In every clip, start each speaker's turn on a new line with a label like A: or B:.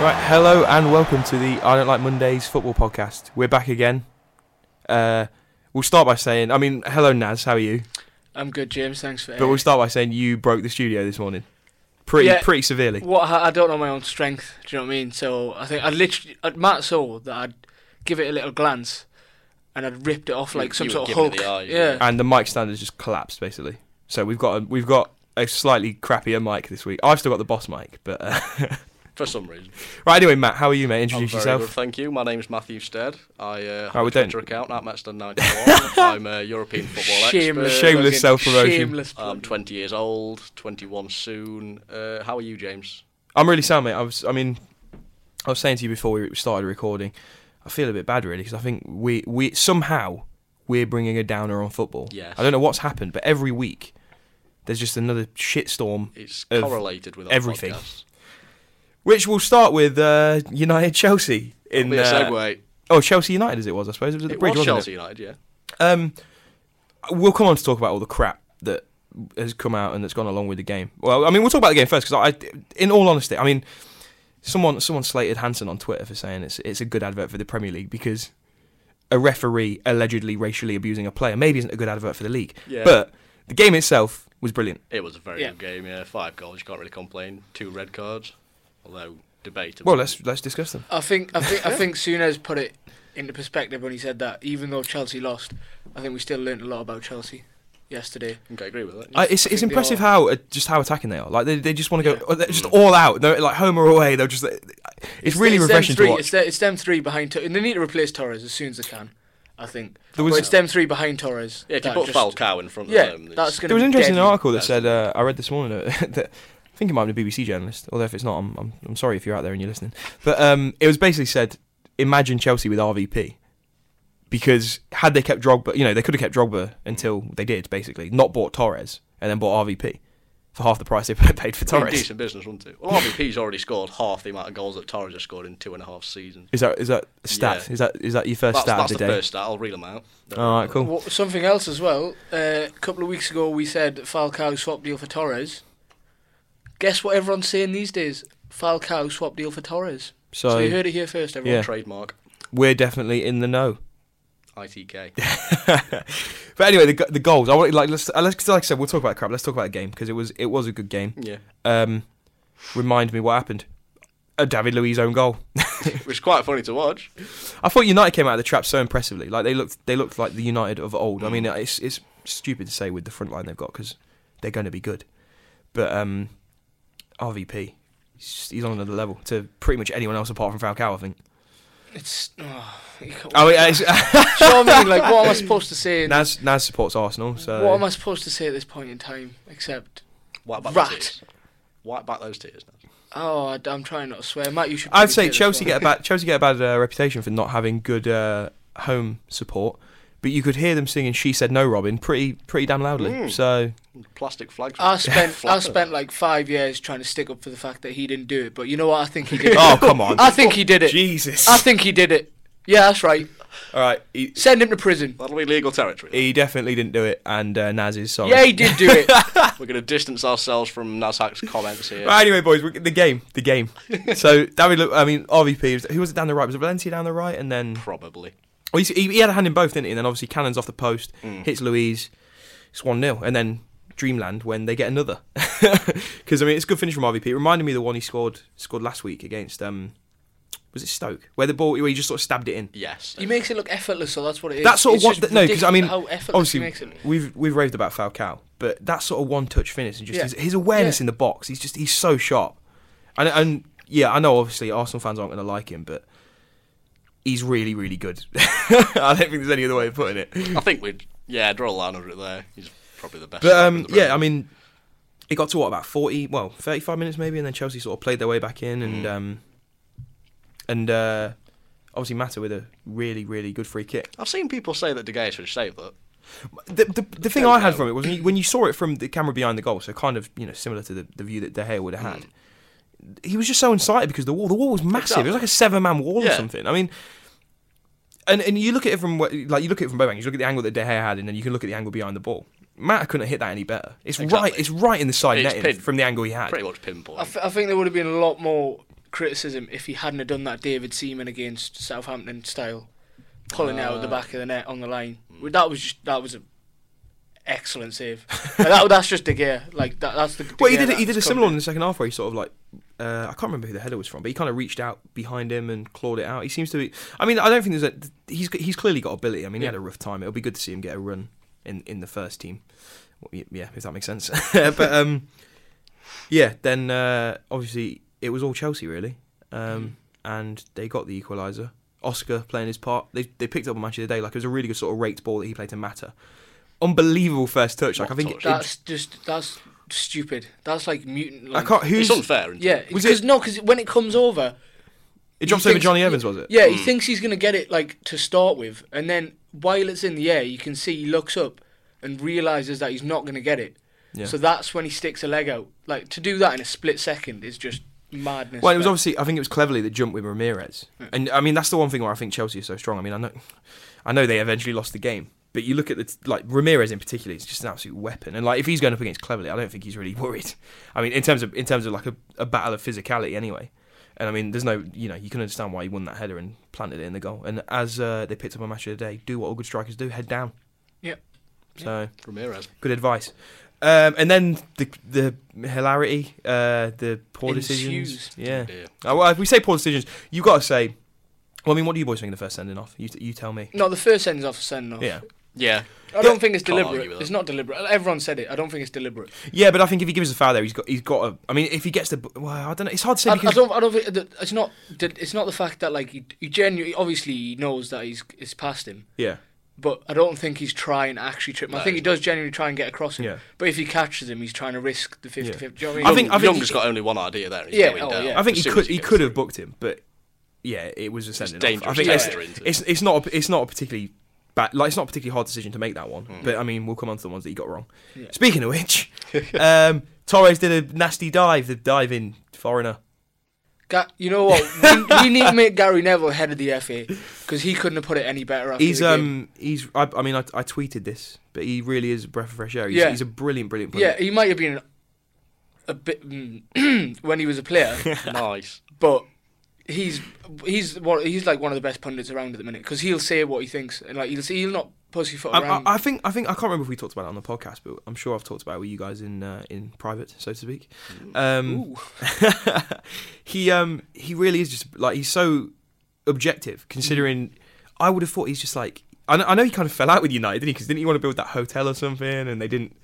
A: Right, hello and welcome to the I Don't Like Mondays football podcast. We're back again. Uh, we'll start by saying, I mean, hello Naz, how are you?
B: I'm good, James. Thanks for.
A: But we'll start by saying you broke the studio this morning, pretty
B: Yeah.
A: pretty severely.
B: What I I don't know my own strength. Do you know what I mean? So I think I literally I'd Matt saw that I'd give it a little glance, and I'd ripped it off
C: You-
B: like some
C: you
B: sort
C: were
B: of
C: giving
B: Hulk.
C: it the eye,
B: yeah.
A: And the mic stand has just collapsed basically. So we've got a, we've got a slightly crappier mic this week. I've still got the boss mic, but uh,
C: For some reason.
A: right. Anyway, Matt, how are you, mate?
C: I'm
A: Introduce
C: very
A: yourself.
C: good, thank you. My name's Matthew Stead. I uh, have
A: Oh, we
C: a Twitter
A: don't-
C: account at Matstead94. I'm a European football
B: Shameless,
C: expert. Um,
A: Shameless
B: fucking-
A: self-promotion.
B: Shameless.
C: I'm
B: plug.
C: 20 years old, 21 soon. Uh, how are you, James?
A: I'm really sound, mate. I was, I mean, I was saying to you before we started recording, I feel a bit bad really because I think we we somehow we're bringing a downer on football.
C: Yes.
A: I don't know what's happened, but every week there's just another shitstorm.
C: It's
A: Of
C: correlated with our
A: everything.
C: podcast.
A: Which we'll start with uh, United Chelsea in
C: Be a
A: uh,
C: segue.
A: oh Chelsea United as it was I suppose it was at the
C: It
A: bridge
C: was
A: wasn't
C: Chelsea United, yeah.
A: it? Um, we'll come on to talk about all the crap that has come out and that's gone along with the game. Well, I mean we'll talk about the game first because I, in all honesty, I mean someone someone slated Hansen on Twitter for saying it's it's a good advert for the Premier League because a referee allegedly racially abusing a player maybe isn't a good advert for the league.
C: Yeah.
A: But the game itself was brilliant.
C: It was a very
B: Yeah.
C: good game, yeah. Five goals, you can't really complain. Two red cards, although debatable.
A: Well, let's let's discuss them.
B: I think I think I think Sunez put it into perspective when he said that. Even though Chelsea lost, I think we still learnt a lot about Chelsea yesterday.
C: Okay, agree with that.
A: I, it's
B: I
A: it's
B: think they
A: impressive
B: are-
A: how uh, just how attacking they are. Like they, they just want to go
B: Yeah.
A: oh, they're just all out. They're like home or away. They're just. uh, It's, really
B: it's them
A: refreshing
B: three,
A: to watch.
B: It's, the, it's them three behind, Tor- and they need to replace Torres as soon as they can. I think.
A: There was-
B: but it's them three behind Torres.
C: yeah, if you
B: that
C: put
B: just-
C: Falcao in front of
B: Yeah,
C: them, it's-
B: that's going to.
A: There was
B: be
A: an interesting
B: deadly.
A: article that
C: That's
A: said uh, I read this morning uh, that I think it might have been a BBC journalist, although if it's not, I'm, I'm I'm sorry if you're out there and you're listening. But um, it was basically said, imagine Chelsea with RVP, because had they kept Drogba, you know, they could have kept Drogba until they did, basically, not bought Torres and then bought RVP for half the price they paid for
C: It'd be a
A: Torres.
C: decent business, wouldn't it? Well, RVP's already scored half the amount of goals that Torres has scored in two and a half seasons.
A: Is that is that a stat?
C: Yeah.
A: Is that is that your first
C: That's,
A: stat
C: that's
A: of
C: the
A: the, day?
C: first stat. I'll read them out.
A: All right, cool.
B: Well, something else as well. Uh, a couple of weeks ago, we said Falcao swap deal for Torres. Guess what everyone's saying these days? Falcao swap deal for Torres. So, you
A: So
B: heard it here first, everyone.
A: Yeah.
C: Trademark
A: we're definitely in the know.
C: ITK.
A: But anyway, the, go- the goals. I want like let's, uh, let's 'cause like I said, we'll talk about crap. Let's talk about the game because it was it was a good game.
C: yeah,
A: um, remind me what happened. A David Luiz own goal.
C: which is quite funny to watch.
A: I thought United came out of the trap so impressively. Like they looked, they looked like the United of old. I mean,
B: Mm.
A: it's it's stupid to say with the front line they've got because they're going to be good. But um, RVP, he's, just- he's on another level to pretty much anyone else apart from Falcao. I think.
B: It's. Oh, you can't-
A: I mean, it's,
B: Do you know what I mean? Like, what am I supposed to say? in-
A: Naz Naz supports Arsenal, so
B: what am I supposed to say at this point in time? Except,
C: Wipe back
B: Rat.
C: those tears. Wipe back those tears. Naz.
B: oh, I, am trying not to swear. Matt, you should.
A: I'd
B: probably
A: say
B: this
A: Chelsea
B: one.
A: get a bad Chelsea get a bad uh, reputation for not having good uh, home support, but you could hear them singing "She Said No, Robin" pretty pretty damn loudly.
C: Mm.
A: So
C: Plastic flags.
B: I spent I
C: Flappers.
B: spent like five years trying to stick up for the fact that he didn't do it, but you know what? I think he did. it.
A: Oh, come on.
B: I think he did it. Uh,
A: Jesus.
B: I think he did it. Yeah, that's right.
A: All right, he,
B: Send him to prison.
C: That'll be legal territory.
A: he definitely didn't do it, and uh, Naz is sorry.
B: Yeah, he did do it.
C: We're going to distance ourselves from Nazhak's comments here.
A: Right, anyway, boys, we- the game, the game. so David, Lu- I mean RVP, was- who was it down the right? Was it Valencia down the right? And then
C: Probably.
A: oh, he, he had a hand in both, didn't he? And then obviously Cannon's off the post,
B: Mm.
A: hits Louise, it's one 0 and then Dreamland when they get another. Because I mean, it's a good finish from RVP. It reminded me of the one he scored scored last week against um, was it Stoke, where the ball where he just sort of stabbed it in.
C: Yes.
B: he makes it look effortless, so that's what it is.
A: That sort
B: It's
A: of one, th-
B: just
A: no, because I
B: ridiculous
A: mean,
B: how effortless
A: obviously
B: he makes it.
A: we've we've raved about Falcao, but that sort of one-touch finish and just
B: Yeah.
A: his, his awareness
B: Yeah.
A: in the box, he's just he's so sharp, and and yeah, I know obviously Arsenal fans aren't going to like him, but he's really really good. I don't think there's any other way of putting it.
C: I think we'd. Yeah, draw a line under it there. He's probably the best.
A: But
C: striker in
A: um,
C: the
A: yeah, I
C: Premier
A: mean, it got to what about forty? Well, thirty-five minutes maybe, and then Chelsea sort of played their way back in, and
B: Mm.
A: um, and uh, obviously Mata with a really really good free kick.
C: League. I've seen people say that De Gea should save that.
A: The, the, the thing
C: Don't
A: I had
C: know.
A: from it was when you, when you saw it from the camera behind the goal, so kind of you know similar to the, the view that De Gea would have had. He was just so incited because the wall the wall was massive. It was like a seven man wall or
C: Yeah.
A: something. I mean, and and you look at it from wh- like you look at it from both angles. You look at the angle that De Gea had, and then you can look at the angle behind the ball. Matt couldn't have hit that any better. It's right
C: Exactly.
A: it's right in the side
C: It's
A: netting
C: pinned.
A: from the angle he had.
C: Pretty much pinpoint.
B: I, f- I think there would have been a lot more criticism if he hadn't have done that David Seaman against Southampton style, pulling it out of the
C: Ah.
A: Uh.
B: back of the net on the line. That was just, that was a excellent save. Like, that that's just De Gea. Like that, that's the. De
A: Well, he
B: Gea
A: did. He did
B: that's
A: a
B: come
A: similar one
B: in.
A: in the second half where he sort of like uh, I can't remember who the header was from, but he kind of reached out behind him and clawed it out. He seems to be. I mean, I don't think there's a. He's he's clearly got ability. I mean, he
B: Yeah.
A: had a rough time. It'll be good to see him get a run in in the first team. Well, y- yeah, if that makes sense. but um, yeah, then uh, obviously it was all Chelsea really,
C: Mm.
A: um, and they got the equaliser. Oscar playing his part. They they picked up a match of the day. Like it was a really good sort of raked ball that he played to Matter. Unbelievable first touch. Like
C: What
A: I think
C: touch?
A: it- it,
B: That's just that's stupid. That's like mutant.
A: I
B: Like,
A: can't. Who's
C: it's unfair. Isn't
B: Yeah,
C: It?
A: Was
B: because
A: it-
B: no, because when it comes over,
A: It drops
B: He
A: over
B: thinks-
A: Johnny Evans, was it?
B: yeah,
C: Hmm.
B: he thinks he's gonna get it like to start with, and then while it's in the air, you can see he looks up and realizes that he's not gonna get it.
A: Yeah.
B: So that's when he sticks a leg out. Like to do that in a split second is just madness.
A: Well, it was
B: But
A: obviously. I think it was cleverly that jumped with Ramirez, and I mean that's the one thing where I think Chelsea is so strong. I mean, I know, I know they eventually lost the game, but you look at the t- like Ramirez in particular, he's just an absolute weapon. And like if he's going up against cleverly, I don't think he's really worried. I mean, in terms of in terms of like a, a battle of physicality, anyway. And I mean, there's no, you know, you can understand why he won that header and planted it in the goal. And as uh, they picked up a match of the day, do what all good strikers do, head down.
B: Yeah.
A: So.
C: Ramirez.
A: Good advice. Um, and then the the hilarity, uh, the poor
B: Ensues. Oh,
A: decisions. Yeah.
C: Yeah.
A: Uh, well, if we say poor decisions, you got to say. Well, I mean, what do you boys think of the first sending off? You, t- you tell me.
B: no, the first sentence off a send off.
A: Yeah.
C: Yeah.
B: I don't think it's
C: Can't argue
B: deliberate.
C: with that.
B: It's not deliberate. Everyone said it. I don't think it's deliberate.
A: Yeah, but I think if he gives a foul there, he's got he's got. A, I mean, if he gets the. b- Well, I don't know. It's hard to say
B: I, I
A: because.
B: don't. I don't think that- it's not. It's not the fact that like he, he genuinely, obviously, he knows that he's it's past him.
A: yeah.
B: But I don't think he's trying to actually trip him. I
C: No.
B: think he does genuinely try and get across him.
A: Yeah.
B: But if he catches him, he's trying to risk the 50
A: Yeah.
B: 50. Do you know what I
A: I
B: mean?
A: think-
C: Young,
A: I think
C: Young's
A: he-
C: got only one idea there. And he's
B: Yeah,
C: going
B: oh,
C: down.
B: yeah.
A: I think
C: As
A: he
C: soon
A: could
C: as
A: he
C: gets
A: could
C: it.
A: have booked him, but yeah, it was a sending off.
C: dangerous
A: I think
C: to
A: it's,
C: enter into.
A: it's it's not a, it's not a particularly bad like it's not a particularly hard decision to make that one. But I mean, we'll come on to the ones that he got wrong.
B: Yeah.
A: Speaking of which, um, Torres did a nasty dive, the diving foreigner.
B: Ga- you know what? we, we need to make Gary Neville head of the FA because he couldn't have put it any better after
A: He's
B: the game.
A: um he's I, I mean I, I tweeted this, but he really is a breath of fresh air. He's,
B: Yeah.
A: he's a brilliant, brilliant player.
B: yeah, he might have been a bit mm, when he was a player,
C: nice.
B: but he's he's one, he's like one of the best pundits around at the minute because he'll say what he thinks and like he'll say, he'll not pussyfoot
A: I,
B: around.
A: I, I think I think I can't remember if we talked about it on the podcast, but I'm sure I've talked about it with you guys in uh, in private, so to speak. Um, he um he really is just like he's so objective. Considering, I would have thought he's just like I know, I know he kind of fell out with United, didn't he? Because didn't he want to build that hotel or something, and they didn't.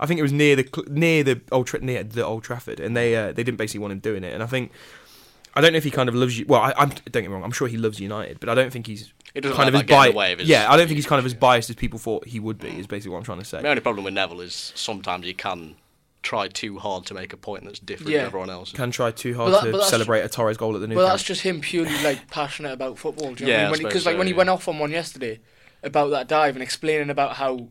A: I think it was near the cl- near the old Tra- near the Old Trafford, and they uh, they didn't basically want him doing it. And I think I don't know if he kind of loves you. Well, I, I'm don't get me wrong. I'm sure he loves United, but I don't think he's
C: It doesn't
A: kind of
C: let
A: as
C: that get in
A: biased.
C: the way of his-
A: yeah, I don't think he's kind of as biased as people thought he would be. Is basically what I'm trying to
C: My
A: say.
C: only problem with Neville is sometimes he can try too hard to make a point that's different
B: Yeah.
C: to everyone else.
A: Can try too hard
B: Well, that- but
A: to
B: that's-
A: celebrate a Torres goal at the new.
B: Well,
A: Camp.
B: that's just him purely like passionate about football. Do you
C: Yeah,
B: know
C: I
B: what I mean? Because
C: suppose
B: like
C: so,
B: when he
C: yeah.
B: went off on one yesterday about that dive and explaining about how,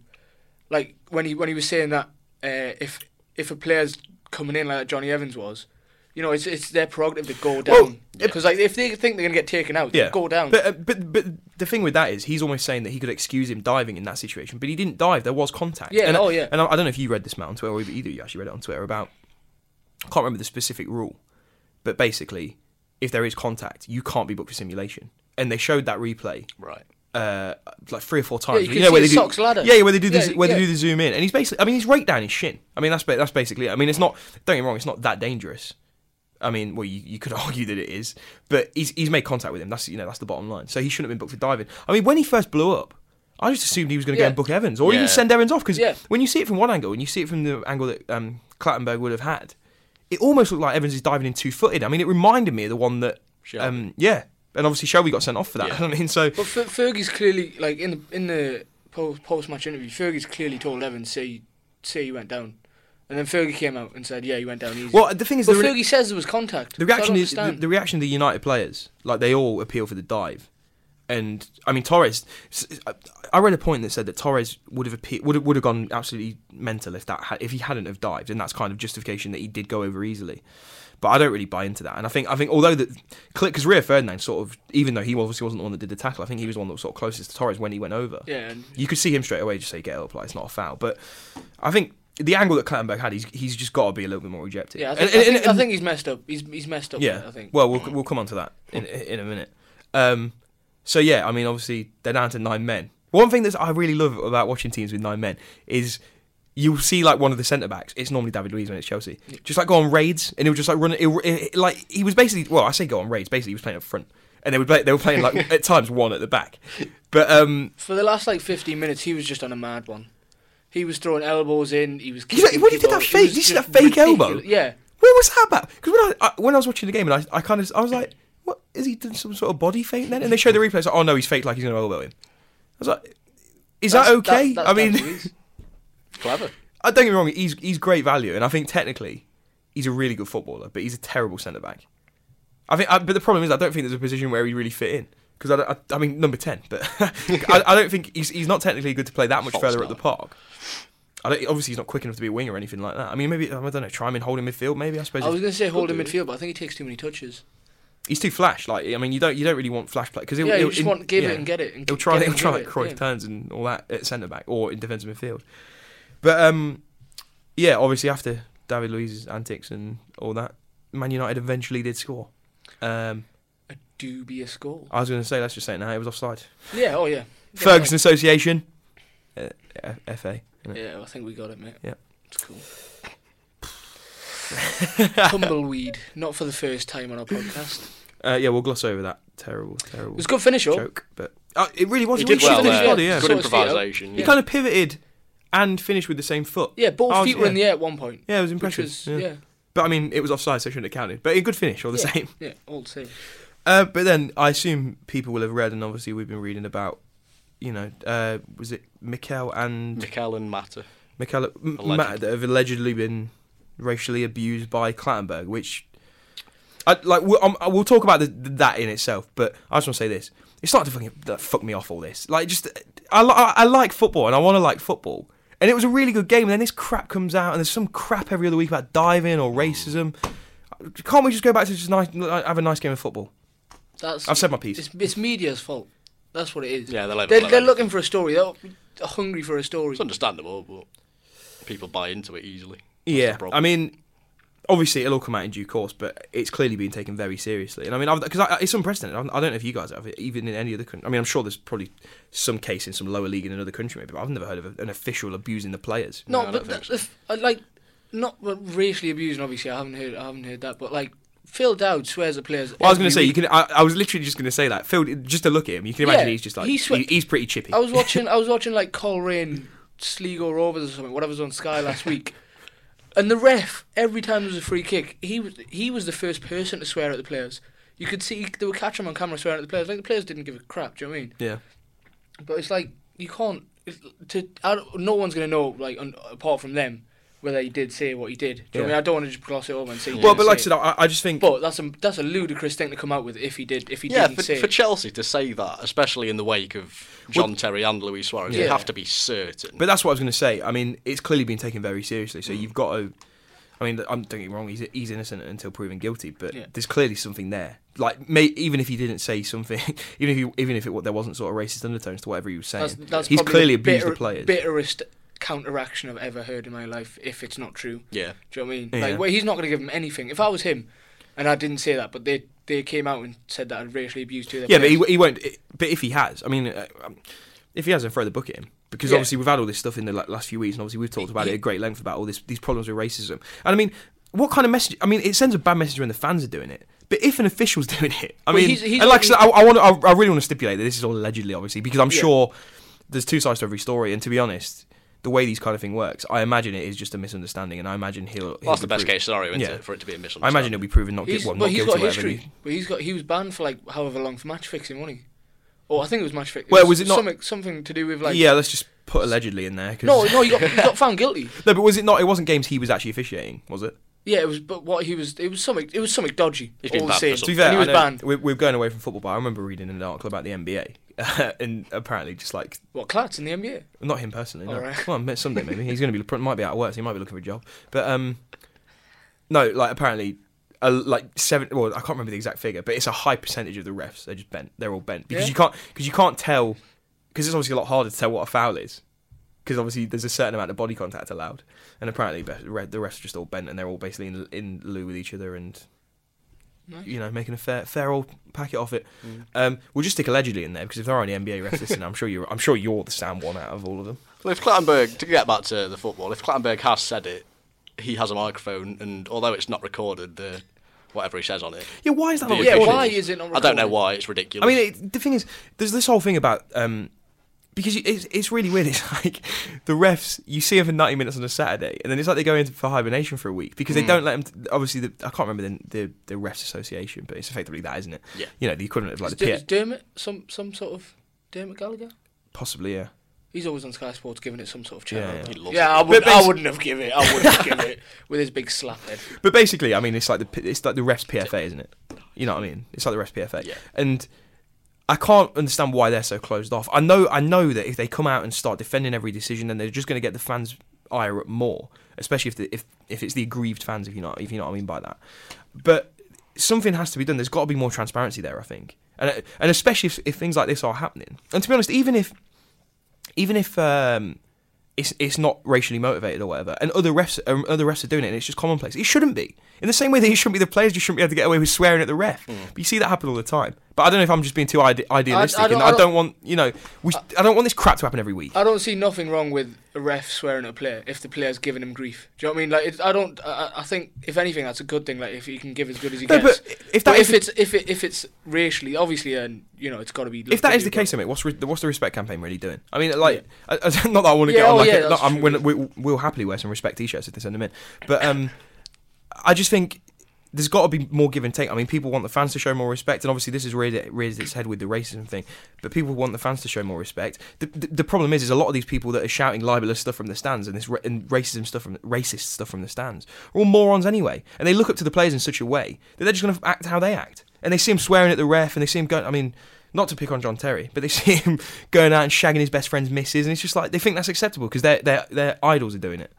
B: like when he when he was saying that uh, if if a player's coming in like that Johnny Evans was, you know, it's it's their prerogative to go
A: Well,
B: down because like if they think they're gonna get taken out,
A: yeah.
B: go down.
A: But, uh, but but the thing with that is he's almost saying that he could excuse him diving in that situation, but he didn't dive. There was contact.
B: Yeah,
A: And,
B: oh, yeah.
A: And I, I don't know if you read this Matt on Twitter, or if either of you actually read it on Twitter about. I can't remember the specific rule, but basically, if there is contact, you can't be booked for simulation. And they showed that replay
C: Right.
A: uh, like three or four times.
B: you
A: you
B: can
A: know
B: see
A: where they
B: his
A: do
B: socks ladder.
A: Yeah, where they do this,
B: Yeah,
A: where
B: yeah.
A: they do the zoom in, and he's basically. I mean, he's right down his shin. I mean, that's ba- that's basically. it. I mean, it's not. Don't get me wrong. It's not that dangerous. I mean, well, you, you could argue that it is, but he's he's made contact with him. That's you know that's the bottom line. So he shouldn't have been booked for diving. I mean, when he first blew up. I just assumed he was going to
B: Yeah.
A: go and book Evans, or
C: Yeah.
A: even send Evans off. Because
B: Yeah.
A: when you see it from one angle, and you see it from the angle that um, Clattenburg would have had, it almost looked like Evans is diving in two-footed. I mean, it reminded me of the one that,
C: Shelby.
A: um, yeah, and obviously Shelby got sent off for that.
C: Yeah.
A: I mean, so
B: But Fer- Fergie's clearly like in the in the post match interview. Fergie's clearly told Evans say say he went down, and then Fergie came out and said yeah he went down easy.
A: well, the thing is,
B: but
A: the re-
B: Fergie says there was contact.
A: The
B: so I
A: reaction
B: don't
A: is the,
B: understand.
A: the reaction of the United players. Like they all appeal for the dive, and I mean Torres. s- I- I read a point that said that Torres would have appe- would have, would have gone absolutely mental if that ha- if he hadn't have dived, and that's kind of justification that he did go over easily. But I don't really buy into that, and I think I think although that because Rio Ferdinand sort of even though he obviously wasn't the one that did the tackle, I think he was the one that was sort of closest to Torres when he went over
B: yeah. and-
A: you could see him straight away just say get up like it's not a foul but i think the angle that Clattenburg had, he's he's just got to be a little bit more rejected.
B: Yeah, I
A: And-
B: think, I,
A: and-
B: think, I
A: and-
B: think he's messed up. He's he's messed up.
A: yeah.
B: I think.
A: Well, we'll we'll come on to that in in a minute. Um, so yeah, I mean, obviously they're down to nine men. One thing that I really love about watching teams with nine men is you'll see like one of the centre backs. It's normally David Luiz when it's Chelsea. Just like go on raids, and he'll just like run. He'll, he- like he was basically well, I say go on raids. Basically, he was playing up front, and they were play, they were playing like at times one at the back. But um,
B: for the last like 15 minutes, he was just on a mad one. He was throwing elbows in. He was.
A: You know,
B: kicking
A: when he did
B: people,
A: that
B: it
A: fake-
B: was
A: did you see
B: just
A: that fake elbow?
B: ridiculous. Yeah.
A: Where was that about? Because when I, I when I was watching the game and I, I kind of I was like, what is he doing some sort of body feint then? And they showed the replay. It's like, oh no, he's faked like he's going to elbow him. I was like, is that
B: That's-
A: okay?
B: that-
A: I
B: that's David
A: mean,
B: Luiz.
C: Clever.
A: I don't get me wrong. He's he's great value, and I think technically he's a really good footballer, but he's a terrible centre back. I think, I, but the problem is, I don't think there's a position where he really fit in because I, don't- I, I mean number ten, but I, I don't think he's he's not technically good to play that much
C: False
A: further up the
C: nine.
A: park. I don't, obviously, he's not quick enough to be a wing or anything like that. I mean, maybe I don't know. Try him in holding midfield, maybe. I suppose
B: I
A: if-
B: was going to say holding
C: do.
B: midfield, but I think he takes too many touches.
A: he's too flash. Like I mean, you don't you don't really want flash play because
B: yeah, you just want give it and get it. And
A: He'll
B: g-
A: try
B: get it
A: he'll
B: and
A: try
B: give
A: like
B: it,
A: Cruyff
B: yeah.
A: turns and all that at centre back or in defensive midfield. But um, yeah, obviously after David Luiz's antics and all that, Man United eventually did score. Um,
B: A dubious goal.
A: I was going to say let's just say it now it was offside.
B: Yeah. Oh yeah. Yeah,
A: Ferguson Association, uh, F- FA.
B: I-
A: innit?
B: Yeah, I think we got it, mate.
A: Yeah.
B: It's cool. Tumbleweed, not for the first time on our podcast.
A: Uh, yeah, we'll gloss over that terrible, terrible
B: It was a good finish, though.
A: joke. But uh, it really was.
B: He
A: It
B: did
A: was
B: well
A: a finished
B: there.
A: body, yeah.
C: Good
B: Sort of feet out.
C: improvisation.
A: He
C: Yeah.
A: kind of pivoted and finished with the same foot.
B: Yeah, both
A: I was-
B: feet were in
A: Oh, yeah.
B: the air at one point.
A: Yeah, it was
B: Which
A: impressive.
B: was,
A: yeah.
B: yeah.
A: But I mean, it was offside, so it shouldn't have counted. But a good finish, all the
B: Yeah.
A: same.
B: Yeah, all the same.
A: Uh, but then I assume people will have read, and obviously we've been reading about, you know, uh, was it Mikel and
C: Mikel and Mata.
A: Mikel M-
C: legend.
A: Matt that have allegedly been racially abused by Clattenburg, which, I, like, we'll, um, we'll talk about the, that in itself. But I just want to say this: it's starting to fucking that fuck me off all this. Like, just I, li- I, I like football, and I want to like football. And it was a really good game. And then this crap comes out, and there's some crap every other week about diving or racism. Can't we just go back to just nice, have a nice game of football?
B: That's
A: I've said my piece.
B: It's, it's media's fault. That's what it is.
C: Yeah, they're like,
B: They're, they're looking for a story. They're they're hungry for a story.
C: It's understandable, but people buy into it easily. That's
A: Yeah,
C: the problem.
A: I mean, obviously it'll all come out in due course, but it's clearly being taken very seriously. And I mean, because it's unprecedented. I don't know if you guys have it, even in any other country. I mean, I'm sure there's probably some case in some lower league in another country, maybe. But I've never heard of an official abusing the players.
B: no,
C: No, I
B: but
C: don't think
B: that, if, I like not well, racially abusing. Obviously, I haven't heard. I haven't heard that. But like Phil Dowd swears at players.
A: Well, I was going
B: every
A: to say you can.
B: week.
A: I, I was literally just going to say that. Phil, just to look at him, you can imagine
B: Yeah,
A: he's just like
B: he Oh,
A: he
B: swept-
A: he's pretty chippy.
B: I was watching. I was watching like Coleraine, Sligo Rovers or something. Whatever's on Sky last week. And the ref, every time there was a free kick, he was he was the first person to swear at the players. You could see they were catching him on camera swearing at the players. Like the players didn't give a crap. Do you know what I mean?
A: yeah,
B: But it's like you can't. It's, to I don't- no one's gonna know like un, apart from them whether he did say what he did. Do you know what I mean?
A: Yeah.
B: I don't want to just gloss it over and say. he
A: Well,
B: didn't
A: but like I
B: say
A: said,
B: it.
A: I, I just think.
B: but that's a that's a ludicrous thing to come out with if he did if he
C: Yeah,
B: didn't
C: for,
B: say.
C: for
B: it.
C: Chelsea to say that, especially in the wake of John Terry and Luis Suarez, you
B: Yeah.
C: have to be certain.
A: But that's what I was going to say. I mean, it's clearly been taken very seriously.
B: Mm.
A: So you've got to. I mean, I'm don't get me wrong. He's he's innocent until proven guilty, but
B: Yeah.
A: there's clearly something there. Like, may, even if he didn't say something, even if he, even if it, there wasn't sort of racist undertones to whatever he was saying,
B: that's, that's
A: he's
B: probably
A: clearly
B: the
A: abused
B: bitter-
A: the players.
B: Bitterest counteraction I've ever heard in my life. If it's not true,
C: yeah,
B: do you know what I mean?
A: Yeah.
B: Like well, he's not gonna give him anything. If I was him, and I didn't say that, but they they came out and said that I'd racially abused two. of their
A: Yeah, but
B: players.
A: he, he won't. But if he has, I mean, uh, um, if he has, then throw the book at him. Because
B: Yeah.
A: obviously we've had all this stuff in the like, last few weeks, and obviously we've talked about it
B: Yeah.
A: at great length about all this these problems with racism. And I mean, what kind of message? I mean, it sends a bad message when the fans are doing it. But if an official's doing it, I
B: Well,
A: mean,
B: he's- he's-
A: and like I said, I, I want, I, I really want to stipulate that this is all allegedly, obviously, because I'm
B: Yeah.
A: sure there's two sides to every story. And to be honest, the way these kind of thing works, I imagine it is just a misunderstanding, and I imagine he'll. he'll
C: that's the
A: be
C: best
A: proven-
C: case scenario, isn't
A: Yeah.
C: it, for it to be a misunderstanding?
A: I imagine he'll be proven not,
B: He's,
A: guilty. well,
B: but
A: not
B: he's
A: guilty.
B: got
A: whatever
B: history.
A: he-
B: But he's got he was banned for like however long for match fixing, wasn't he? Or I think it was match fixing.
A: Well, was it not-
B: something, something to do with like?
A: yeah, let's just put allegedly in there. 'cause-
B: No, no, he got, he got found guilty.
A: No, but was it not? It wasn't games he was actually officiating, was it?
B: Yeah, it was. But what he was, it was something. It was something dodgy.
C: He's been
B: all the
C: banned for
B: same.
A: To be
C: something.
A: fair,
B: and he was
A: I know-
B: banned.
A: We're, we're going away from football, but I remember reading an article about the NBA, and apparently, just like
B: What Clarts in the NBA?
A: not him personally. No.
B: All right.
A: Well, ma- someday maybe he's going to be might be out of work, so he might be looking for a job. But um, no, like apparently. Uh, like seven, well, I can't remember the exact figure, but it's a high percentage of the refs are just bent. They're all bent because
B: Yeah.
A: you can't because you can't tell because it's obviously a lot harder to tell what a foul is because obviously there's a certain amount of body contact allowed, and apparently be- re- the refs are just all bent and they're all basically in, in lieu with each other and
B: Nice. Mm.
A: you know making a fair fair old packet off it. Um, we'll just stick allegedly in there because if there are any NBA refs listening, I'm sure you're I'm sure you're the sound one out of all of them.
C: Well, if Clattenburg, to get back to the football, if Clattenburg has said it, he has a microphone, and although it's not recorded, the whatever he says on it.
A: Yeah, why is that?
C: the
A: Not
B: Oh, Yeah,
A: recorded?
C: official-
B: why is it not
C: I don't know
B: recorded?
C: why. It's ridiculous.
A: I mean, it, the thing is, there's this whole thing about um, because you- it's it's really weird. It's like the refs you see them for 90 minutes on a Saturday, and then it's like they go into for hibernation for a week because they don't let them. obviously, the, I can't remember the, the the refs association, but it's effectively that, isnn it?
C: Yeah.
A: You know, the equivalent of like
B: Is,
A: the
B: D-
A: P-
B: is Dermot some some sort of Dermot Gallagher?
A: possibly yeah.
B: He's always on Sky Sports giving it some sort of
A: Yeah,
B: channel.
A: yeah.
C: He
B: Yeah,
C: loves it.
B: I, would,
A: But basi-
B: I wouldn't have given it. I wouldn't have given it with his big slap head.
A: But basically, I mean, it's like the P- it's like the refs PFA, isn't it? You know what I mean? It's like the refs PFA,
C: Yeah.
A: and. I can't understand why they're so closed off. I know, I know that if they come out and start defending every decision, then they're just going to get the fans' ire up more, especially if the, if if it's the aggrieved fans, if you know if you know what I mean by that. But something has to be done. There's got to be more transparency there, I think, and and especially if, if things like this are happening. And to be honest, even if even if um, it's it's not racially motivated or whatever, and other refs um, other refs are doing it, and it's just commonplace. It shouldn't be. In the same way that it shouldn't be the players just shouldn't be able to get away with swearing at the ref.
B: Hmm.
A: But you see that happen all the time. But I don't know if I'm just being too ide- idealistic,
B: I don't-
A: and
B: I
A: I
B: don't-
A: don't want you know we I, don't want this crap to happen every week.
B: I don't see nothing wrong with a ref swearing at a player if the player's giving him grief. Do you know what I mean? Like, it, I don't. I, I- I think if anything, that's a good thing. Like, if he can give as good as he
A: no,
B: gets.
A: but if that
B: But
A: is
B: if
A: the,
B: it's if it, if it's racially, obviously, and you know, it's got to be.
A: if that
B: looked
A: is the
B: into, but-
A: case, I mean, what's re- what's the respect campaign really doing? I mean, like, I, I- not that I want to
B: Yeah,
A: get on.
B: oh,
A: Like,
B: yeah,
A: no,
B: that's
A: I'm,
B: true.
A: when, we, we'll happily wear some respect t-shirts if they send them in. But um, I just think there's got to be more give and take. I mean, people want the fans to show more respect, and obviously this has raised, raised its head with the racism thing. But people want the fans to show more respect. The, the, the problem is, is a lot of these people that are shouting libelous stuff from the stands and this ra- and racism stuff from racist stuff from the stands are all morons anyway, and they look up to the players in such a way that they're just going to act how they act. And they see him swearing at the ref, and they see him going. I mean, not to pick on John Terry, but they see him going out and shagging his best friend's missus, and it's just like they think that's acceptable because their their their idols are doing it.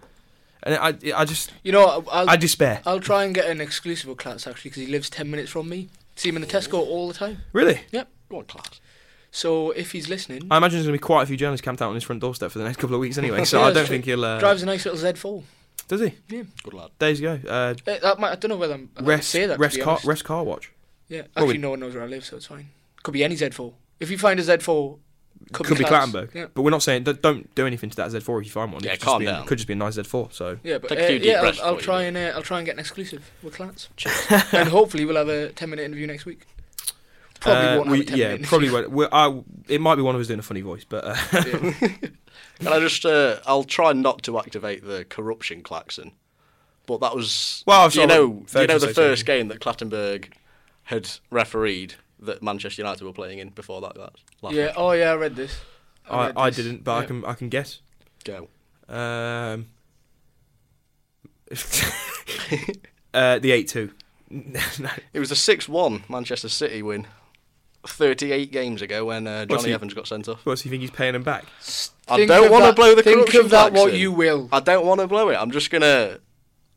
A: And I I just
B: you know, I'll,
A: I despair.
B: I'll try and get an exclusive with Klats actually because he lives ten minutes from me. See him in the Tesco all the time.
A: Really?
C: Go on, class.
B: So if he's listening,
A: I imagine there's going to be quite a few journalists camped out on his front doorstep for the next couple of weeks anyway, so
B: Yeah,
A: I
B: that's
A: don't
B: true.
A: think he'll. Uh,
B: drives a nice little Z4.
A: does he?
C: Good lad.
A: Days ago. Uh,
B: Eh, that might, I don't know whether I'm. allowed to
A: refs,
B: say that. to
A: refs,
B: be
A: car,
B: honest.
A: refs car watch.
B: Yeah, actually,
A: Well, we-
B: no one knows where I live, so it's fine. Could be any Z4. If you find a Z4,
A: Could,
B: could,
A: be
B: Klats.
A: Clattenburg.
B: Yeah.
A: But we're not saying, don't- don't do anything to that Z4 if you find one. It
C: Yeah,
A: could just
C: calm
A: be-
C: down.
A: It could just be a nice Z4, so.
B: Yeah, but
C: Take a
B: uh,
C: few deep
B: yeah,
C: breaths
B: I'll, I'll
C: before you
B: try
C: do
B: and uh, I'll try and get an exclusive with Klats, and hopefully we'll have a ten-minute interview next week. Probably
A: Uh,
B: won't
A: we-
B: have a ten-minute.
A: Yeah, probably won't. We're, I, it might be one of us doing a funny voice, but. Uh,
C: Can I just? Uh, I'll try not to activate the corruption klaxon. But that was
A: Well, I'm
C: do
A: sure
C: you know, do you know
A: Ferguson said
C: the first game that Clattenburg had refereed that Manchester United were playing in before that. that last
B: Yeah. Oh yeah, I read this.
A: I,
B: read
A: I
B: this.
A: didn't, but I
B: Yeah.
A: can I can guess.
C: go.
A: Um, uh, the 8 2.
C: It was a six-one Manchester City win, thirty-eight games ago when uh,
A: What's
C: Johnny
A: he-
C: Evans got sent off.
A: What do you think he's paying him back?
C: I
B: Think
C: don't
B: of
C: want to
B: that-
C: blow the
B: Think
C: corruption
B: of that what
C: klaxon.
B: you will.
C: I don't want to blow it. I'm just gonna.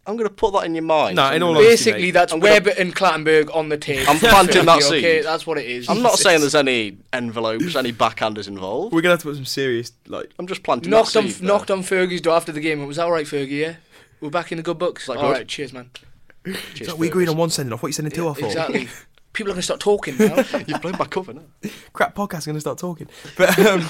C: I'm gonna put that in your mind.
A: No, in all honesty,
B: Basically,
A: mate.
B: that's
C: I'm gonna-
B: Webb and Clattenburg on the table.
C: I'm planting that
B: Okay,
C: seed.
B: that's what it is.
C: I'm not saying there's any envelopes, any backhanders involved.
A: We're going to have to put some serious, like.
C: I'm just planting that
B: knocked on
C: seed there.
B: knocked on Fergie's door after the game. It was all right, Fergie. Yeah, we're back in the good books.
C: that
B: All right,
C: good?
B: cheers, man.
C: Cheers,
A: we agreed
C: Fergus.
A: on one sending off. What are you sending two off for?
B: Exactly. People are gonna start talking now.
C: You've blown my cover now.
A: crap podcast is going to start talking. But um,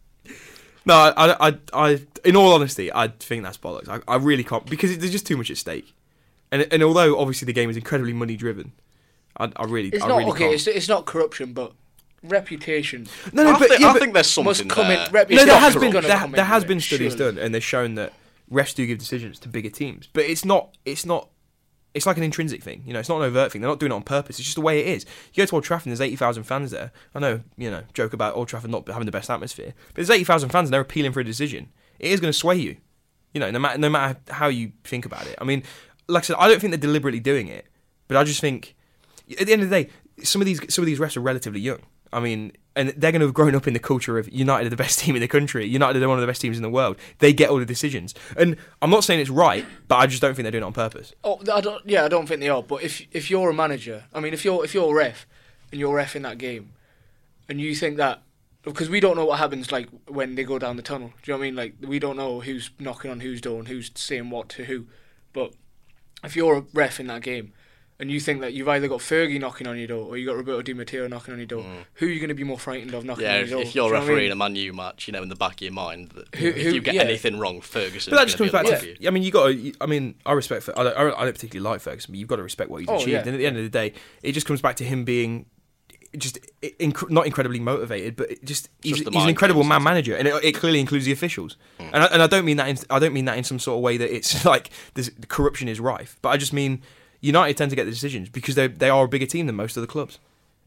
A: no, I, I, I, in all honesty, I think that's bollocks. I, I really can't because it, there's just too much at stake. And and although obviously the game is incredibly money driven, I, I really,
B: It's
A: I
B: not
A: really
B: okay.
A: can't.
B: It's, it's not corruption, but reputation
A: no, no,
C: I,
A: but,
C: think,
A: yeah,
C: I
A: but-
C: think there's something
B: must come
C: there.
B: in. Rep-
A: no, there has been
B: corrupt.
A: there,
B: Gonna come
A: there has
B: into it,
A: been studies
B: surely.
A: done, and they've shown that refs do give decisions to bigger teams, but it's not it's not it's like an intrinsic thing. You know, it's not an overt thing. They're not doing it on purpose. It's just the way it is. You go to Old Trafford, and there's eighty thousand fans there. I know, you know, joke about Old Trafford not having the best atmosphere, but there's eighty thousand fans, and they're appealing for a decision. It is going to sway you. You know, no matter no matter how you think about it. I mean, like I said, I don't think they're deliberately doing it, but I just think at the end of the day, some of these some of these refs are relatively young. I mean, and they're going to have grown up in the culture of United are the best team in the country. United are one of the best teams in the world. They get all the decisions, and I'm not saying it's right, but I just don't think they're doing it on purpose.
B: Oh, I don't. Yeah, I don't think they are. But if if you're a manager, I mean, if you're if you're a ref and you're ref in that game, and you think that because we don't know what happens like when they go down the tunnel. Do you know what I mean? Like we don't know who's knocking on whose door and who's saying what to who. But if you're a ref in that game and you think that you've either got Fergie knocking on your door or you got Roberto Di Matteo knocking on your door, who are you going to be more frightened of knocking
C: Yeah,
B: on your
C: if,
B: door?
C: if you're
B: Do you know what I
C: refereeing
B: mean?
C: a Man U match, you know in the back of your mind that
B: Who-
C: if
B: who-
C: you get
B: yeah.
C: anything wrong, Ferguson.
A: But that just comes back
C: you.
A: to. I mean, you got. to I mean, I respect. Fer- I don't, I don't particularly like Ferguson, but you've got to respect what he's
B: Oh,
A: achieved.
B: yeah.
A: And at the end of the day, it just comes back to him being just inc- not incredibly motivated, but it just he's,
C: Just the
A: he's an
C: mind Hmm.
A: incredible
C: games,
A: man
C: isn't
A: manager, and it, it clearly includes the officials. And, I, and I don't mean that. In, I don't mean that in some sort of way that it's like this, corruption is rife. But I just mean United tend to get the decisions because they they are a bigger team than most of the clubs.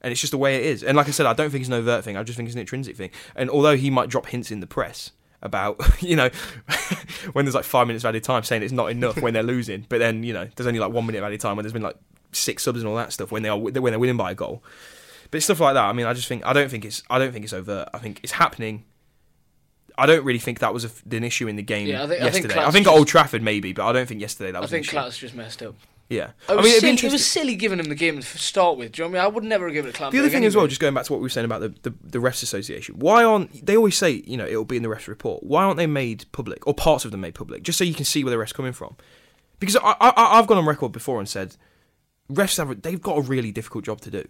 A: And it's just the way it is. And like I said, I don't think it's an overt thing. I just think it's an intrinsic thing. And although he might drop hints in the press about, you know, when there's like five minutes of added time saying it's not enough when they're losing, but then, you know, there's only like one minute of added time when there's been like six subs and all that stuff when they are when they're winning by a goal. But stuff like that, I mean, I just think I don't think it's I don't think it's overt. I think it's happening. I don't really think that was a f an issue in the game
B: Yeah, I think- I think
A: yesterday. I think,
B: Klaus
A: at
B: just-
A: Old Trafford maybe, but I don't think yesterday that
B: I
A: was
B: think
A: an issue.
B: Klaus just messed up.
A: yeah,
B: It was,
A: I mean, it'd be
B: silly, it
A: interesting.
B: was silly giving him the game to f- start with. Do you know what I mean? I would never give it to Clattenburg.
A: The other thing as well,
B: anyway.
A: just going back to what we were saying about the, the, the refs association, why aren't they always say you know it'll be in the refs report? Why aren't they made public or parts of them made public just so you can see where the refs coming from? Because I, I I've gone on record before and said refs have they've got a really difficult job to do,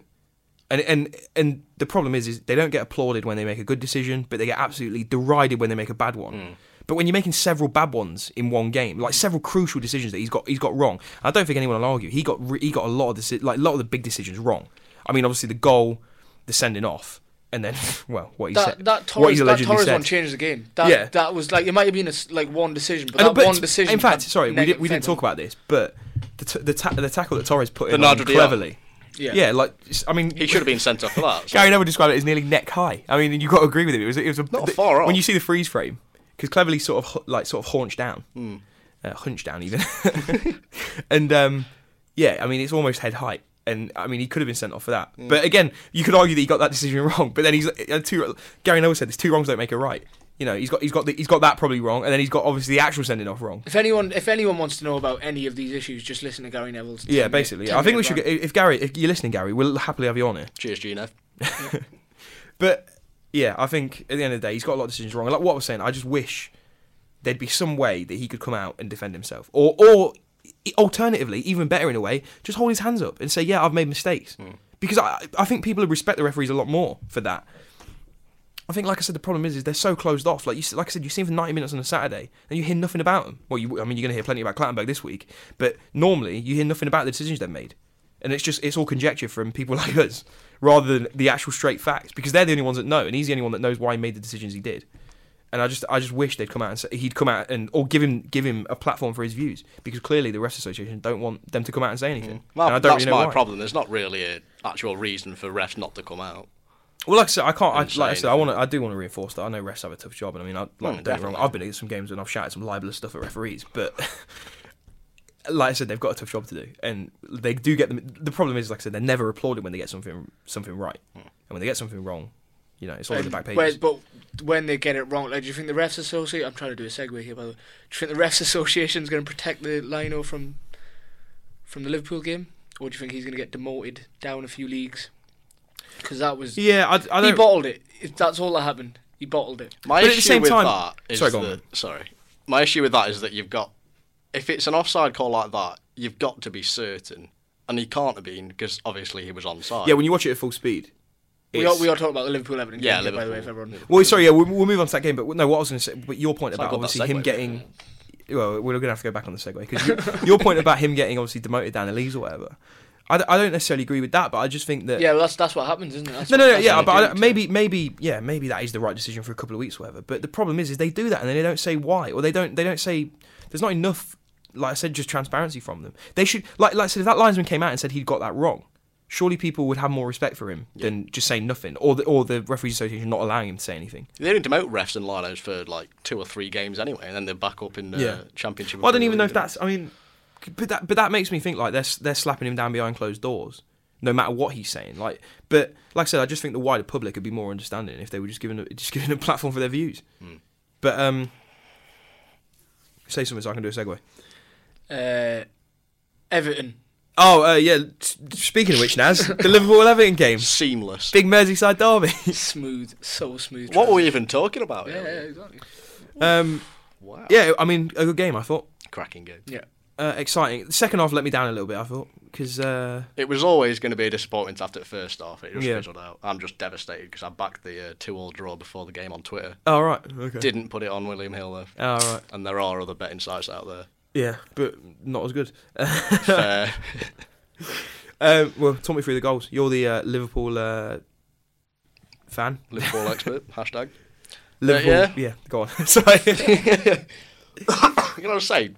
A: and and and the problem is is they don't get applauded when they make a good decision, but they get absolutely derided when they make a bad one. But when you're making several bad ones in one game, like several crucial decisions that he's got, he's got wrong. I don't think anyone will argue he got re- he got a lot of the like a lot of the big decisions wrong. I mean, obviously the goal, the sending off, and then well, what he
B: that
A: said,
B: that
A: what
B: Torres,
A: he's
B: that
A: allegedly
B: Torres
A: said.
B: one changed the game. That
A: Yeah.
B: that was like it might have been a s like one decision, but
A: And-
B: that
A: but
B: one decision.
A: In fact,
B: had
A: sorry, we, did,
B: negative
A: we didn't
B: effect on
A: talk about this, but the t- the, ta- the tackle that Torres put in on
C: Bernardo Diaz.
A: cleverly.
B: Yeah.
A: yeah, like s- I mean,
C: He should have been sent off for that. so-
A: Gary Neville described it as nearly neck high. I mean, you've got to agree with him. It was, it was a,
C: Not far off.
A: When you see the freeze frame, because cleverly sort of hu- like sort of haunched down,
C: Hmm.
A: uh, hunched down even, and um, yeah, I mean it's almost head height. And I mean, he could have been sent off for that.
C: Hmm.
A: But again, you could argue that he got that decision wrong. But then he's uh, two. Gary Neville said, "There's two wrongs don't make a right." You know, he's got he's got the, he's got that probably wrong, and then he's got obviously the actual sending off wrong.
B: If anyone if anyone wants to know about any of these issues, just listen to Gary Neville's.
A: Yeah,
B: 10
A: basically.
B: minute-
A: yeah. I
B: 10
A: think we
B: minute
A: should.
B: rant.
A: get- If Gary, if you're listening, Gary, we'll happily have you on here.
C: Cheers, Gino.
A: But yeah, I think at the end of the day, he's got a lot of decisions wrong. Like what I was saying, I just wish there'd be some way that he could come out and defend himself, or or alternatively, even better in a way, just hold his hands up and say, "Yeah, I've made mistakes," because I I think people would respect the referees a lot more for that. I think, like I said, the problem is, is they're so closed off. Like you, s- like I said, you see them for ninety minutes on a Saturday, and you hear nothing about them. Well, you, I mean, you're going to hear plenty about Clattenburg this week, but normally you hear nothing about the decisions they've made, and it's just it's all conjecture from people like us rather than the actual straight facts because they're the only ones that know, and he's the only one that knows why he made the decisions he did. And I just, I just wish they'd come out and say, he'd come out and or give him, give him a platform for his views because clearly the refs association don't want them to come out and say anything.
C: Mm. Well,
A: and I don't
C: that's
A: really know
C: my
A: why.
C: problem. There's not really an actual reason for refs not to come out.
A: Well, like I said, I can't. I,
C: And
A: like I
C: say
A: said, I want to. I do want to reinforce that. I know refs have a tough job, and I mean, I,
B: Mm,
A: like, don't get me wrong.
C: definitely.
A: I've been at some games and I've shouted some libelous stuff at referees, but like I said, they've got a tough job to do, and they do get them. The problem is, like I said, they're never applauded when they get something something right, and when they get something wrong, you know, it's all in the
B: Hmm. And
A: back pages.
B: where- but when they get it wrong, like, do you think the refs association? I'm trying to do a segue here, by the way. Do you think the refs association's going to protect the Lino from from the Liverpool game, or do you think he's going to get demoted down a few leagues? Because that was
A: yeah, I, I
B: he
A: don't.
B: bottled it. If That's all that happened. He bottled it.
C: My
A: But at the
C: issue
A: same
C: with
A: time-
C: that is
A: Sorry, go on,
C: that-
A: man.
C: sorry. My issue with that is that you've got if it's an offside call like that, you've got to be certain, and he can't have been because obviously he was onside.
A: yeah, when you watch it at full speed,
B: We
A: it's-
B: are, we are talking about the Liverpool Everton game,
C: Yeah,
B: here, by the way, if
C: Liverpool.
B: everyone.
A: Well, sorry, yeah, we'll, we'll move on to that game. But no, what I was going to say, but your point
C: not
A: about
C: got that
A: obviously him
C: segue.
A: getting, well, we're going to have to go back on the segue because you, your point about him getting obviously demoted down the leagues or whatever. I, d- I don't necessarily agree with that, but I just think that
B: Yeah, well, that's that's what happens, isn't it? That's
A: no,
B: what-
A: no, no,
B: that's
A: yeah,
B: what
A: but
B: they
A: I
B: do
A: don't-
B: to-
A: maybe, maybe, yeah, maybe that is the right decision for a couple of weeks, or whatever. But the problem is, is they do that and then they don't say why, or they don't, they don't say. There's not enough, like I said, just transparency from them. They should, like, like I said, if that linesman came out and said he'd got that wrong, surely people would have more respect for him than just saying nothing, or the, or the referees association not allowing him to say anything.
C: They only demote refs and linos for like two or three games anyway, and then they're back up in uh,
A: Yeah.
C: championship. and
A: Well, I don't
C: Premier
A: even know
C: League.
A: if that's. I mean, but that but that makes me think like they're s- they're slapping him down behind closed doors, no matter what he's saying. Like, but like I said, I just think the wider public would be more understanding if they were just given a, just given a platform for their views. But um, say something so I can do a segue.
B: Uh, Everton.
A: Oh uh, yeah. s- Speaking of which, Naz, the Liverpool Everton game,
C: Seamless.
A: big Merseyside derby.
B: smooth, so smooth.
C: What were
B: transition.
C: we even talking about?
B: Yeah, yeah,
C: earlier?
B: exactly.
A: Um,
C: Wow.
A: yeah, I mean a good game. I thought
C: Cracking game.
B: Yeah.
A: uh, exciting. The second half let me down a little bit. I thought because uh,
C: It was always going to be a disappointing after the first half. It just
A: Yeah.
C: fizzled out. I'm just devastated because I backed the uh, two-all draw before the game on Twitter.
A: oh right, okay,
C: Didn't put it on William Hill though,
A: oh, right,
C: and there are other betting sites out there.
A: yeah, but not as good.
C: Fair.
A: Um, well, talk me through the goals. You're the uh, Liverpool uh, fan.
C: Liverpool expert hashtag.
A: Liverpool,
C: Uh, yeah?
A: yeah. Go on. Sorry.
C: You know what I'm saying?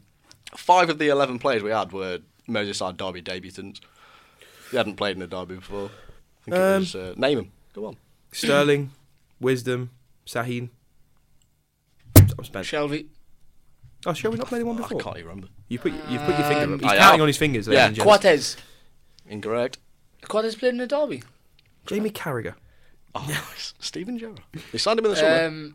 C: Five of the eleven players we had were Merseyside derby debutants. They hadn't played in a derby before. I think it
A: Um,
C: was uh, name 'em. Go on.
A: Sterling, Wisdom, Sahin. I'm spent.
B: Shelby.
A: Oh, shall we not play the one
C: I
A: before?
C: can't even remember.
A: You put you put your finger.
B: Um,
A: up. He's
C: I
A: counting
C: am.
A: on his fingers.
C: Yeah,
A: Yeah,
B: Cortez.
C: Incorrect.
B: Cortez played in the derby.
A: Jamie Carragher.
C: Oh, nice. Stephen Gerrard. They signed him in the summer.
B: Um,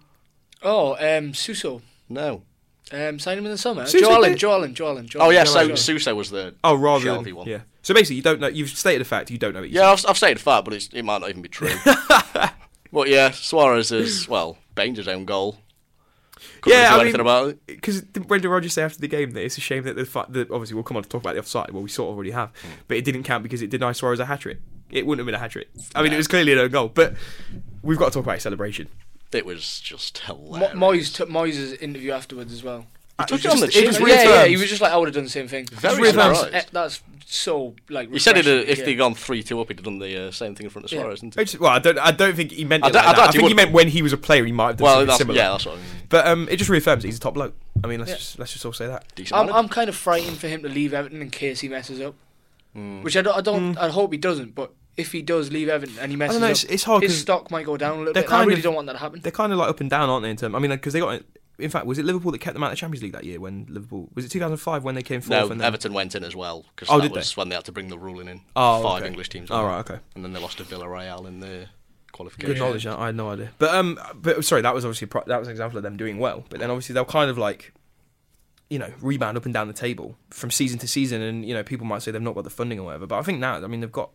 B: oh, um, Suso.
C: no.
B: Um, signed him in the summer.
A: Suso
B: Joelin,
A: did?
B: Joelin, Joelin, Joelin.
C: Oh yeah, so
B: Joelin.
C: Suso was the
A: Oh, rather
C: Shelby
A: than
C: one.
A: yeah. So basically, you don't know. You've stated a fact. You don't know it.
C: Yeah, I've, I've stated that, but it's, it might not even be true. but yeah, Suarez is well, Banger's own goal. Couldn't
A: Yeah,
C: do
A: I
C: anything
A: mean-
C: about it.
A: Because didn't Brendan Rodgers say after the game that it's a shame that the fact that obviously we'll come on to talk about the offside. Well, we sort of already have,
C: Hmm.
A: but it didn't count because it denied Suarez a hat trick. It wouldn't have been a hat trick. I mean, it was clearly an own goal, but we've got to talk about his celebration.
C: It was just
B: Mo-
C: hilarious.
B: Moyes took Moyes' interview afterwards as well.
C: He took
A: It was
C: it on the
A: just- it
C: chin.
A: was
B: yeah,
A: real
B: yeah,
A: terms.
B: he was just like, I would have done the same thing.
C: Very
B: It's really-
C: surprised.
B: eh, That's so like.
C: He said it, uh,
B: refreshing,
C: if
B: yeah.
C: they'd gone three two up, he'd have done the uh, same thing in front of
B: Yeah.
C: Suarez,
A: I
C: didn't
A: just- well, I don't. I don't think he meant.
C: I
A: It
C: don't-
A: like
C: I
A: that.
C: don't-
A: I
C: he
A: think he
C: wouldn't-
A: meant when he was a player, he might have
C: he?
A: done
C: Well,
A: something
C: that's,
A: similar.
C: yeah, that's what I mean.
A: But um, it just reaffirms that he's a top bloke. I mean, let's
B: Yeah.
A: just let's just all say that.
C: Decent.
B: I'm,
C: manager.
B: I'm kind of frightened for him to leave Everton in case he messes up. Which I don't. I, don't I hope he doesn't. But if he does leave Everton and he messes
A: Hmm. know,
B: up,
A: it's- it's hard
B: his
A: 'cause
B: stock might go down a little
A: they're
B: bit. and I
A: kind
B: really
A: of-
B: don't want that to happen.
A: They're kind of like up and down, aren't they? In terms, I mean, because they got. In fact, was it Liverpool that kept them out of the Champions League that year when Liverpool was it 2005 when they came fourth?
C: no,
A: and then-
C: Everton went in as well because
A: Oh,
C: that
A: did they?
C: was when they had to bring the ruling in.
A: Oh,
C: Five
A: okay.
C: English teams.
A: Oh,
C: went.
A: right, okay.
C: And then they lost to Villarreal in the qualification.
A: Good knowledge. I I had no idea. But um, but sorry, that was obviously a pro- that was an example of them doing well. But then obviously they'll kind of like, you know, rebound up and down the table from season to season, and you know people might say they've not got the funding or whatever. But I think now, I mean, they've got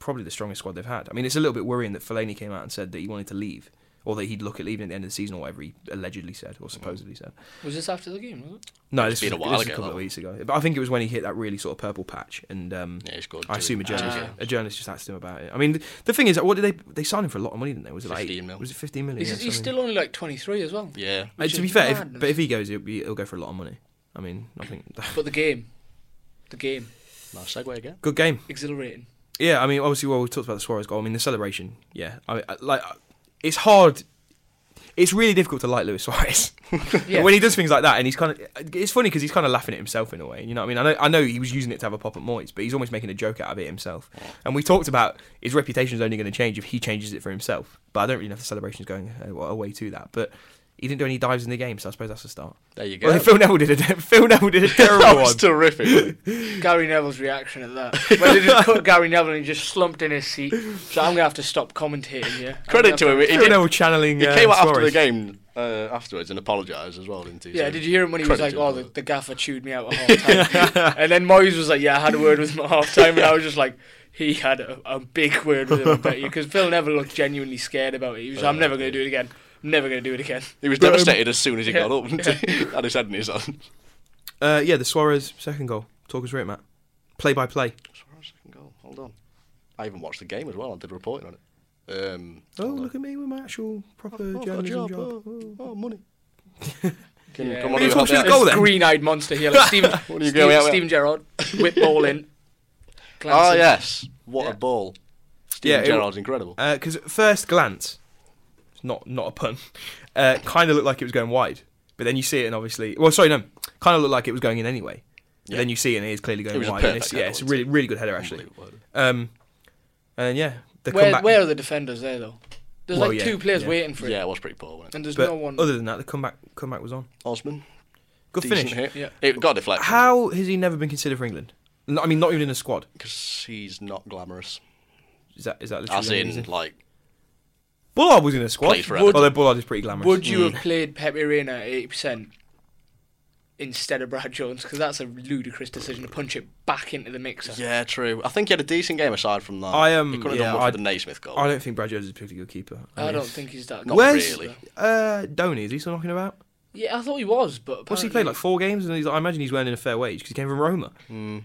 A: probably the strongest squad they've had. I mean, it's a little bit worrying that Fellaini came out and said that he wanted to leave. Or that he'd look at leaving at the end of the season, or whatever he allegedly said or supposedly said.
B: Was this after the game? Was it?
A: No,
C: It's
A: this
C: been
A: was,
C: a
A: this
C: while
A: was
C: ago,
A: couple of
C: though.
A: weeks ago. But I think it was when he hit that really sort of purple patch, and um,
C: Yeah, he scored
A: I
C: two.
A: assume a journalist,
B: Ah.
A: a journalist just asked him about it. I mean, th- the thing is, what did they they signed him for a lot of money, didn't they? Was it like
C: 15 mil.
A: was it fifteen million?
B: He's,
A: Yeah,
B: he's
A: something.
B: still only like 23 as well.
C: Yeah.
A: Uh,
B: which
A: to be
B: is
A: fair, if,
B: madness.
A: but if he goes, he'll, be, he'll go for a lot of money. I mean, I think
B: But the game, the game,
C: Nice segue again.
A: good game.
B: exhilarating.
A: Yeah, I mean, obviously, well, we talked about the Suarez goal. I mean, the celebration. Yeah, I, I like I- it's hard. It's really difficult to like Luis Suarez
B: Yeah.
A: when he does things like that, and he's kind of. It's funny because he's kind of laughing at himself in a way. You know what I mean? I know, I know he was using it to have a pop at Moyes, but he's almost making a joke out of it himself. And we talked about his reputation's only going to change if he changes it for himself. But I don't really know if the celebration's going uh, away to that. But he didn't do any dives in the game, so I suppose that's a start.
C: There you go.
A: Well, Phil Neville did a Phil Neville did a
C: that
A: terrible
C: was
A: one.
C: terrific.
B: Gary Neville's reaction at that. when they just cut Gary Neville and he just slumped in his seat. So I'm going to have to stop commentating here. I'm gonna
C: Credit
B: have
C: to him. He,
A: Phil
C: did,
A: Neville channeling.
C: he
A: uh,
C: came out after
A: Suarez.
C: the game uh, afterwards and apologised as well, didn't he?
B: Yeah,
C: So
B: did you hear him when he was
C: credit
B: like, "Oh,
C: to him
B: the,
C: for
B: the gaffer chewed me out at half time," and then Moyes was like, "Yeah, I had a word with him at half time," and I was just like, "He had a, a big word with him about you," because Phil never looked genuinely scared about it. He was,
C: Oh,
B: like, "I'm never going to do it again. I'm never going to do it again."
C: that. He was
A: But, um,
C: devastated as soon as he
B: yeah,
C: got up, didn't he? had his head in his hand.
A: Uh, yeah, the Suarez second goal. Talk us through it, Matt. Play by play.
C: Suarez second goal. Hold on. I even watched the game as well. I did reporting on it. Um,
A: Oh,
C: hold on.
A: look at me with my actual proper
C: I've got a
A: journalism job.
C: Oh, oh, money. Can,
B: Yeah.
C: come
B: What are
C: on,
A: you
C: help
A: talking
C: me
A: about?
C: out.
A: Goal
B: This
A: then?
B: green-eyed monster here, like Steven,
C: What are you going
B: Steven,
C: out with?
B: Steven Gerrard, whip ball in.
C: Oh
B: Glances.
C: yes, what
B: Yeah.
C: a ball!
A: Yeah,
C: Steven
A: it- Uh,
C: Gerrard's incredible.
A: Because at first glance, it's not not a pun. Uh, kind of looked like it was going wide, but then you see it and obviously, well, sorry, no, kind of looked like it was going in anyway. But
C: Yeah.
A: Then you see it and it is clearly going
C: It was a
A: wide. and
C: perfect
A: it's, yeah,
C: header,
A: it's a
C: wasn't it?
A: really really good header actually.
C: Unbelievable.
A: Um, and then, yeah, the
B: where,
A: comeback.
B: where are the defenders there though? There's
A: Well,
B: like
A: yeah,
B: two players
A: yeah.
B: waiting for it,
C: Yeah, it was pretty poor, wasn't it?
B: and there's
A: but
B: no one.
A: other than that, the comeback comeback was on.
C: Osman,
A: Good
C: decent
A: finish.
C: hit.
B: Yeah.
C: It got deflected.
A: How has he never been considered for England? N- I mean, not even in the squad.
C: Because he's not glamorous.
A: Is that is that literally
C: As
A: the only reason?
C: in, like,
A: Bullard was in the squad.
C: Played for Everton.
A: Mm. Although Bullard is pretty glamorous.
B: Would you have played Pepe Reina at eighty percent instead of Brad Jones because that's a ludicrous decision to punch it back into the mixer.
C: Yeah, true. I think he had a decent game aside from that.
A: I, um,
C: he could have
A: yeah,
C: done more
A: I-
C: for the Naismith goal.
A: I don't think Brad Jones is a particularly good keeper.
B: I
A: mean,
B: don't think he's that.
C: Not
B: good.
A: Where's-
C: really.
A: Uh, Donny, is he still knocking about?
B: Yeah, I thought he was, but
A: What's he
B: apparently-
A: played like four games? And he's like, I imagine he's earning a fair wage because he came from Roma.
C: Mm,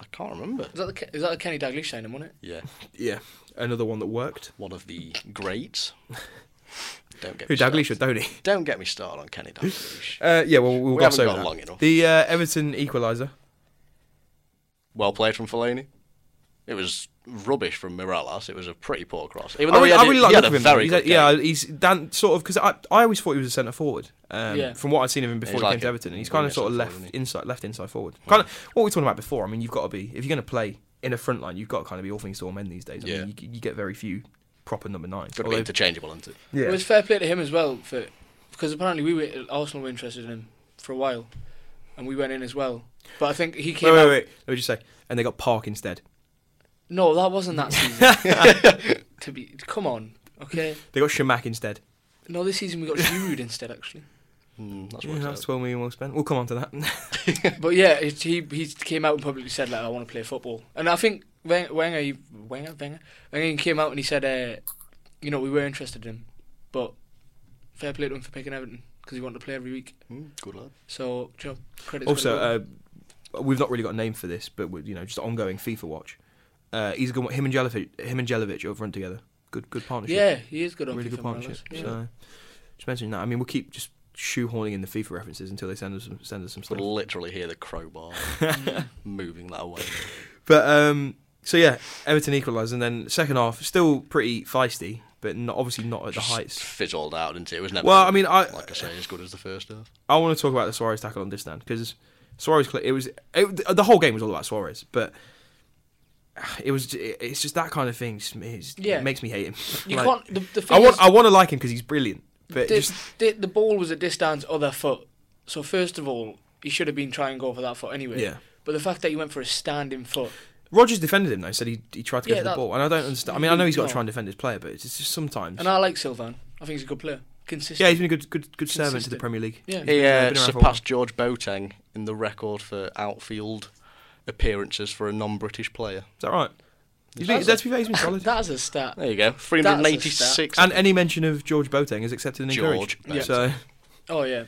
C: I can't remember.
B: Is that the Ke- is that the Kenny Dalglish signing, wasn't it?
C: Yeah,
A: Yeah, another one that worked.
C: one of the greats. Don't get
A: Who
C: me started.
A: Daglish or Donny?
C: Don't get me started on Kenny Dalglish.
A: Uh, yeah, well we'll
C: We
A: gloss
C: haven't
A: over
C: got
A: that.
C: long enough.
A: The uh, Everton equaliser.
C: well played from Fellaini. It was rubbish from Morales. It was a pretty poor cross. Even
A: I,
C: though
A: re-
C: he had,
A: I
C: a-
A: really
C: he
A: like
C: had
A: the
C: a
A: look of him.
C: very
A: He's
C: good
A: a- yeah,
C: game.
A: he's Dan sort of because I I always thought he was a centre forward. Um,
B: Yeah.
A: From what I'd seen of him before
C: he's
A: he
C: like
A: came to
C: a
A: Everton, he's kind
C: winger
A: of sort of
C: centre
A: left
C: forward, isn't
A: inside left inside forward. Kind of what we were talking about before. I mean, you've got to be if you're going to play in a front line, you've got to kind of be all things to all men these days. I
C: Yeah.
A: mean, you, you get very few proper number nines.
C: Could be
A: Although-
C: interchangeable, isn't it?
A: yeah.
B: It was fair play to him as well for because apparently we were Arsenal were interested in him for a while, and we went in as well. But I think he came.
A: wait,
B: out,
A: wait, wait. Let me just say, and they got Park instead.
B: No, that wasn't that season. to be come on, okay.
A: They got Shamak instead.
B: No, this season we got Giroud instead actually.
C: Mm, that's
A: Yeah,
C: what
A: Hmm, that's twelve million well spent. We'll come on to that.
B: But yeah, it, he he came out and publicly said like I want to play football, and I think Wen- Wenger he- Wenger Wenger Wenger he came out and he said, uh, you know, we were interested in him, but fair play to him for picking Everton because he wanted to play every week.
C: mm, Good lad.
B: So job credit.
A: also, uh, we've not really got a name for this, but we- you know, just ongoing FIFA watch. Uh, he's a good one. Him and Jelic, him and Jelic over and together. Good, good partnership.
B: yeah, he is good on
A: uh, really
B: FIFA
A: good partnership.
B: Morales. Yeah.
A: So, just mentioning that. I mean, we'll keep just shoehorning in the FIFA references until they send us some, send us some
C: Could
A: stuff.
C: literally hear the crowbar moving that away.
A: But um, so yeah, Everton equalised, and then second half still pretty feisty, but not, obviously not at the
C: Just
A: heights.
C: fizzled out, didn't it? It was never.
A: Well, I mean, I-
C: like I say, as good as the first half.
A: I want to talk about the Suarez tackle on Distan because Suarez, cle- it was it, the whole game was all about Suarez, but it was it's just that kind of thing. Just, it's,
B: Yeah.
A: It makes me hate him.
B: You
A: Like,
B: can't. The, the thing
A: I want
B: is,
A: I want to like him because he's brilliant, but
B: the,
A: just
B: the, the ball was at Distan's other foot. So first of all, he should have been trying to go for that foot anyway.
A: yeah.
B: But the fact that he went for a standing foot,
A: Rogers defended him though. Said he he tried to go
B: Yeah,
A: to the
B: that-
A: ball, and I don't understand. I mean, I know he's got
B: No.
A: to try and defend his player, but it's just sometimes.
B: and I like Sylvan. I think he's a good player, consistent.
A: yeah, he's been a good good good servant to the
B: Consistent.
A: Premier League.
B: Yeah.
C: He
A: Yeah,
C: uh,
A: been around for a while.
C: surpassed George Boateng in the record for outfield appearances for a non-British player.
A: Is that right? He's been,
B: That's
A: that's to be fair, he's been solid.
B: That is a stat.
C: There you go, 386.
A: and any mention of George Boateng is accepted and encouraged.
C: George Boateng.
A: So,
B: Oh yeah,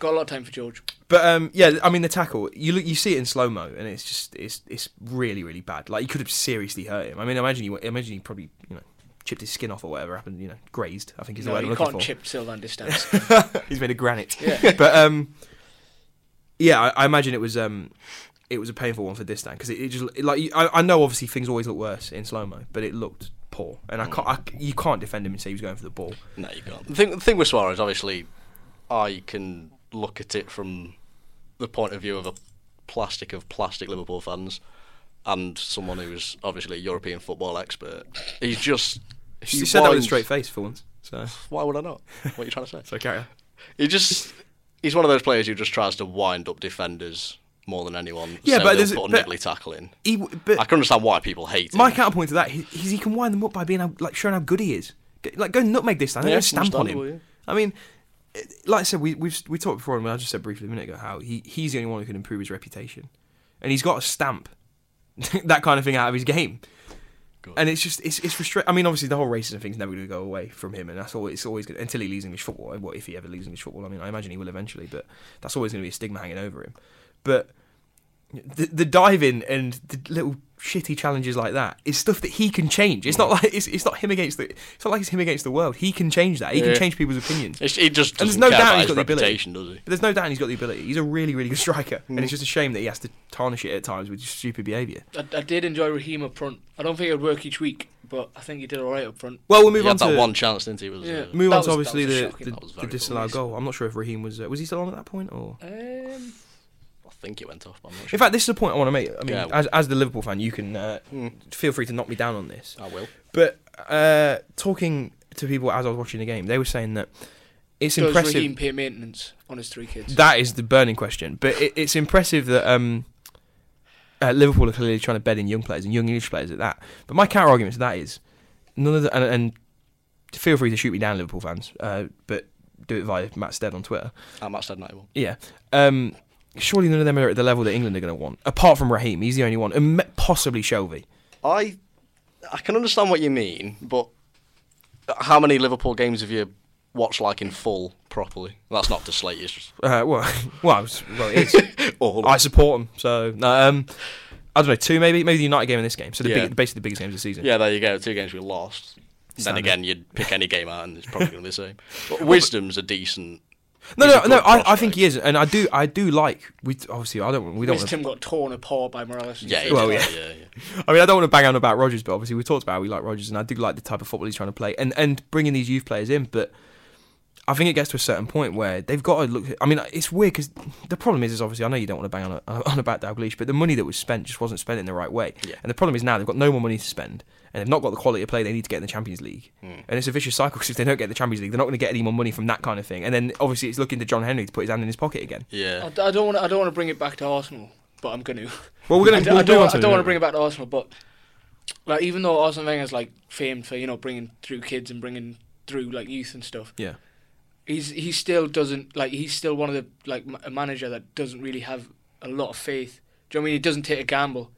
B: got a lot of time for George.
A: but um, yeah, I mean the tackle. You look, you see it in slow mo, and it's just it's it's really really bad. Like you could have seriously hurt him. I mean, imagine you imagine he probably you know chipped his skin off or whatever happened. You know, grazed. I think is the
B: no,
A: word I'm
B: you
A: looking
B: can't
A: for.
B: chip Sylvan Distance.
A: He's made of granite.
B: Yeah.
A: but um, yeah, I, I imagine it was um, it was a painful one for this time because it, it just it, like you- I, I know obviously things always look worse in slow mo, but it looked poor, and I can't I, you can't defend him and say he was going for the ball.
C: No, you can't. The thing, the thing with Suarez, obviously, I can look at it from the point of view of a plastic of plastic Liverpool fans and someone who's obviously a European football expert. He's just.
A: He,
C: he
A: said that with a
C: winds-
A: straight face for once. So
C: Why would I not? What are you trying to say?
A: so carry on.
C: He just. He's one of those players who just tries to wind up defenders more than anyone.
A: Yeah, but
C: so they'll
A: there's-
C: put a
A: but-
C: niggly tackle in.
A: He, w-
C: I
A: but
C: can understand why people hate him.
A: my counterpoint to that is is he can wind them up by being how- like showing how good he is. Go- Like go nutmeg this time,
C: Yeah,
A: yeah, stamp on him.
C: understandable, yeah.
A: I mean, it- like I said, we we've, we talked before, and I just said briefly a minute ago how he, he's the only one who can improve his reputation, and he's got a stamp that kind of thing out of his game.
C: Good.
A: And it's just it's it's frustrating. I mean, obviously the whole racism thing's never going to go away from him, and that's all. It's always gonna, until he leaves English football. and What if he ever leaves English football? I mean, I imagine he will eventually, but that's always going to be a stigma hanging over him. But the, the diving and the little shitty challenges like that is stuff that he can change. It's not
C: Mm.
A: like it's, it's not him against the. It's not like it's him against the world. He can change that. He
C: Yeah.
A: can change people's opinions.
C: It's, he just
A: And there's
C: doesn't
A: no
C: care
A: doubt
C: about
A: he's
C: his
A: got the ability.
C: reputation, does he?
A: But there's no doubt he's got the ability. He's a really, really good striker,
C: Mm.
A: and it's just a shame that he has to tarnish it at times with just stupid behaviour.
B: I, I did enjoy Raheem up front. I don't think it would work each week, but I think he did all right up front.
A: Well, we'll move
C: he
A: on
C: had
A: to
C: that one chance, didn't he? Was,
B: Yeah.
C: uh,
A: move
B: That
A: on to
B: was-
A: obviously
B: that was a
A: the,
B: shocking-
A: the,
C: that was
A: the
C: very
A: disallowed
C: poor.
A: goal. I'm not sure if Raheem was uh, was he still on at that point or.
B: Um,
C: I think it went off. But I'm not sure.
A: In fact, this is a point I want to make. I mean,
C: Yeah.
A: as, as the Liverpool fan, you can uh,
B: Hmm.
A: feel free to knock me down on this.
C: I will.
A: But uh, talking to people as I was watching the game, they were saying that it's
B: does
A: impressive.
B: Raheem pay maintenance on his three kids?
A: That is the burning question. But it, it's impressive that um, uh, Liverpool are clearly trying to bed in young players and young English players at that. But my counter argument to that is none of the and, and feel free to shoot me down, Liverpool fans. Uh, but do it via Matt Stead on Twitter.
C: I'm at 91.
A: Yeah. Um, surely none of them are at the level that England are going to want, apart from Raheem. He's the only one, and me- possibly Shelby.
C: I I can understand what you mean, but how many Liverpool games have you watched like in full properly? That's not to slate you. it's just-
A: Uh, well, well, I was- well, it is.
C: All
A: I support him, so no. Um, I don't know, two maybe, maybe the United game in this game. So the
C: Yeah.
A: big, basically the biggest games of the season.
C: yeah, there you go. Two games we lost.
A: Standard.
C: Then again, you'd pick any game out, and it's probably going to be the same. But Wisdom's a decent.
A: No,
C: He's a
A: no,
C: good
A: no. I, I
C: prospect.
A: think he is, and I do, I do like. We obviously, I don't, we don't.
B: Wisdom got torn apart by Morales.
C: Yeah, he
A: Well,
C: did,
A: yeah.
C: yeah, yeah.
A: I mean, I don't want to bang on about Rogers, but obviously we talked about how we like Rogers, and I do like the type of football he's trying to play, and and bringing these youth players in. But I think it gets to a certain point where they've got to look. I mean, it's weird because the problem is, is obviously I know you don't want to bang on on about Dalglish, but the money that was spent just wasn't spent in the right way.
C: Yeah.
A: And the problem is now they've got no more money to spend, and they've not got the quality of play they need to get in the Champions League.
B: Hmm.
A: And it's a vicious cycle because if they don't get the Champions League, they're not going to get any more money from that kind of thing. And then obviously it's looking to John Henry to put his hand in his pocket again.
C: Yeah.
B: I, I don't want. I don't want to bring it back to Arsenal, but I'm going to.
A: Well, we're
B: I,
A: going
B: d-
A: to.
B: I don't. I don't want to bring it back to Arsenal, but like even though Arsene Wenger's like famed for you know bringing through kids and bringing through like youth and stuff,
A: Yeah.
B: he's he still doesn't like he's still one of the like ma- a manager that doesn't really have a lot of faith. Do you know what I mean? He doesn't take a gamble,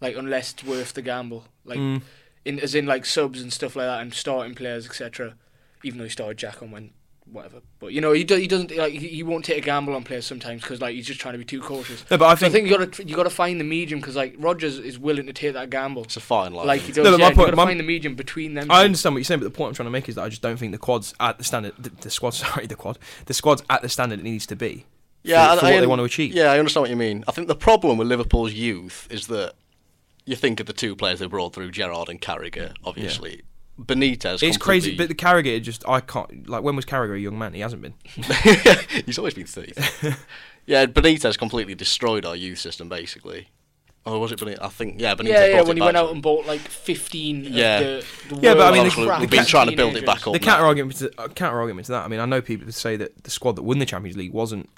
B: like unless it's worth the gamble, like
A: Mm.
B: in as in like subs and stuff like that and starting players etc. Even though he started Jack on when whatever, but you know he do, he doesn't like he, he won't take a gamble on players sometimes because like he's just trying to be too cautious.
A: No, but I
B: So I
A: think.
B: think you gotta you gotta find the medium because like Rogers is willing to take that gamble,
C: It's a fine line.
B: like he does.
A: No, but my
B: yeah, you
A: point-
B: gotta
A: my-
B: find the medium between them.
A: I
B: two.
A: understand what you're saying, but the point I'm trying to make is that I just don't think the quads at the standard, the, the squad, sorry, the quad, the squad's at the standard it needs to be. for, for what they want to achieve.
C: Yeah, I understand what you mean. I think the problem with Liverpool's youth is that you think of the two players they brought through, Gerrard and Carragher, obviously. Benitez.
A: It's crazy, but
C: completely-
A: the Carragher just I can't like. When was Carragher a young man? He hasn't been.
C: he's always been thirty. yeah, Benitez completely destroyed our youth system, basically. Oh, was it Benitez? I think yeah, Benitez.
B: yeah, yeah.
C: brought
B: When
C: it
B: he went
C: back
B: out and bought like fifteen.
C: Yeah.
B: Of the, the
A: Yeah, but I
B: world's
A: mean, the-
B: crap
A: we've been
C: trying to build it back
B: teenagers.
C: up.
A: The
C: no.
A: counter argument, to, uh, counter argument to that. I mean, I know people say that the squad that won the Champions League wasn't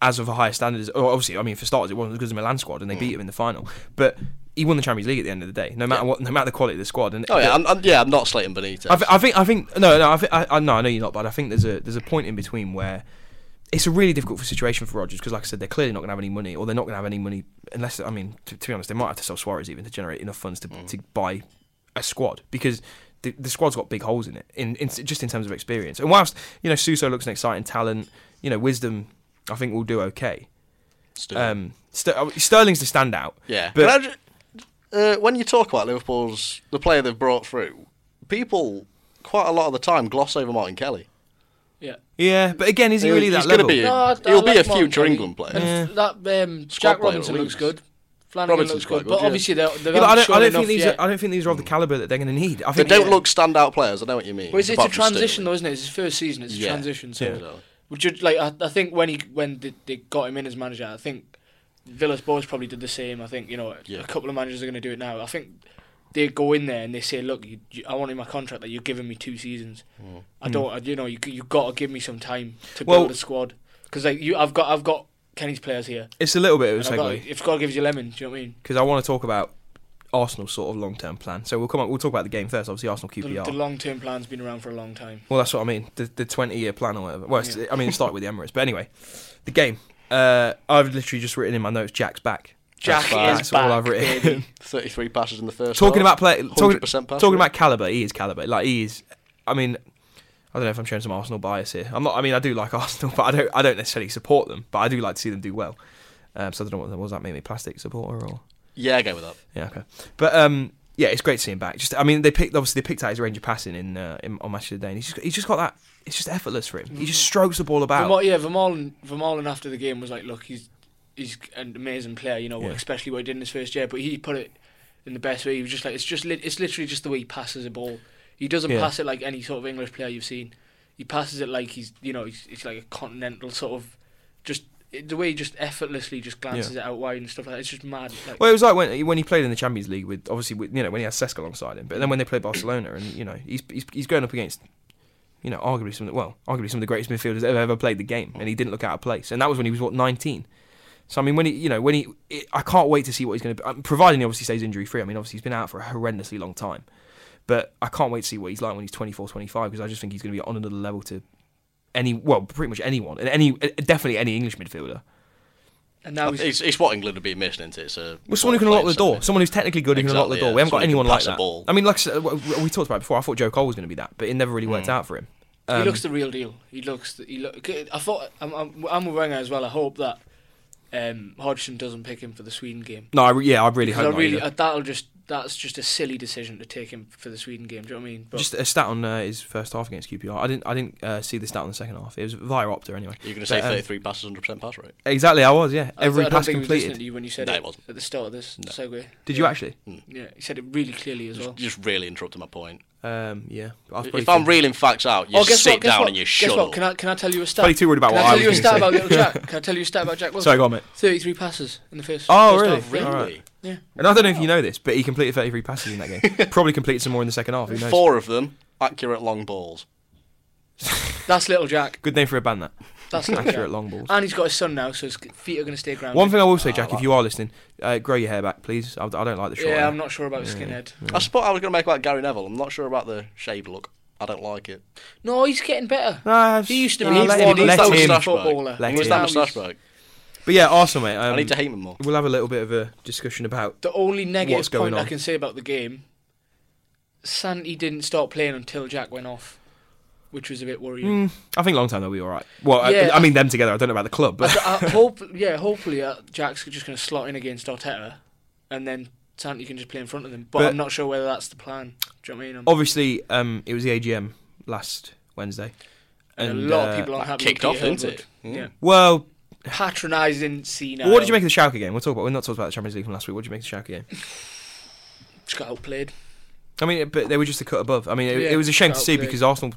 A: as of a higher standard as. Or obviously, I mean, for starters, it wasn't as good as the Milan squad, and
C: Mm.
A: they beat him in the final. But he won the Champions League at the end of the day, no matter what, no matter the quality of the squad. And
C: oh yeah, I'm, I'm, yeah, I'm not slating Benitez.
A: I, th- I think I think no no I, think, I, I no I know you're not but I think there's a there's a point in between where it's a really difficult situation for Rogers because like I said they're clearly not going to have any money or they're not going to have any money unless I mean to, to be honest they might have to sell Suarez even to generate enough funds to
C: Mm.
A: to buy a squad because the, the squad's got big holes in it in, in just in terms of experience and whilst you know Suso looks an exciting talent you know Wisdom I think will do okay
C: Still.
A: um Ster- uh, Sterling's the standout
C: yeah,
A: but-
C: but I ju- uh, when you talk about Liverpool's the player they've brought through, people quite a lot of the time gloss over Martin Kelly.
B: Yeah.
A: yeah but again is he
C: He-
A: really
C: he's
A: that
C: gonna
A: level
C: be a-
B: No, I- I
C: He'll be
B: like
C: a future
B: Martin
C: England player.
B: And That um,
C: Squad
B: Jack
C: player at
B: Robinson looks
C: least.
B: good. Flanagan
C: Robinson's
B: looks good,
C: quite
B: but
C: good, yeah.
B: obviously they're, they're
A: Yeah, but I don't, I don't
B: enough
A: think these
B: yet.
A: are, I don't think these are of the caliber that they're going to need I
C: Mm. They
A: think
C: don't
B: yeah.
C: look standout players. I know what you mean.
B: Well, it's, it's a
C: apart from Sterling.
B: transition though, isn't it? It's his first season. It's a
C: Yeah.
B: transition. So,
A: Yeah.
C: Totally.
B: would you like? I, I think when he when they, they got him in as manager, I think Villas-Boas probably did the same. I think you know
C: Yeah.
B: a couple of managers are going to do it now. I think they go in there and they say, "Look, you, you, I want in my contract that you're giving me two seasons.
C: Mm.
B: I don't, I, you know, you you got to give me some time to
A: Well-
B: build a squad because like you, I've got I've got Kenny's players here.
A: it's a little bit of a
B: And
A: segue
B: I've got, if God gives you lemon, do you know what I mean?
A: because I want to talk about Arsenal's sort of long term plan. So we'll come up, we'll talk about the game first. Obviously, Arsenal
B: The,
A: QPR.
B: the long term plan's been around for a long time.
A: well, that's what I mean. The the twenty year plan or whatever. Well, it's, I mean, it started with the Emirates, but anyway, the game. Uh, I've literally just written in my notes. Jack's back.
B: Jack
C: fine.
B: is
A: That's
B: back.
A: all I've written.
B: baby.
C: Thirty-three passes in the first.
A: talking about
C: half.
A: play, talking,
C: 100% pass
A: talking
C: rate.
A: about caliber. He is caliber. Like he is. I mean, I don't know if I'm showing some Arsenal bias here. I'm not. I mean, I do like Arsenal, but I don't. I don't necessarily support them. But I do like to see them do well. Um, so I don't know what, what does that make me plastic supporter or.
C: Yeah, go with that.
A: Yeah, okay. But um, yeah, it's great to see him back. Just, I mean, they picked obviously they picked out his range of passing in, uh, in on match of the day, and he's just got, he's just got that. It's just effortless for him. He just strokes the ball about.
B: Vermo- yeah, Vermaelen, Vermaelen after the game was like, look, he's he's an amazing player, you know,
A: Yeah.
B: especially what he did in his first year. But he put it in the best way. He was just like, it's just lit it's literally just the way he passes a ball. He doesn't
A: Yeah.
B: pass it like any sort of English player you've seen. He passes it like he's, you know, he's, it's like a continental sort of, just it, the way he just effortlessly just glances it out wide and stuff like that. It's just mad. Like,
A: Well, it was like when when he played in the Champions League with obviously with, you know when he had Cesc alongside him, but then when they played Barcelona and you know he's he's, he's going up against you know arguably some of the, well arguably some of the greatest midfielders that have ever played the game, and he didn't look out of place, and that was when he was what 19. So I mean, when he, you know, when he, it, I can't wait to see what he's going to. be. um, Providing he obviously stays injury free. I mean, obviously he's been out for a horrendously long time, but I can't wait to see what he's like when he's 24, 25, because I just think he's going to be on another uh, level to any, well, pretty much anyone, and any, definitely any English midfielder.
B: And now he's
C: It's, it's what England have been missing, isn't it? So
A: Well, someone who can unlock the door. Someone who's technically good who can unlock the
C: Exactly,
A: door.
C: yeah.
A: We haven't got
C: Someone who
A: anyone
C: can
A: like
C: pass a
A: that.
C: ball.
A: I mean, like I said, w- w- we talked about it before, I thought Joe Cole was going to be that, but it never really worked
C: Hmm.
A: out for him.
B: he
A: um,
B: looks the real deal. He looks. The, he look. I thought I'm, I'm, I'm with Wenger as well. I hope that um, Hodgson doesn't pick him for the Sweden game.
A: No, I re- yeah, I really hope
B: Because I
A: not
B: really
A: either.
B: uh, that'll just that's just a silly decision to take him for the Sweden game. Do you know what I mean? But
A: Just a stat on uh, his first half against QPR. I didn't, I didn't uh, see the stat on the second half. It was via Opta anyway.
C: You're going to say
A: But, um,
C: 33 passes, 100% pass rate?
A: Exactly, I was. Yeah,
B: I-
A: every
B: I don't
A: pass
B: think he was listening
A: completed.
B: to you when you said
C: No,
B: it,
C: he wasn't.
B: at the start of this segue.
A: Did you actually?
B: Yeah, he said it really clearly as well.
C: You just really interrupted my point.
A: Um, yeah. But I've probably
C: Hmm. If I'm
A: seen-
C: reeling facts out, you
B: oh, guess
C: sit
B: what? Guess
C: down
B: what?
C: and you
B: guess
C: shut
B: what?
C: up.
B: Can I can I tell you a stat?
A: probably too worried about
B: Can
A: what I
B: I tell
A: was
B: you
A: going to
B: a stat
A: say.
B: about little Jack? Can I tell you a stat about Jack Wilson?
A: Sorry, go on, mate.
B: Thirty-three passes in the first.
A: Oh,
B: first
A: really?
B: half,
C: Really?
B: yeah.
A: Alright.
B: Yeah.
A: And I don't know if you know this, but he completed 33 passes in that game. probably completed some more in the second half. Who knows?
C: Four of them accurate long balls.
B: That's little Jack.
A: Good name for a band that.
B: That's little
A: Accurate
B: Jack.
A: long balls.
B: And he's got his son now, so his feet are going to stay grounded.
A: One thing I will
C: Ah,
A: say, Jack, if you are listening, uh, grow your hair back, please. I, I don't like the short.
B: yeah,
A: hair.
B: I'm not sure about skinhead.
C: I suppose I was going to make about Gary Neville. I'm not sure about the shaved look. I don't like it.
B: No, he's getting better.
A: Nah, it's-
B: He used to
A: nah,
B: be
A: let
B: one
A: him,
B: of the
A: let
B: best
A: him.
C: moustache
B: footballer.
A: Let
C: He was that
A: him.
C: moustache bloke.
A: But yeah, Arsenal, mate. Um,
C: I need to hate him more.
A: We'll have a little bit of a discussion about.
B: The only negative
A: What's going
B: point
A: on?
B: I can say about the game, Santi didn't start playing until Jack went off, which was a bit worrying.
A: Mm, I think long term they'll be all right. Well, I-
B: Yeah.
A: I, mean them together. I don't know about the club, but
B: I, I hope, yeah, hopefully uh, Jack's just going to slot in against Arteta, and then Santi can just play in front of them. But,
A: But-
B: I'm not sure whether that's the plan. Do you know what I mean? I'm-
A: obviously um, it was the AGM last Wednesday,
B: and
A: and,
B: a lot of
A: uh,
B: people aren't happy.
C: kicked
B: with
C: off,
B: Peter
C: didn't
B: Hillwood.
C: it? Mm.
B: Yeah,
A: Well,
B: patronising Cena.
A: what did you make of the Schalke game? We'll talk about. We're not talking about the Champions League from last week. What did you make of the Schalke game?
B: Just got outplayed.
A: I mean, it- but they were just a cut above. I mean, it,
B: Yeah,
A: it was a shame to
B: cut
A: see
B: above.
A: because Arsenal,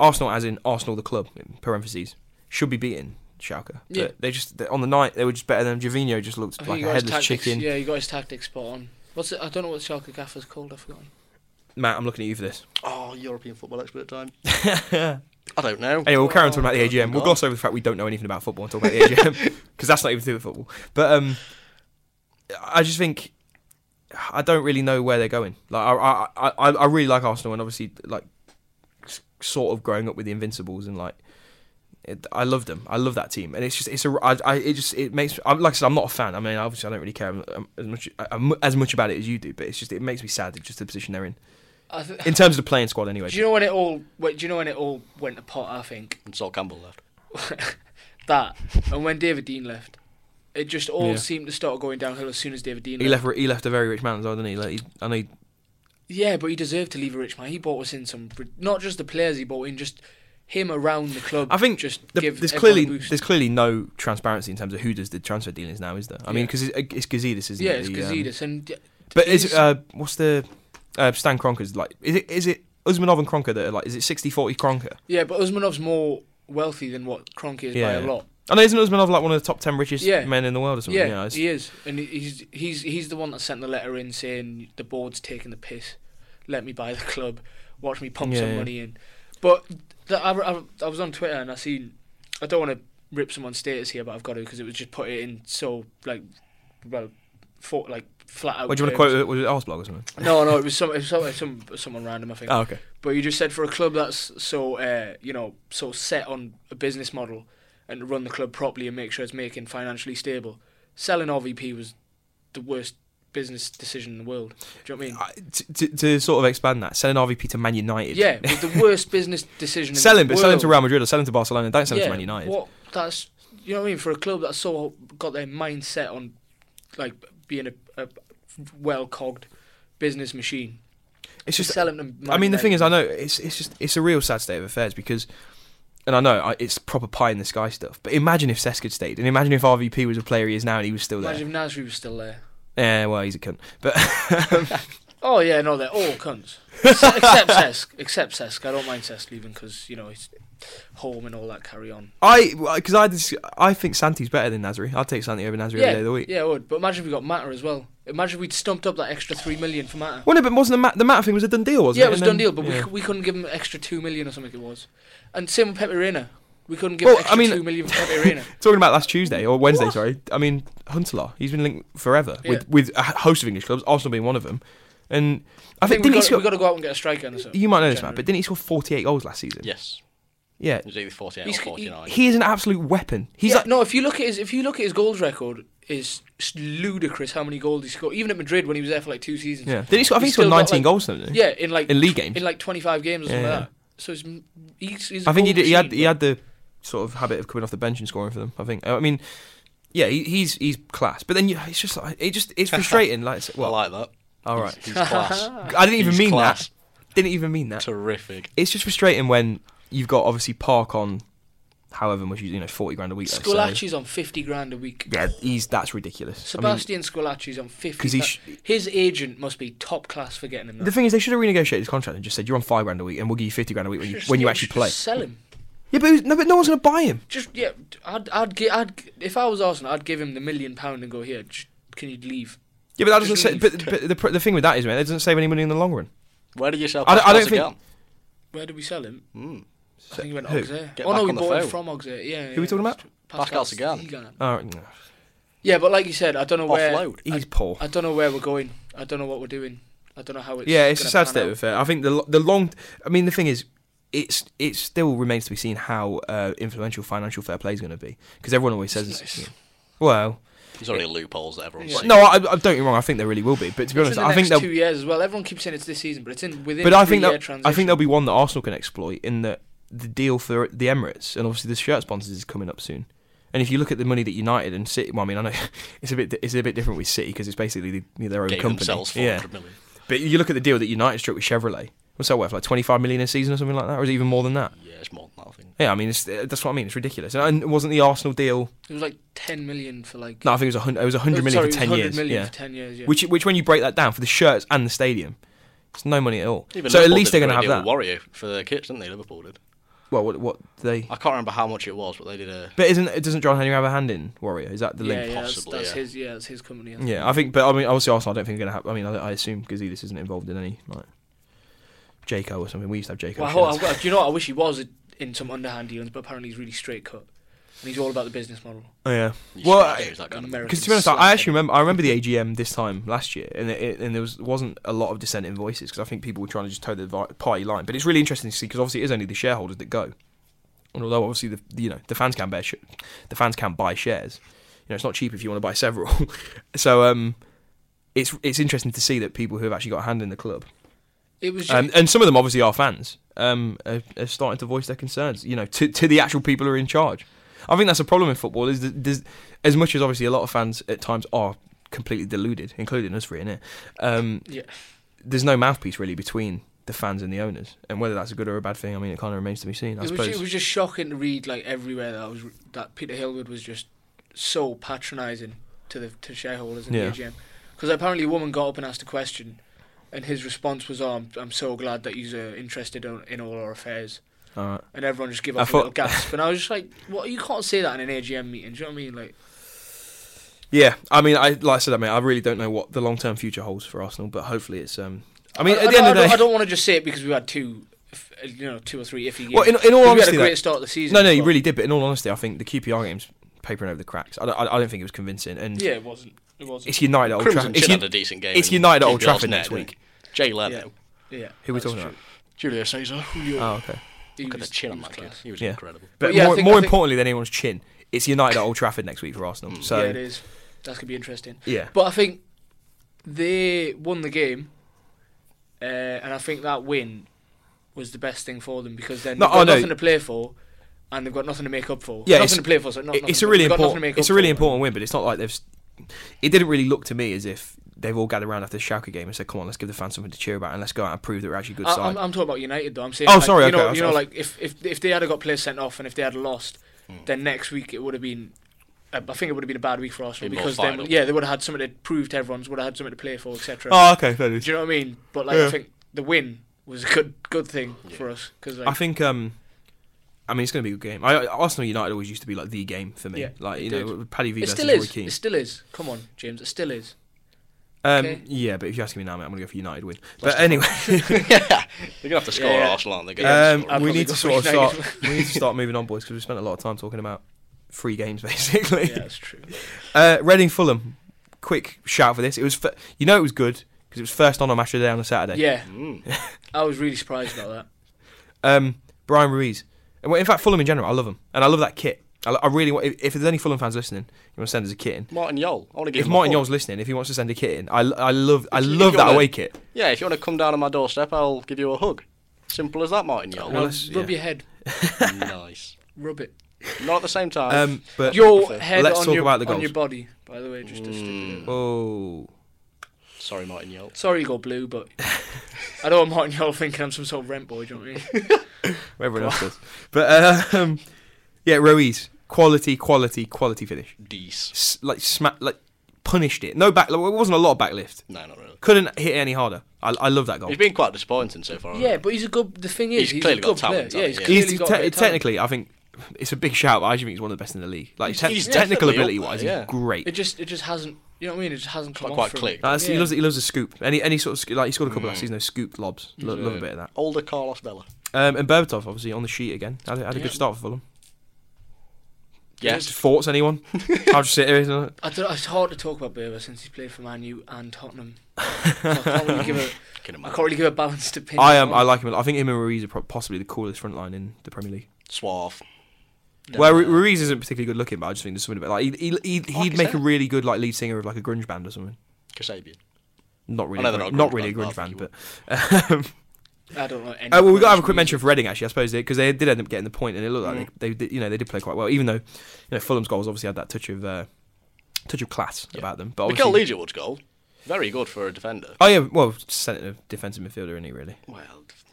A: Arsenal as in Arsenal the club, in parentheses, should be beating Schalke. But
B: Yeah.
A: they just they, on the night they were just better than Jovino. Just looked
B: I think
A: like
B: he
A: a
B: got his
A: headless
B: tactics.
A: chicken.
B: Yeah, he got his tactics spot on. What's it? I don't know what Schalke gaffer's called. I've forgotten.
A: Matt, I'm looking at you for this.
C: Oh, European football expert time. I don't know.
A: Anyway, we'll carry on talking about the
C: Oh,
A: AGM. We'll
C: God.
A: gloss over the fact we don't know anything about football and talk about the AGM because that's not even to do with football. But um, I just think I don't really know where they're going. Like I, I, I, I really like Arsenal, and obviously like s- sort of growing up with the Invincibles and like. It, I love them. I love that team, and it's just it's a I, I it just it makes I'm, like I said I'm not a fan. I mean obviously I don't really care um, um, as much um, as much about it as you do, but it's just it makes me sad. It's just the position they're in
B: I th-
A: in terms of the playing squad anyway.
B: Do you know when it all? Wait, do you know when it all went to pot? I think
C: And Sol Campbell left.
B: that, and when David Dean left, it just all
A: Yeah.
B: seemed to start going downhill as soon as David Dean
A: He
B: left.
A: left he left a very rich man as well, didn't he? Like, he I know he
B: Yeah, but he deserved to leave a rich man. He bought us in some, not just the players he bought in, just him around the club.
A: I think
B: just
A: the-
B: give
A: there's
B: everyone a
A: clearly
B: boost.
A: there's clearly no transparency in terms of who does the transfer dealings now, is there? I mean,
B: Yeah.
A: because it's, it's Gazidis, isn't
B: yeah,
A: it?
B: it's
A: The, um,
B: Gazidis and
A: but is it,
B: he's-
A: uh, what's the uh, Stan Kroenke's like? Is it is it Usmanov and Kronka that are like? Is it 60-40 Kronka?
B: yeah, but Usmanov's more wealthy than what Kroenke is
A: Yeah.
B: by a lot.
A: I know isn't Usmanov like one of the top ten richest
B: Yeah.
A: men in the world or something?
B: Yeah,
A: it's-
B: he is, and he- he's he's he's the one that sent the letter in saying the board's taking the piss. Let me buy the club. Watch me pump
A: Yeah,
B: some
A: yeah.
B: money in. But the, I, I, I was on Twitter and I seen. I don't want to rip someone's status here, but I've got to because it was just put it in so like, well, for, like flat out.
A: what do you want to
B: terms.
A: quote? it- Was it Arsblog or something?
B: No, no, it was some, it was some, some someone random, I think.
A: Oh, okay.
B: But you just said for a club that's so uh, you know so set on a business model and to run the club properly and make sure it's making financially stable, selling RVP was the worst business decision in the world. Do you know what I mean?
A: I- to- to, to sort of expand that, selling RVP to Man United.
B: yeah, it was the worst business decision.
A: Sell him,
B: in the
A: but
B: world.
A: sell him to Real Madrid or sell him to Barcelona. Don't sell him
B: yeah,
A: to Man United.
B: What that's you know what I mean for a club that's so got their mindset on like being a, a well cogged business machine.
A: It's
B: Just
A: just
B: sell him to. Man
A: I mean, the
B: United.
A: thing is, I know it's it's just it's a real sad state of affairs because, and I know I, it's proper pie in the sky stuff. But imagine if Cesc had stayed, and imagine if RVP was a player he is now, and he was still there.
B: Imagine if Nasri was still there.
A: Yeah, well, he's a cunt. But
B: Oh yeah, no, they're all cunts. except except Sesk. Except Sesk. I don't mind Sesk leaving because you know he's home and all that carry on.
A: I, because I just, I think Santi's better than Nasri. I'd take Santi over Nasri every day of the week.
B: yeah, I would. But imagine if we got Matter as well. Imagine if we'd stumped up that extra three million for Matter.
A: Well, no, but wasn't the Matt, the Matt thing was a done deal, wasn't
B: yeah,
A: it?
B: it was
A: And
B: done
A: then-
B: deal, but we
A: yeah.
B: we, we couldn't give him extra two million or something. It was, and same with Pepe Reina. We couldn't give
A: Well,
B: him extra
A: I mean-
B: two million for Pepe Reina.
A: Talking about last Tuesday or Wednesday, sorry. I mean, Huntelaar, he's been linked forever
B: Yeah.
A: with with a host of English clubs, Arsenal being one of them. And I,
B: I think
A: didn't
B: we
A: he
B: got,
A: score?
B: we got to go out and get a striker. In the summer.
A: You might know this, man,
B: January.
A: but didn't he score 48 goals last season?
C: Yes.
A: Yeah,
C: He's either 48
B: He's-
C: or 49.
A: he is an absolute weapon. He's
B: Yeah,
A: like
B: no. If you look at his, if you look at his goals record, is ludicrous how many goals he scored. Even at Madrid when he was there for like two seasons.
A: yeah. Did he, score- I think he
B: He's
A: scored
B: still got,
A: 19
B: like-
A: goals though. didn't he?
B: Yeah, in like
A: In league
B: tw-
A: games.
B: in like twenty five games or something
A: Yeah.
B: like that. So it's, m- he's, he's a
A: I think he
B: goal
A: did. He had
B: machine,
A: he had the sort of habit of coming off the bench and scoring for them. I think. I mean, yeah, he, he's he's class. But then you, it's just like it just it's frustrating. like it's-
C: I
A: well,
C: like that.
A: all right.
C: He's class.
A: I didn't even
C: He's
A: mean
C: class.
A: that. Didn't even mean that.
C: Terrific.
A: It's just frustrating when you've got obviously Park on, however much you you know forty grand a week. let's say.
B: Scalacci's on fifty grand a week.
A: Yeah, he's that's ridiculous. I mean,
B: Sebastian Scalacci's on fifty.
A: 'Cause he
B: tha-
A: sh-
B: his agent must be top class for getting him. That.
A: the thing is, they should have renegotiated his contract and just said you're on five grand a week, and we'll give you fifty grand a week when you when you
B: Yeah,
A: actually
B: just
A: play.
B: sell him.
A: Yeah, but who's- no, but no one's gonna buy him.
B: Just yeah, I'd I'd, gi- I'd gi- if I was Arsenal, I'd give him the million pound and go here. Just, can you leave?
A: Yeah, but that doesn't
B: Just
A: say.
B: leave.
A: But, but the, pr- the thing with that is, man, that doesn't save any money in the long run.
C: Where do you sell
A: I don't- I don't
C: Pascal's
A: think-
C: again?
B: Where did we sell him?
C: Mm.
B: I think he went
A: Who?
B: Auxerre.
C: Get
B: oh
C: back
B: no, we
C: on the
B: bought him
C: phone.
B: from Auxerre. Yeah.
A: Who are we talking about?
C: Pascal Sagan.
B: Sagan.
A: Oh, no.
B: Yeah, but like you said, I don't know where.
C: Offload.
A: he's poor.
B: I don't know where we're going. I don't know what we're doing. I don't know how it's.
A: yeah, it's a
B: gonna
A: sad
B: pan
A: state of
B: out.
A: affair. I think the lo- the long. I mean, the thing is, it's it still remains to be seen how uh, influential financial fair play is going to be because everyone always says.
B: It's
A: it's-
B: nice.
A: yeah. Well,
C: There's already loopholes that everyone's
B: Yeah.
C: seen.
A: no, I, I don't get me wrong. I think there really will be, but to be
B: It's
A: honest,
B: in the
A: I think
B: next
A: they'll
B: two years as well. Everyone keeps saying it's this season, but it's in within.
A: But I think
B: three-year
A: that
B: transition.
A: I think there'll be one that Arsenal can exploit in that the deal for the Emirates and obviously the shirt sponsors is coming up soon. And if you look at the money that United and City, well, I mean, I know it's a bit it's a bit different with City because it's basically the, their own
C: Gave
A: company.
C: themselves
A: yeah,
C: 400 million.
A: but you look at the deal that United struck with Chevrolet. What's that worth? Like twenty five million a season or something like that, or is it even more than that?
C: Yeah, it's more than that, I think.
A: Yeah, I mean, it's, that's what I mean. It's ridiculous. And it wasn't the Arsenal deal?
B: It was like ten million for like.
A: No, I think it was a hundred. It was a hundred million for
B: Oh, sorry, it was
A: ten
B: 100
A: years.
B: million
A: yeah,
B: for ten years. Yeah.
A: which which when you break that down for the shirts and the stadium, it's no money at all.
C: Even
A: so at
C: Liverpool
A: least
C: did
A: they're
C: a
A: going to
C: great
A: have
C: deal
A: that.
C: with Warrior for their kits, didn't they? Liverpool did.
A: Well, what what they?
C: I can't remember how much it was, but they did a.
A: But isn't it doesn't John Henry have a hand in Warrior? Is that the
B: yeah,
A: link?
B: yeah, that's-
C: possibly,
B: That's,
C: yeah.
B: his. Yeah, that's his company. I
A: Yeah.
B: think.
A: I think. But I mean, obviously Arsenal. I don't think are going to have. I mean, I, I assume Gazidis isn't involved in any like Jaco or something. We used to have Jaco.
B: Well, I,
A: shirts.
B: hope- I- do you know? What? I wish he was in some underhand dealings, but apparently he's really straight cut, and he's all about the business model.
A: oh, yeah.
C: you
A: Well,
C: should
A: I-
C: do that kind of
B: America.
A: Because to be honest, I- I actually remember. I remember the AGM this time last year, and it- it, and there was wasn't a lot of dissenting voices because I think people were trying to just toe the vi- party line. But it's really interesting to see because obviously it is only the shareholders that go, and although obviously the the, you know the fans can bear sh- the fans can buy shares, you know it's not cheap if you want to buy several. so um, it's it's interesting to see that people who have actually got a hand in the club,
B: It was. Just,
A: um, and some of them obviously are fans, um, are, are starting to voice their concerns. You know, to to the actual people who are in charge. I think that's a problem in football. Is that there's, as much as obviously a lot of fans at times are completely deluded, including us three in it. Um,
B: yeah.
A: there's no mouthpiece really between the fans and the owners, and whether that's a good or a bad thing, I mean, it kind of remains to be seen. I
B: it was,
A: suppose.
B: it was just shocking to read like everywhere that I was that Peter Hillwood was just so patronising to the to shareholders in
A: Yeah.
B: the AGM because apparently a woman got up and asked a question, and his response was, "Oh, I'm, I'm so glad that you're uh, interested in, in all our affairs,"
A: All right.
B: and everyone just gave
A: I
B: off a
A: thought-
B: little gasp, and I was just like, "What? You can't say that in an AGM meeting." Do you know what I mean? Like,
A: Yeah, I mean, I like I said, I mean, I really don't know what the long term future holds for Arsenal, but hopefully it's. Um, I mean,
B: I,
A: at
B: I
A: the
B: don't-
A: end of
B: I
A: the
B: don't,
A: day,
B: I don't want to just say it because we had two, if- uh, you know, two or three iffy games.
A: Well, in- in all
B: 'Cause we
A: honesty,
B: had a
A: though-
B: great start of the season.
A: No, no, you
B: but-
A: really did. But in all honesty, I think the QPR game's papering over the cracks. I don't, I I don't think it was convincing. And
B: Yeah, it wasn't. It wasn't.
A: it's United at Old
C: Crimson
A: Trafford. It's,
C: Chin had
A: U-
C: a decent game.
A: it's
C: in
A: United at Old
C: QPR's
A: Trafford
C: net,
A: next
C: didn't
A: week.
C: it? Jay Leno.
B: Yeah. yeah.
A: Who are we
B: that's
A: talking
B: true.
A: about?
C: Julio Cesar.
A: Oh, okay.
B: He
C: Look at the
B: was-
C: chin
B: he
C: on
B: was
C: that kid.
B: class.
C: He was
A: Yeah.
C: incredible.
A: But,
B: But yeah, I
A: more,
B: think-
A: more
B: I think- Mm.
A: importantly than anyone's chin, it's United at Old Trafford next week for Arsenal. So
B: yeah, it is. That's gonna be interesting.
A: yeah.
B: But I think they won the game, uh, and I think that win was the best thing for them because then
A: No,
B: they've got
A: oh, no.
B: nothing to play for, and they've got nothing to make up for.
A: Yeah, it's-
B: nothing to play for. So not,
A: It-
B: nothing
A: it's
B: to-
A: a really
B: they've got nothing
A: important.
B: to make
A: It's a
B: up
A: really
B: for.
A: important win, but it's not like they've. s- It didn't really look to me as if they've all gathered around after the Schalke game and said, "Come on, let's give the fans something to cheer about and let's go out and prove that we're actually a good
B: I,
A: side."
B: I'm, I'm talking about United though. I'm saying.
A: Oh,
B: like,
A: sorry,
B: You
A: okay,
B: know,
A: I was-
B: you
A: I
B: know,
A: was-
B: like if if if they had got players sent off and if they had lost,
A: Hmm.
B: then next week it would have been. I I think it would have been a bad week for Arsenal
C: Been more
B: because then,
C: final.
B: yeah, they would have had something to prove to everyone, would have had something to play for, etc.
A: oh, okay, fair
B: Do you know what I mean? But like,
A: Yeah.
B: I think the win was a good good thing
C: Yeah.
B: for us because like,
A: I think. um I mean, it's going to be a good game. I, I- Arsenal United always used to be like the game for me.
B: Yeah,
A: like
B: it
A: you know,
B: did.
A: Paddy V
B: it
A: versus
B: still
A: Roy
B: is.
A: Keane.
B: It still is. Come on, James. It still is.
A: Um,
B: Okay.
A: Yeah, but if you're asking me now, mate, I'm going to go for United win. But anyway,
C: They're going to have to score
B: Yeah.
C: Arsenal, aren't they? Gonna have to
A: um,
C: score.
B: I'd
A: we
B: probably
A: need
B: go
A: to
B: for
A: sort of
B: United
A: start. we need to start moving on, boys, because we spent a lot of time talking about three games basically.
B: Yeah, that's true.
A: Uh, Reading Fulham. Quick shout for this. It was f you know it was good because it was first on on match of the day on a Saturday.
B: Yeah,
C: Mm.
B: I was really surprised about that.
A: Um, Brian Ruiz And, well, In fact, Fulham in general, I love them, and I love that kit. I, lo- I really want. If, if there's any Fulham fans listening, you want to send us a kit in.
C: Martin Yol. I want to give
A: If
C: him a
A: Martin
C: call.
A: Yole's listening, if he wants to send a kit in, I, l- I love I
C: If you- if
A: love
C: you
A: that
C: wanna-
A: away kit.
C: Yeah, if you want to come down on my doorstep, I'll give you a hug. Simple as that, Martin
A: Well,
C: Yol.
B: Now,
A: that's-
B: rub
A: yeah.
B: your head.
C: nice.
B: Rub it.
C: Not at the same time.
A: Um, but
B: Your
C: Let's
B: head on,
A: talk
B: your,
A: about the
B: on
A: goals.
B: your body, by the way, just to stick it in.
A: oh,
C: Sorry, Martin Yol.
B: Sorry you got blue, but I don't want Martin Yol thinking I'm some sort of rent boy, do you know what I mean?
A: everyone else does. But uh, um, yeah, Ruiz, quality, quality, quality finish.
C: Dees.
A: S- like smack, like punished it. No back. It wasn't a lot of backlift.
C: No, not really.
A: Couldn't hit it any harder. I, I love that goal.
C: He's been quite disappointing so far. hasn't
B: Yeah,
C: he?
B: but he's a good. The thing is,
C: He's
B: he's,
C: clearly
B: a
C: got
B: good
C: talent,
B: player. Yeah, he's
C: hasn't he?
B: clearly
A: He's
B: got
A: te-
B: a bit of talent.
A: technically, I think it's a big shout. But I actually think he's one of the best in the league. Like te-
C: He's
A: technical ability
C: definitely up
A: wise,
C: there, yeah.
A: he's great.
B: It just, it just hasn't. You know what I mean? It just hasn't come
C: Not
B: off
C: quite
B: for him.
C: clicked.
A: Uh, that's- He
B: Yeah.
A: loves he loves a scoop. Any any sort of sc- like he scored a couple
C: Mm.
A: last season. Those scoop lobs. Lo-
C: Yeah.
A: Love a bit of that.
C: Older Carlos Vela.
A: Um, and Berbatov obviously on the sheet again. Had, a- had a
B: Yeah.
A: good start for Fulham.
C: Yes.
A: Thoughts, anyone? I'll just sit here. isn't it?
B: I don't, it's hard to talk about Berber since he's played for Man U and Tottenham. So I can't really give a,
C: Can
B: I
C: imagine.
B: can't really give a balanced opinion.
A: I um,
B: on
A: I
B: him.
A: like him. a lot. I think him and Ruiz are pro- possibly the coolest front line in the Premier League.
C: Suave.
A: Where Ru- Ruiz isn't particularly good looking, but I just think there's something about like he he he'd,
C: Like I
A: he'd make a
C: said.
A: really good like lead singer of like a grunge band or something.
C: Kasabian.
A: Not really,
C: know
A: a
C: they're
A: grunge-
C: not
A: not
C: a grunge
A: really a
C: band,
A: grunge
C: but I
A: band,
C: think
A: but
B: I don't know. Any
A: Uh, well, we got to have a
B: British
A: quick mention
B: music.
A: of Reading actually. I suppose because they did end up getting the point, and it looked like
C: Mm.
A: they, they did, you know, they did play quite well. Even though, you know, Fulham's goals obviously had that touch of uh, touch of class about them. But
C: Mikel
A: obviously,
C: Legiwood's goal. Very good for a defender.
A: oh yeah, well, centre defensive midfielder, isn't he? Really,
C: Well,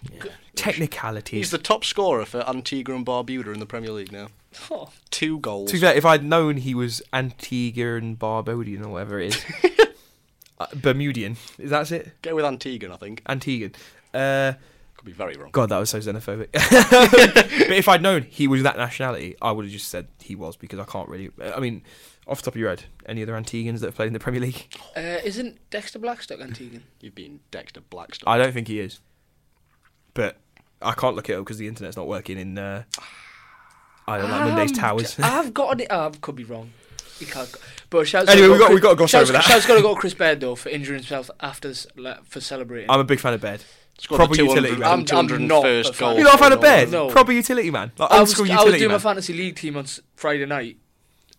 C: he's
A: technicalities.
C: the top scorer for Antigua and Barbuda in the Premier League now.
B: Oh,
C: Two goals.
A: To be fair, if I'd known he was Antigua and Barbodian or whatever it is, uh, Bermudian, is that it?
C: Go with Antiguan, I think.
A: Antiguan. Uh,
C: Could be very wrong.
A: God, that was so xenophobic. but if I'd known he was that nationality, I would have just said he was because I can't really. I mean, off the top of your head, any other Antiguans that have played in the Premier League?
B: uh, isn't Dexter Blackstock Antiguan?
C: You've been Dexter Blackstone.
A: I don't think he is. But I can't look it up because the internet's not working in. Uh, I don't know, like Monday's
B: Um,
A: Towers.
B: I've got it. I could be wrong. You can't. go- But shouts
A: Anyway,
B: gotta
A: we got- we
B: go Chris-
A: gotta gloss
B: shouts-
A: over that.
B: Shouts got to go Chris Baird though for injuring himself after s- like, for celebrating.
A: I'm a big fan of Bed.
C: Scored
A: proper
C: the 200
A: utility man.
B: I'm- I'm
C: 201st
B: not a fan.
C: goal.
A: You're not a fan of
C: for
A: Bed?
C: Norwich.
B: No.
A: Proper utility man. Like
B: I
A: old
B: was,
A: school
B: I was
A: utility
B: doing my
A: man.
B: fantasy league team on s- Friday night,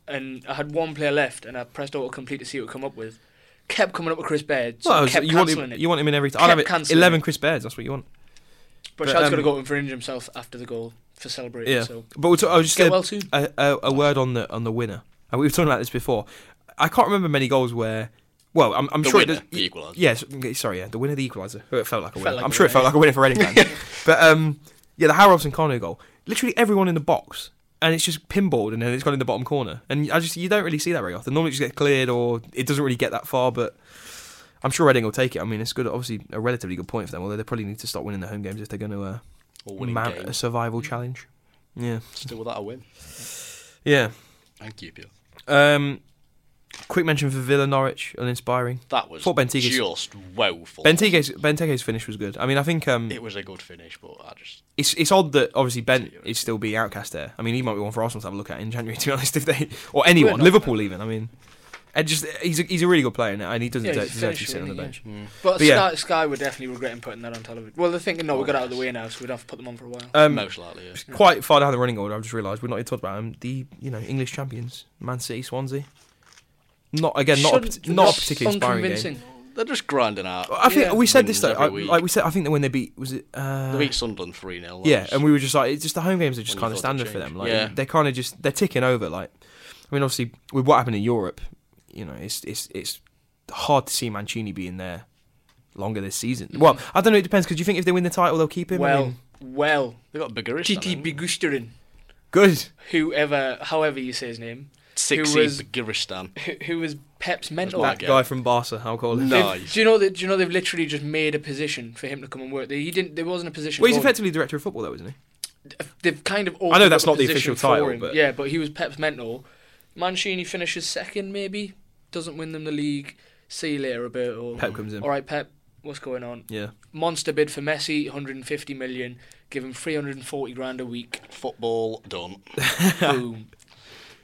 B: and I had one player left, and I pressed auto complete to see what it come up with. Kept coming up with Chris Baird, so
A: Well, I was-
B: kept
A: you, want
B: cancelling
A: him,
B: it.
A: you want him in every time. I'll have
B: Kept
A: it.
B: cancelling
A: 11
B: it.
A: Chris Bears, that's what you want.
B: but
A: but,
B: Shouts got to
A: um,
B: go up and for injuring himself after the goal for celebrating.
A: Yeah.
B: So
A: But we'll t- I was just
B: get
A: going
B: well soon.
A: a, a, a word on the on the winner. And we were talking about this before. I can't remember many goals where. Well, I'm, I'm
C: The
A: sure
C: winner,
A: it does,
C: the equaliser.
A: Yes, okay, sorry, yeah, the winner, the equaliser. Oh, It felt like a
B: Felt
A: winner.
B: like
A: I'm
B: a
A: sure it felt like a winner for Reading fans. but um, yeah, the Harrobson Cano goal. Literally everyone in the box, and it's just pinballed, and then it's gone in the bottom corner. And I just you don't really see that very often. Normally, it just get cleared, or it doesn't really get that far. But I'm sure Reading will take it. I mean, it's good. Obviously, a relatively good point for them. Although they probably need to start winning the home games if they're going to uh,
C: Or winning Mm.
A: mount
C: game.
A: a survival challenge. Yeah,
C: Still without a win.
A: yeah.
C: Thank you, Pio.
A: Um, quick mention for Villa Norwich, uninspiring.
C: That was
A: Thought Bentige's-
C: just woeful.
A: Benteke's, Benteke's finish was good. I mean, I think um,
C: It was a good finish, but I just
A: it's it's odd that obviously Ben is still being outcast there. I mean, he might be one for Arsenal to have a look at in January, to be honest, if they or anyone,
B: not-
A: Liverpool even. I mean, and just he's a, he's a really good player now, and he doesn't
B: Yeah,
A: deserve,
B: he's a
A: deserve to
B: finisher,
A: sit on the
B: isn't he?
A: bench.
B: But,
A: But yeah. Oh,
B: Sky, Sky were definitely regretting putting that on television. Well, they're thinking, no, we've got out of the way now, so we'd have to put them on for a while.
A: Um,
C: most likely. Yeah.
A: quite far down the running order, I've just realised we're not even talking about them. The you know English champions, Man City, Swansea. Not again, not a,
B: Shouldn't-
A: parti- not a particularly inspiring game.
B: unconvincing.
C: They're just grinding out.
A: I think
B: Yeah.
A: we said this
C: Wins
A: though.
C: every
A: I,
C: week.
A: like we said, I think that when they beat was it uh,
C: They beat Sunderland three 0
A: Yeah, and we were just like, it's just the home games are just
C: When
A: kind
C: you
A: of
C: thought they'd
A: standard for them.
C: change.
A: Like
C: Yeah.
A: they're kind of just they're ticking over. Like, I mean, obviously with what happened in Europe, you know, it's it's it's hard to see Mancini being there longer this season. Well, I don't know. It depends because you think if they win the title, they'll keep him. I
B: Mm. Well,
A: mean,
B: well,
C: they got Bagarish.
B: GT Bigusterin,
A: good.
B: whoever, however you say his name,
C: six
B: who was-
C: Bagiristan.
B: who, who was Pep's mentor.
C: That's
A: That
C: Okay.
A: guy from Barca, I'll call him.
C: No.
B: They've-
C: Nice.
B: Do you know that? Do you know they've literally just made a position for him to come and work there? He didn't. There wasn't a position.
A: Well, he's
B: for him.
A: effectively director of football, though, isn't he?
B: They've kind of.
A: I know that's
B: opened up
A: not
B: a
A: the
B: position
A: official
B: for
A: title,
B: him.
A: but-
B: yeah, but he was Pep's mentor. Mancini finishes second, maybe doesn't win them the league. See you later, Roberto.
A: Pep comes in.
B: All right, Pep. What's going on?
A: Yeah.
B: Monster bid for Messi, 150 million. Give him 340 grand a week.
C: Football done.
B: Boom.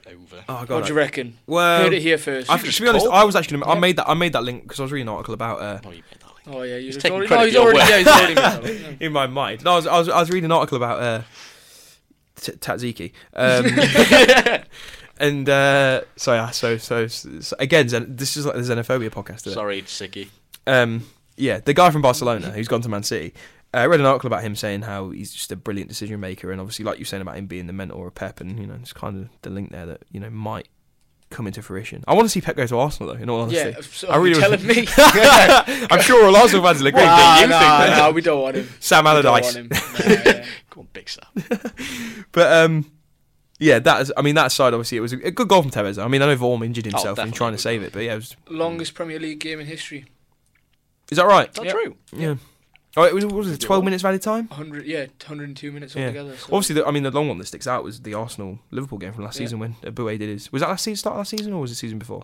C: Over.
A: Oh
B: what
A: god.
B: do
A: I-
B: you reckon?
A: Well,
B: Heard it here first.
A: Um, I, to be honest,
C: cold.
A: I was actually I
B: Yeah.
A: made that I made that link because I was reading an article about. Uh,
C: Oh, you made that link.
B: oh yeah, you
C: He's
B: just
C: taking
B: already,
C: credit
B: no, he's
C: for your
B: already, yeah, he's already made that one, yeah.
A: in my mind. No, I was, I was, I was reading an article about uh, T- Tatziki. Um, and uh, so yeah, so, so so again, Zen- this is like the xenophobia podcast. Isn't it?
C: Sorry, Sicky.
A: um, yeah, the guy from Barcelona who's gone to Man City. Uh, I read an article about him saying how he's just a brilliant decision maker, and obviously, like you were saying about him being the mentor of Pep, and you know, it's kind of the link there that you know might come into fruition. I want to see Pep go to Arsenal, though. In all honesty,
B: yeah, so
A: I
B: are you
A: really
B: telling me.
A: I'm sure all Arsenal fans will agree.
B: Nah,
A: but you
B: nah,
A: think that-
B: nah, we don't want him.
A: Sam
B: We don't
A: Allardyce,
B: want him. Nah, yeah.
C: Go on, Big Sam.
A: but um, yeah, that is. I mean, that side obviously it was a a good goal from Tevez. I mean, I know Vorm injured himself in
C: Oh, definitely
A: trying to
C: good
A: save it, but yeah, it was,
B: Longest Premier League game in history.
A: is that right?
C: Is that
B: Yeah.
C: true?
A: Yeah. Oh, it was, what was it
C: Good
A: 12
C: goal.
A: minutes added time?
B: 100, yeah, 102 minutes
A: Yeah.
B: altogether. So.
A: Obviously, the, I mean, the long one that sticks out was the Arsenal Liverpool game from last
B: Yeah.
A: season when Abue did his. Was that last season? Start of last season or was it season before?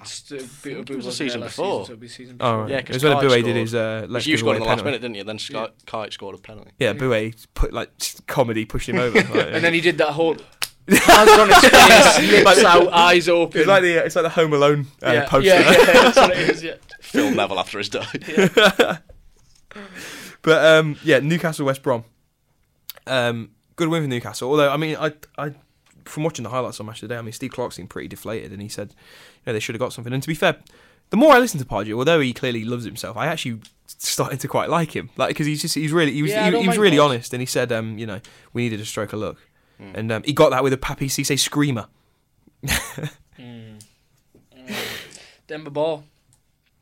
B: It's, uh, Bo- Bo
C: it was the
B: wasn't there
C: season
B: last
C: before.
B: so it'll be season
A: Oh,
B: before.
A: right.
C: Yeah,
A: it
C: 'cause
A: was when
C: Kai
A: Abue did
C: scored.
A: his. Uh,
C: Because
A: left
C: you
A: giveaway
C: scored in the last
A: penalty.
C: minute, didn't you? Then Sky, Kite scored a penalty.
A: Yeah,
B: Yeah.
A: Abue put like comedy pushed him over. like,
B: And then he did that whole hands on his face, lips out, eyes open.
A: it's like the it's like the Home Alone uh,
B: yeah.
A: poster.
B: Yeah, yeah, that's what it is, yeah.
C: Phil Neville after his die.
A: But um, yeah, Newcastle West Brom. Um, good win for Newcastle. Although I mean, I I from watching the highlights on match today, I mean Steve Clark seemed pretty deflated, and he said, you know, they should have got something. And to be fair, the more I listen to Pardew, although he clearly loves himself, I actually started to quite like him, like because he's just he's really he was
B: Yeah, I
A: he,
B: don't
A: he was
B: mind
A: really
B: Pardew.
A: honest, and he said, um, you know, we needed a stroke of luck,
B: Hmm.
A: and um, he got that with a Papi Cisse screamer.
B: Denver Ball.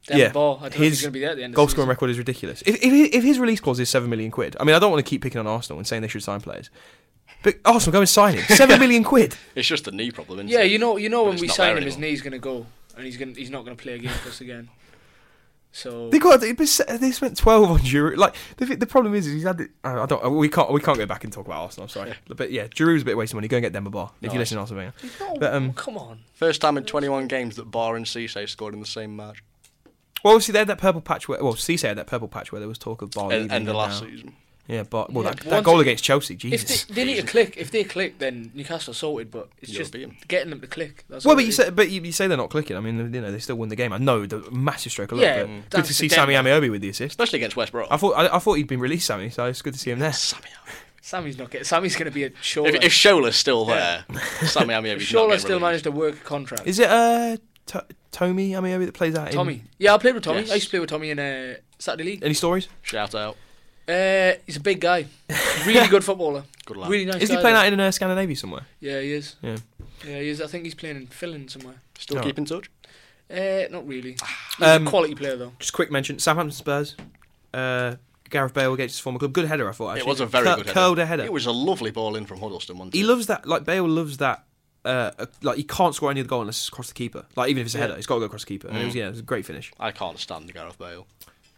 B: Denver
A: Yeah.
B: Ball. I don't know if
A: His
B: he's going to be there at the end
A: Goal
B: of the
A: scoring
B: season.
A: record is ridiculous. If, if if his release clause is seven million quid, I mean, I don't want to keep picking on Arsenal and saying they should sign players, but Arsenal go and sign him. Seven million quid.
C: It's just a knee problem, isn't
B: Yeah,
C: it?
B: you know, you know
C: But
B: when
C: it's
B: we
C: not
B: sign
C: there
B: him, his
C: anymore.
B: knee's going to go, and he's going to he's not going to play a game for us again. So
A: They got they they spent twelve on Giroud. Like the, thi- the problem is, is he's had. it- I I don't. We can't. We can't go back and talk about Arsenal. I'm sorry, but yeah, Giroud's a bit of waste of money. Go and get Denver Bar if you
C: Nice.
A: listen to Arsenal. Wenger.
B: No,
A: But, um,
B: come on.
C: First time in 21 games that Bar and Cisse scored in the same match.
A: Well, obviously they had that purple patch where. Well, Cisse had that purple patch where there was talk of Bar
C: E- End,
A: leaving
C: end of
A: and
C: last
A: Oh, now-
C: season.
A: Yeah, but well,
B: Yeah,
A: that,
B: but
A: that
B: once
A: goal
B: it-
A: against Chelsea, Jesus.
B: If they, they need to click, if they click, then Newcastle sorted. But it's
C: You'll
B: just
C: beat 'em.
B: getting them to click. That's
A: Well,
B: all
A: but
B: it
A: you
B: is.
A: say, but you, you say they're not clicking. I mean, you know, they still won the game. I know the massive stroke of luck.
B: Yeah,
A: but
B: mm.
A: good
B: that's
A: to
B: the
A: see Sammy
B: Denver.
A: Amiobi with the assist.
C: Especially against West Brom.
A: I thought I, I thought he'd been released, Sammy. So it's good to see him there.
C: Sammy
B: Sammy's not getting. Sammy's going to be a show.
C: If, if Shola's still there, Sammy Amiobi's not
B: Shola
C: getting
B: still
C: released.
B: managed to work a contract.
A: Is it uh, T- Tommy Amiobi that plays out? in-
B: Tommy. Yeah, I played with Tommy.
C: Yes.
B: I used to play with Tommy in uh, Saturday League.
A: Any stories?
C: Shout out.
B: Uh, he's a big guy, really good footballer,
C: Good lad.
B: Oh, really nice.
A: Is he
B: guy,
A: playing
B: though.
A: out in uh, Scandinavia somewhere?
B: Yeah, he is.
A: Yeah.
B: Yeah, he is. I think he's playing in Finland somewhere.
C: Still
A: Oh.
C: keep in touch?
B: Uh, not really. He's
A: Um,
B: a quality player though.
A: Just quick mention: Southampton Spurs. Uh, Gareth Bale against his former club. Good header, I thought. Actually.
C: it was a very
A: Cur-
C: good header.
A: curled a header.
C: It was a lovely ball in from Huddleston one
A: He loves that. Like Bale loves that. Uh, uh, like he can't score any other goal unless it's across the keeper. Like even if it's a
B: Yeah.
A: header, it's got to go across the keeper. And it
C: Mm.
A: was yeah, it was a great finish.
C: I can't stand Gareth Bale.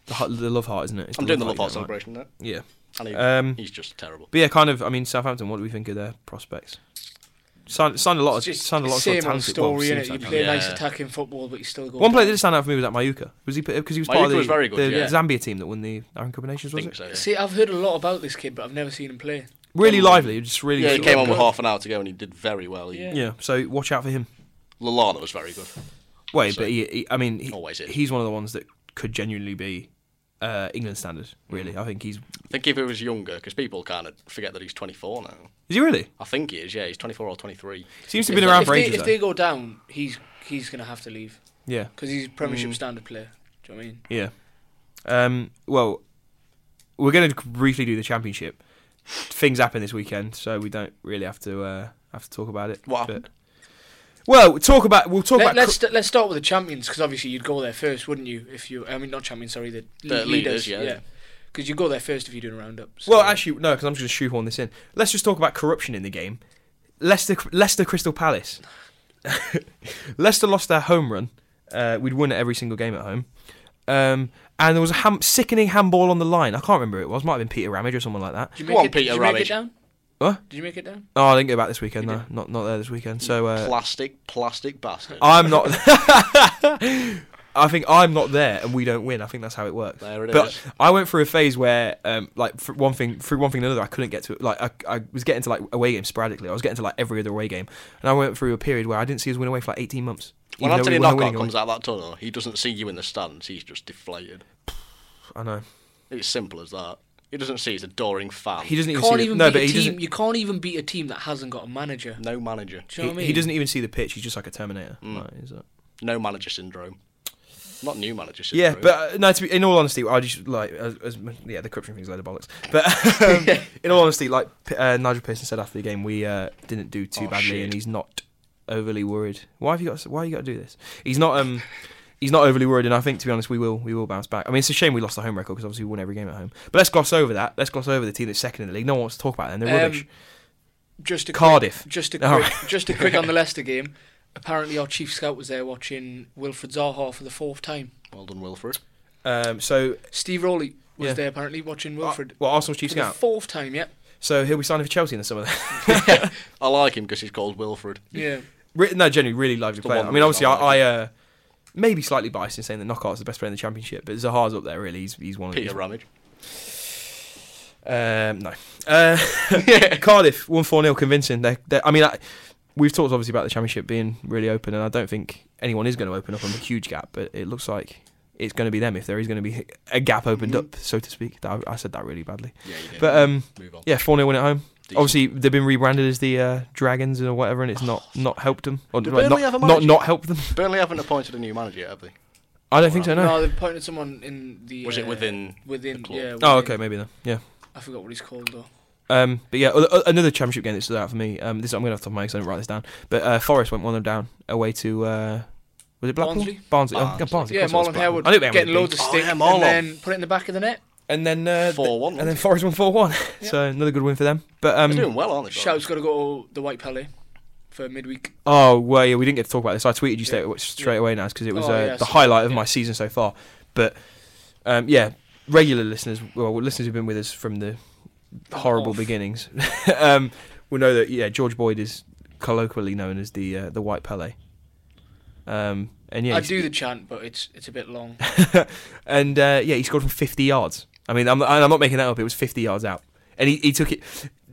A: The, heart- the love heart, isn't it? It's
C: I'm doing the love heart
A: you don't like.
C: celebration there.
A: Yeah.
C: And he,
A: Um,
C: he's just terrible.
A: But yeah, kind of. I mean, Southampton. What do we think of their prospects? Signed, signed a lot. Of,
B: It's just
A: signed oh, a lot of sort
B: same
A: of
B: old
A: talented. well,
B: story
A: seems
B: in it. You
A: like
B: play
A: talented.
B: nice
C: Yeah.
B: attacking football, but you still go.
A: One player that
B: down.
A: did stand out for me was that Mayuka. Was he because he was
C: Mayuka
A: part of the,
C: was very good,
A: the
C: yeah.
A: Zambia team that won the Iron Cup of Nations?
C: I
A: Was
C: think
A: it
C: so. yeah.
B: See, I've heard a lot about this kid, but I've never seen him play.
A: really lively? Just really.
C: Um, Yeah, he
A: sort
C: came
A: of-
C: on with half an hour to go and he did very well. He,
B: Yeah.
A: Yeah, so watch out for him.
C: Lallana was very good.
A: Wait,
C: So-
A: but he, he, I mean, he,
C: Always is.
A: he's one of the ones that could genuinely be uh, England
C: Mm.
A: standard. Really, I think he's.
C: I think if he was younger, because people kind of forget that he's 24 now.
A: Is he really?
C: I think he is, yeah. He's 24 or 23.
A: Seems to have
B: If
A: been
B: they-
A: around
B: if
A: for
B: they,
A: ages.
B: If
A: though.
B: they go down, he's he's gonna have to leave
A: Yeah,
B: because he's a
A: Mm.
B: Premiership standard player. Do you know what I mean?
A: yeah. Um, well, we're going to briefly do the championship. Things happen this weekend, so we don't really have to uh, have to talk about it.
C: What
A: But-
C: happened?
A: Well, we'll talk about we'll talk
B: Let,
A: about.
B: let's st- let's start with the champions because obviously you'd go there first, wouldn't you? If you, I mean, not champions, sorry, the,
C: The
B: league
C: leaders, yeah.
B: Because you go there first if you're doing a roundup. so-
A: Well, actually, no, because I'm just going to shoehorn this in. Let's just talk about corruption in the game. Leicester, Leicester Crystal Palace. Leicester lost their home run. Uh, we'd won every single game at home. Um, and there was a ham- sickening handball on the line. I can't remember who it was. Might have been Peter Ramage or someone like that.
B: did you
C: Go
B: make
C: on,
B: it,
C: Peter
B: did you make
C: Ramage.
B: it down?
A: What?
B: Did you make it down?
A: Oh, I didn't go back this weekend. No, not not there this weekend. So uh,
C: Plastic, plastic bastard.
A: I'm not. I think I'm not there, and we don't win. I think that's how it works.
C: There it
A: but
C: is.
A: I went through a phase where, um, like, for one thing through one thing and another, I couldn't get to like I, I was getting to like away games sporadically. I was getting to like every other away game, and I went through a period where I didn't see us win away for like 18 months.
C: When
A: even though
C: Anthony
A: we were
C: Knockout
A: winning away.
C: comes out that tunnel, he doesn't see you in the stands. He's just deflated.
A: I know.
C: It's simple as that. He doesn't see he's a adoring fan.
A: He doesn't even
B: can't
A: see
B: even
A: the, no,
B: beat
A: but
B: a
A: he
B: team.
A: doesn't.
B: You can't even beat a team that hasn't got a manager.
C: no manager.
B: Do
A: he-
B: you know what I
A: he,
B: mean?
A: doesn't even see the pitch. He's just like a Terminator.
C: Mm.
A: Like, he's like-
C: No manager syndrome. Not new manager syndrome.
A: yeah, but uh, no. To be, in all honesty, I just like as, as yeah, the corruption thing's a load of bollocks. But um, in all honesty, like P- uh, Nigel Pearson said after the game, we uh, didn't do too
C: Oh,
A: badly,
C: shit.
A: and he's not overly worried. Why have you got? Why you got to do this? He's not. Um, he's not overly worried, and I think to be honest, we will we will bounce back. I mean, it's a shame we lost the home record because obviously we won every game at home. But let's gloss over that. Let's gloss over the team that's second in the league. No one wants to talk about them. They're
B: Um,
A: rubbish.
B: Just a
A: Cardiff.
B: Quick, just a
A: All
B: quick, just a quick on the Leicester game. Apparently, our chief scout was there watching Wilfred Zaha for the fourth time.
C: well done, Wilfred.
A: Um, so
B: Steve Rowley was
A: Yeah.
B: there apparently watching Wilfred
A: well, Arsenal's chief
B: for the
A: scout.
B: fourth time. Yep.
A: So he'll be signing for Chelsea in the summer.
C: I like him because he's called Wilfred.
B: Yeah.
A: Re- no, genuinely, really lively
C: the
A: player.
C: one
A: I mean,
C: reason
A: obviously,
C: I
A: I, I
C: like
A: uh, maybe slightly biased in saying that Knockout's the best player in the championship, but Zaha's up there. Really, he's he's one of
C: Peter
A: the.
C: Ramage.
A: Um, no, uh, Cardiff one four 0 convincing. They, they, I mean, I, we've talked obviously about the championship being really open, and I don't think anyone is going to open up on a huge gap. But it looks like it's going to be them if there is going to be a gap opened
C: Mhm.
A: up, so to speak. That, I said that really badly,
C: Yeah, you did.
A: but um,
C: move on.
A: yeah, four 0 win at home.
C: Decent.
A: Obviously, they've been rebranded as the uh, Dragons or whatever, and it's not not helped them. Or
C: Did
A: not,
C: Burnley have a
A: not not
C: manager?
A: helped them.
C: Burnley haven't appointed a new manager yet, have they?
A: I don't think so.
B: No,
A: No.
B: they appointed someone in the.
C: Was it
B: uh,
C: within?
B: Within.
C: the club?
B: Yeah.
A: Oh,
B: within-
A: okay, maybe then. Yeah.
B: I forgot what he's called though.
A: Um, but yeah, o- o- another championship game that stood out for me. Um, this I'm gonna have to make so I didn't write this down. But uh, Forest went one of them down away to uh, was it Blackpool?
B: Barnsley?
A: Barnsley. Oh,
C: Barnsley.
A: God, Barnsley.
B: yeah,
A: of course it was
B: Marlon
A: Blackpool.
B: Harewood
A: I knew it
B: getting
A: would be.
B: loads of
C: Oh,
B: stick
C: yeah, Marlon.
B: and then put it in the back of the net.
A: And then uh,
C: Four one.
A: and then Forest won four one. So another good win for them. But
C: They're
A: um,
C: doing well, aren't they?
B: Shout's got to go to the White Pele for midweek.
A: oh well, yeah, we didn't get to talk about this. I tweeted you straight,
B: Yeah.
A: straight away now because it was
B: Oh,
A: uh,
B: yeah,
A: the
B: so-
A: highlight of
B: yeah.
A: my season so far. But um, yeah, regular listeners, well, listeners who've been with us from the horrible
B: Off.
A: beginnings. um, we know that yeah, George Boyd is colloquially known as the uh, the White Pele. Um, and yeah,
B: I
A: he's-
B: do the chant, but it's it's a bit long.
A: and uh, yeah, he scored from 50 yards. I mean, I'm, and I'm not making that up. It was 50 yards out, and he, he took it.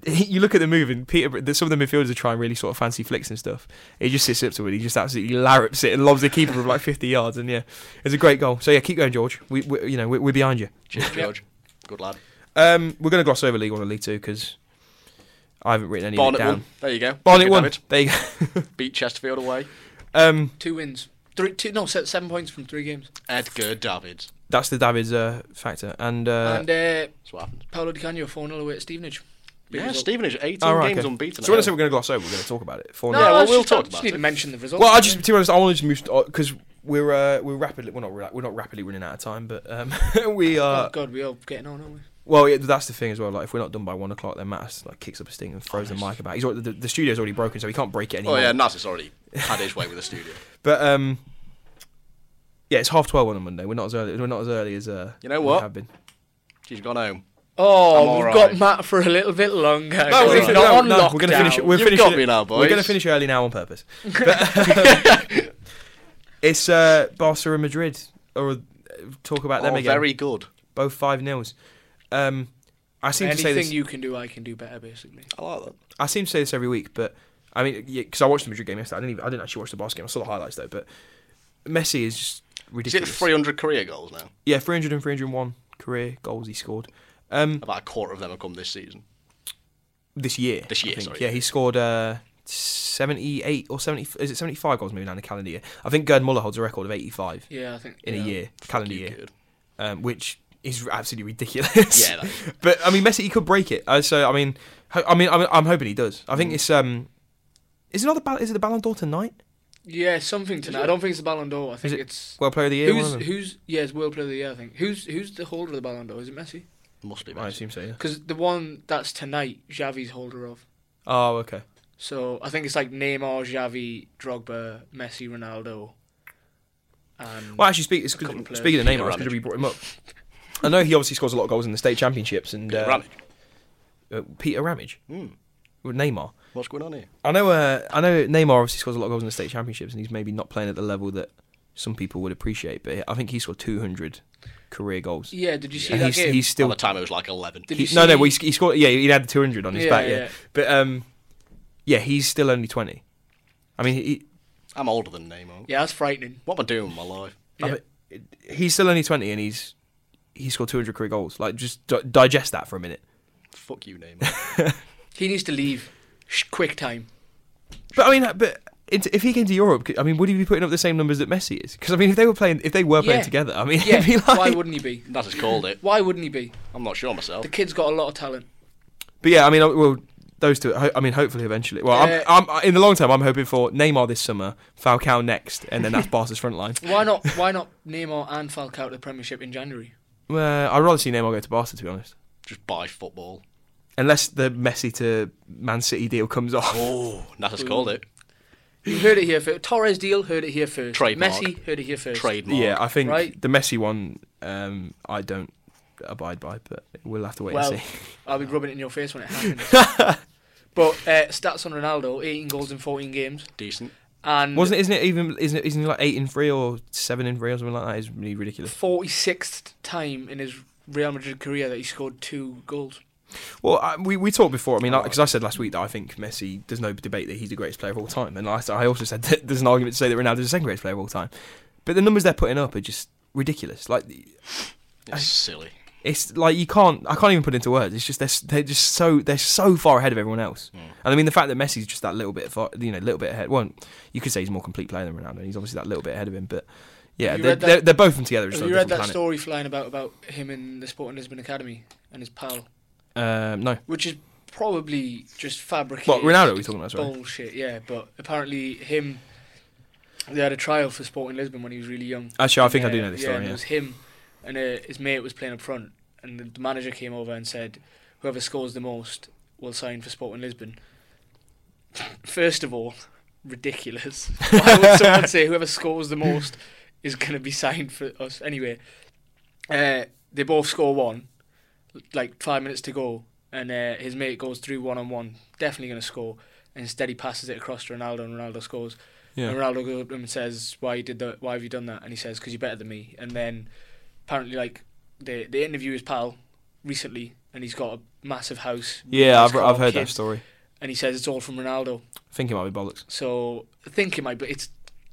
A: He, you look at the move, and Peter, the- some of the midfielders are trying really sort of fancy flicks and stuff. He just sits up to it. He just absolutely larrups it and lobs the keeper from like 50 yards. And yeah, it's a great goal. So yeah, keep going, George. We, we you know, we, we're behind you.
C: Cheers,
B: Yeah.
C: George. Good lad.
A: Um, we're going to gloss over League One and League Two because I haven't written any of it
C: Barnet
A: down.
C: won. There you go.
A: Barnet
C: Good
A: won.
C: damage.
A: There you go.
C: Beat Chesterfield away.
A: Um,
B: Two wins, three, two, no, se- seven points from three games.
C: Edgar Davids.
A: that's the Davids uh, factor. And, uh,
B: and uh,
C: That's what happened.
B: Paolo Di Canio four 0 away at Stevenage. Big
C: Yeah,
B: result.
C: Stevenage. 18
A: all Oh, right,
C: games
A: okay.
C: unbeaten.
A: So when I
C: at
A: say
C: home.
A: we're going to gloss over, we're going to talk about it. Four
B: No,
A: nil.
C: Yeah, well,
B: I was
C: we'll
B: just-
C: talk
B: I just
C: about
B: need to
C: it.
B: mention the result.
A: Well, I just to be honest, I wanted to move because we're uh, we're rapidly we're not ra- we're not rapidly running out of time, but um, we
B: Oh
A: are.
B: God, we are getting on, aren't we?
A: Well, yeah, that's the thing as well. Like if we're not done by one o'clock, then Matt like kicks up a stink and throws the mic about. He's al- the, the studio's already broken, so he can't break it anymore.
C: Oh yeah, Nazis already had his way with the studio.
A: But um, yeah, it's half twelve on a Monday. We're not as early. We're not as early as uh.
C: You know
A: we
C: what?
A: have been.
C: She's gone home.
B: Oh,
C: I'm all
B: we've
C: right.
B: got Matt for a little bit longer.
A: No, we're, gonna
B: He's
A: fin-
B: not
A: no,
B: on
A: no, we're gonna
B: lockdown.
A: finish. it- We're
C: You've
A: finishing
C: got
A: it-
C: me now,
A: We're gonna
C: boys.
A: finish early now on purpose. But, um, it's uh, Barca and Madrid, or uh, talk about them
C: Oh,
A: again.
C: very good.
A: Both five nils. Um, I seem to say
B: Anything
A: this.
B: you can do, I can do better, basically.
C: I like that.
A: I seem to say this every week, but I mean, because I watched the Madrid game yesterday. I didn't. Even, I didn't actually watch the Barca game. I saw the highlights though. But Messi is just
C: Is it
A: ridiculous.
C: 300 career goals now?
A: yeah, 300 and 301 career goals he scored. Um,
C: About a quarter of them have come this season.
A: this year.
C: This
A: I
C: year,
A: think.
C: sorry.
A: Yeah, he scored uh, 78 or 70. Is it 75 goals maybe now in a calendar year? I think Gerd Muller holds a record of 85
B: Yeah, I think.
A: in
B: yeah.
A: a year, calendar
C: You
A: year,
C: good.
A: um, which is absolutely ridiculous.
C: Yeah, that,
A: but I mean, Messi he could break it. Uh, so I mean, ho- I mean, I'm, I'm hoping he does. I think
B: Mm.
A: it's um, is it not the Bal- is it the Ballon d'Or tonight?
B: Yeah, something tonight. I don't think it's the Ballon d'Or. I think
A: it-
B: it's
A: World Player of the Year. one of
B: who's
A: them?
B: who's yeah, it's World Player of the Year. I think who's who's the holder of the Ballon d'Or? Is it Messi?
C: must be
A: I
C: Messi.
A: assume so. Yeah.
B: Because the one that's tonight, Xavi's holder of.
A: Oh, okay.
B: So I think it's like Neymar, Xavi, Drogba, Messi, Ronaldo. And
A: Well, actually, speak, it's
B: couple of players.
A: speaking of
C: Peter
A: Neymar, it's because we brought him up. I know he obviously scores a lot of goals in the state championships and
C: Peter
A: uh,
C: Ramage.
A: uh, Peter Ramage
C: Hmm.
A: with Neymar.
C: What's going on here?
A: I know. Uh, I know Neymar obviously scores a lot of goals in the state championships, and he's maybe not playing at the level that some people would appreciate. But I think he scored 200 career goals,
B: yeah, did you see
A: and
B: that
A: he's,
B: game?
A: he's
C: Still,
A: still
C: At the time, it was like 11.
B: Did
A: He-
B: you
A: no, no,
B: see-
A: well, he, sc- he scored. Yeah, he had the 200 on his
B: Yeah,
A: back. Yeah.
B: yeah.
A: but um, yeah, he's still only 20. I mean, he,
C: I'm older than Neymar.
B: yeah, that's frightening.
C: What am I doing with my life?
A: I
B: Yeah.
A: mean, he's still only 20, and he's he scored 200 career goals. Like, just di- digest that for a minute.
C: Ah, Fuck you, Neymar.
B: He needs to leave. Sh- quick time.
A: But I mean, but it, if he came to Europe, I mean, would he be putting up the same numbers that Messi is? Because I mean, if they were playing, if they were playing
B: Yeah.
A: together, I mean,
B: Yeah.
A: it'd be like.
B: Why wouldn't he be?
C: Nasa's called it.
B: Why wouldn't he be?
C: I'm not sure myself.
B: The kid's got a lot of talent.
A: But yeah, I mean, I- well, those two. ho- I mean, hopefully, eventually. Well,
B: Yeah.
A: I'm, I'm in the long term. I'm hoping for Neymar this summer, Falcao next, and then that's Barca's front line.
B: Why not? Why not Neymar and Falcao to the Premiership in January?
A: Well, I'd rather see Neymar go to Barca, to be honest.
C: Just buy football.
A: Unless the Messi to Man City deal comes off.
C: Oh, Nasa's called it.
B: You heard it here first. Torres deal heard it here first.
C: Trademark.
B: Messi heard it here first.
C: Trademark.
A: yeah, I think
B: Right.
A: the Messi one, um, I don't abide by, but we'll have to wait
B: Well,
A: and see.
B: I'll be rubbing it in your face when it happens. but uh, stats on Ronaldo: 18 goals in 14 games,
C: Decent.
B: and
A: Wasn't it? Isn't it even? Isn't it? Isn't he like eight in three or seven in three or something like that? Is really ridiculous.
B: 46th time in his Real Madrid career that he scored two goals.
A: Well, I, we we talked before. I mean,
B: Oh.
A: because I said last week that I think Messi. There's no debate that he's the greatest player of all time, and I, I also said that there's an argument to say that Ronaldo's the second greatest player of all time. But the numbers they're putting up are just ridiculous. Like
C: It's silly.
A: it's like you can't. I can't even put it into words. It's just they're s- they're just so they're so far ahead of everyone else.
B: Hmm.
A: And I mean, the fact that Messi's just that little bit far, you know, little bit ahead. Well, you could say he's a more complete player than Ronaldo. and He's obviously that little bit ahead of him, but. Yeah,
B: Have you
A: they're,
B: read that-
A: they're, they're both from together. It's
B: Have
A: on a
B: you read
A: different
B: that
A: planet.
B: story flying about about him in the Sporting Lisbon Academy and his pal,
A: Um, no.
B: which is probably just fabricated.
A: What, Ronaldo we're talking about, sorry?
B: Bullshit. Yeah, but apparently him. They had a trial for Sporting Lisbon when he was really young.
A: Actually, I think I
B: Uh,
A: do know this
B: and
A: story.
B: It
A: Yeah.
B: was him and uh, his mate was playing up front, and the manager came over and said, "Whoever scores the most will sign for Sporting Lisbon." First of all, ridiculous. Why would someone say whoever scores the most is going to be signed for us anyway? Uh, they both score one, like five minutes to go, and uh, his mate goes through one on one, definitely going to score. Instead, he passes it across to Ronaldo, and Ronaldo scores. And
A: yeah.
B: Ronaldo goes up to him and says, "Why you did that? Why have you done that?" And he says, "Because you're better than me." And then apparently, like they they interview his pal recently, and he's got a massive house.
A: Yeah,
B: He's
A: I've,
B: got
A: I've heard that
B: kids,
A: story.
B: And he says it's all from Ronaldo.
A: I think it might be bollocks.
B: So I think it might, but it's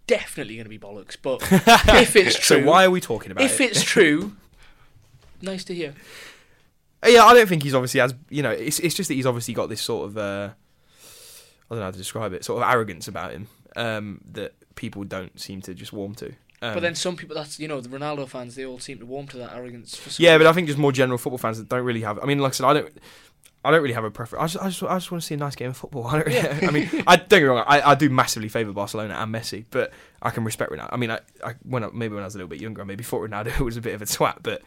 B: definitely going to be bollocks. But if it's true,
A: So why are we talking about
B: if
A: it?
B: it's true, nice to hear.
A: Yeah, I don't think he's obviously as you know. It's it's just that he's obviously got this sort of uh, I don't know how to describe it, sort of arrogance about him um, that people don't seem to just warm to. Um,
B: but then some people, that's you know, the Ronaldo fans, they all seem to warm to that arrogance. For some
A: yeah, but
B: reason.
A: I think just more general football fans that don't really have. I mean, like I said, I don't. I don't really have a preference. I just, I just, I just want to see a nice game of football. I, don't really, I mean, I don't get me wrong. I, I do massively favour Barcelona and Messi, but I can respect Ronaldo. I mean, I, I when I, maybe when I was a little bit younger, I maybe thought Ronaldo was a bit of a twat, but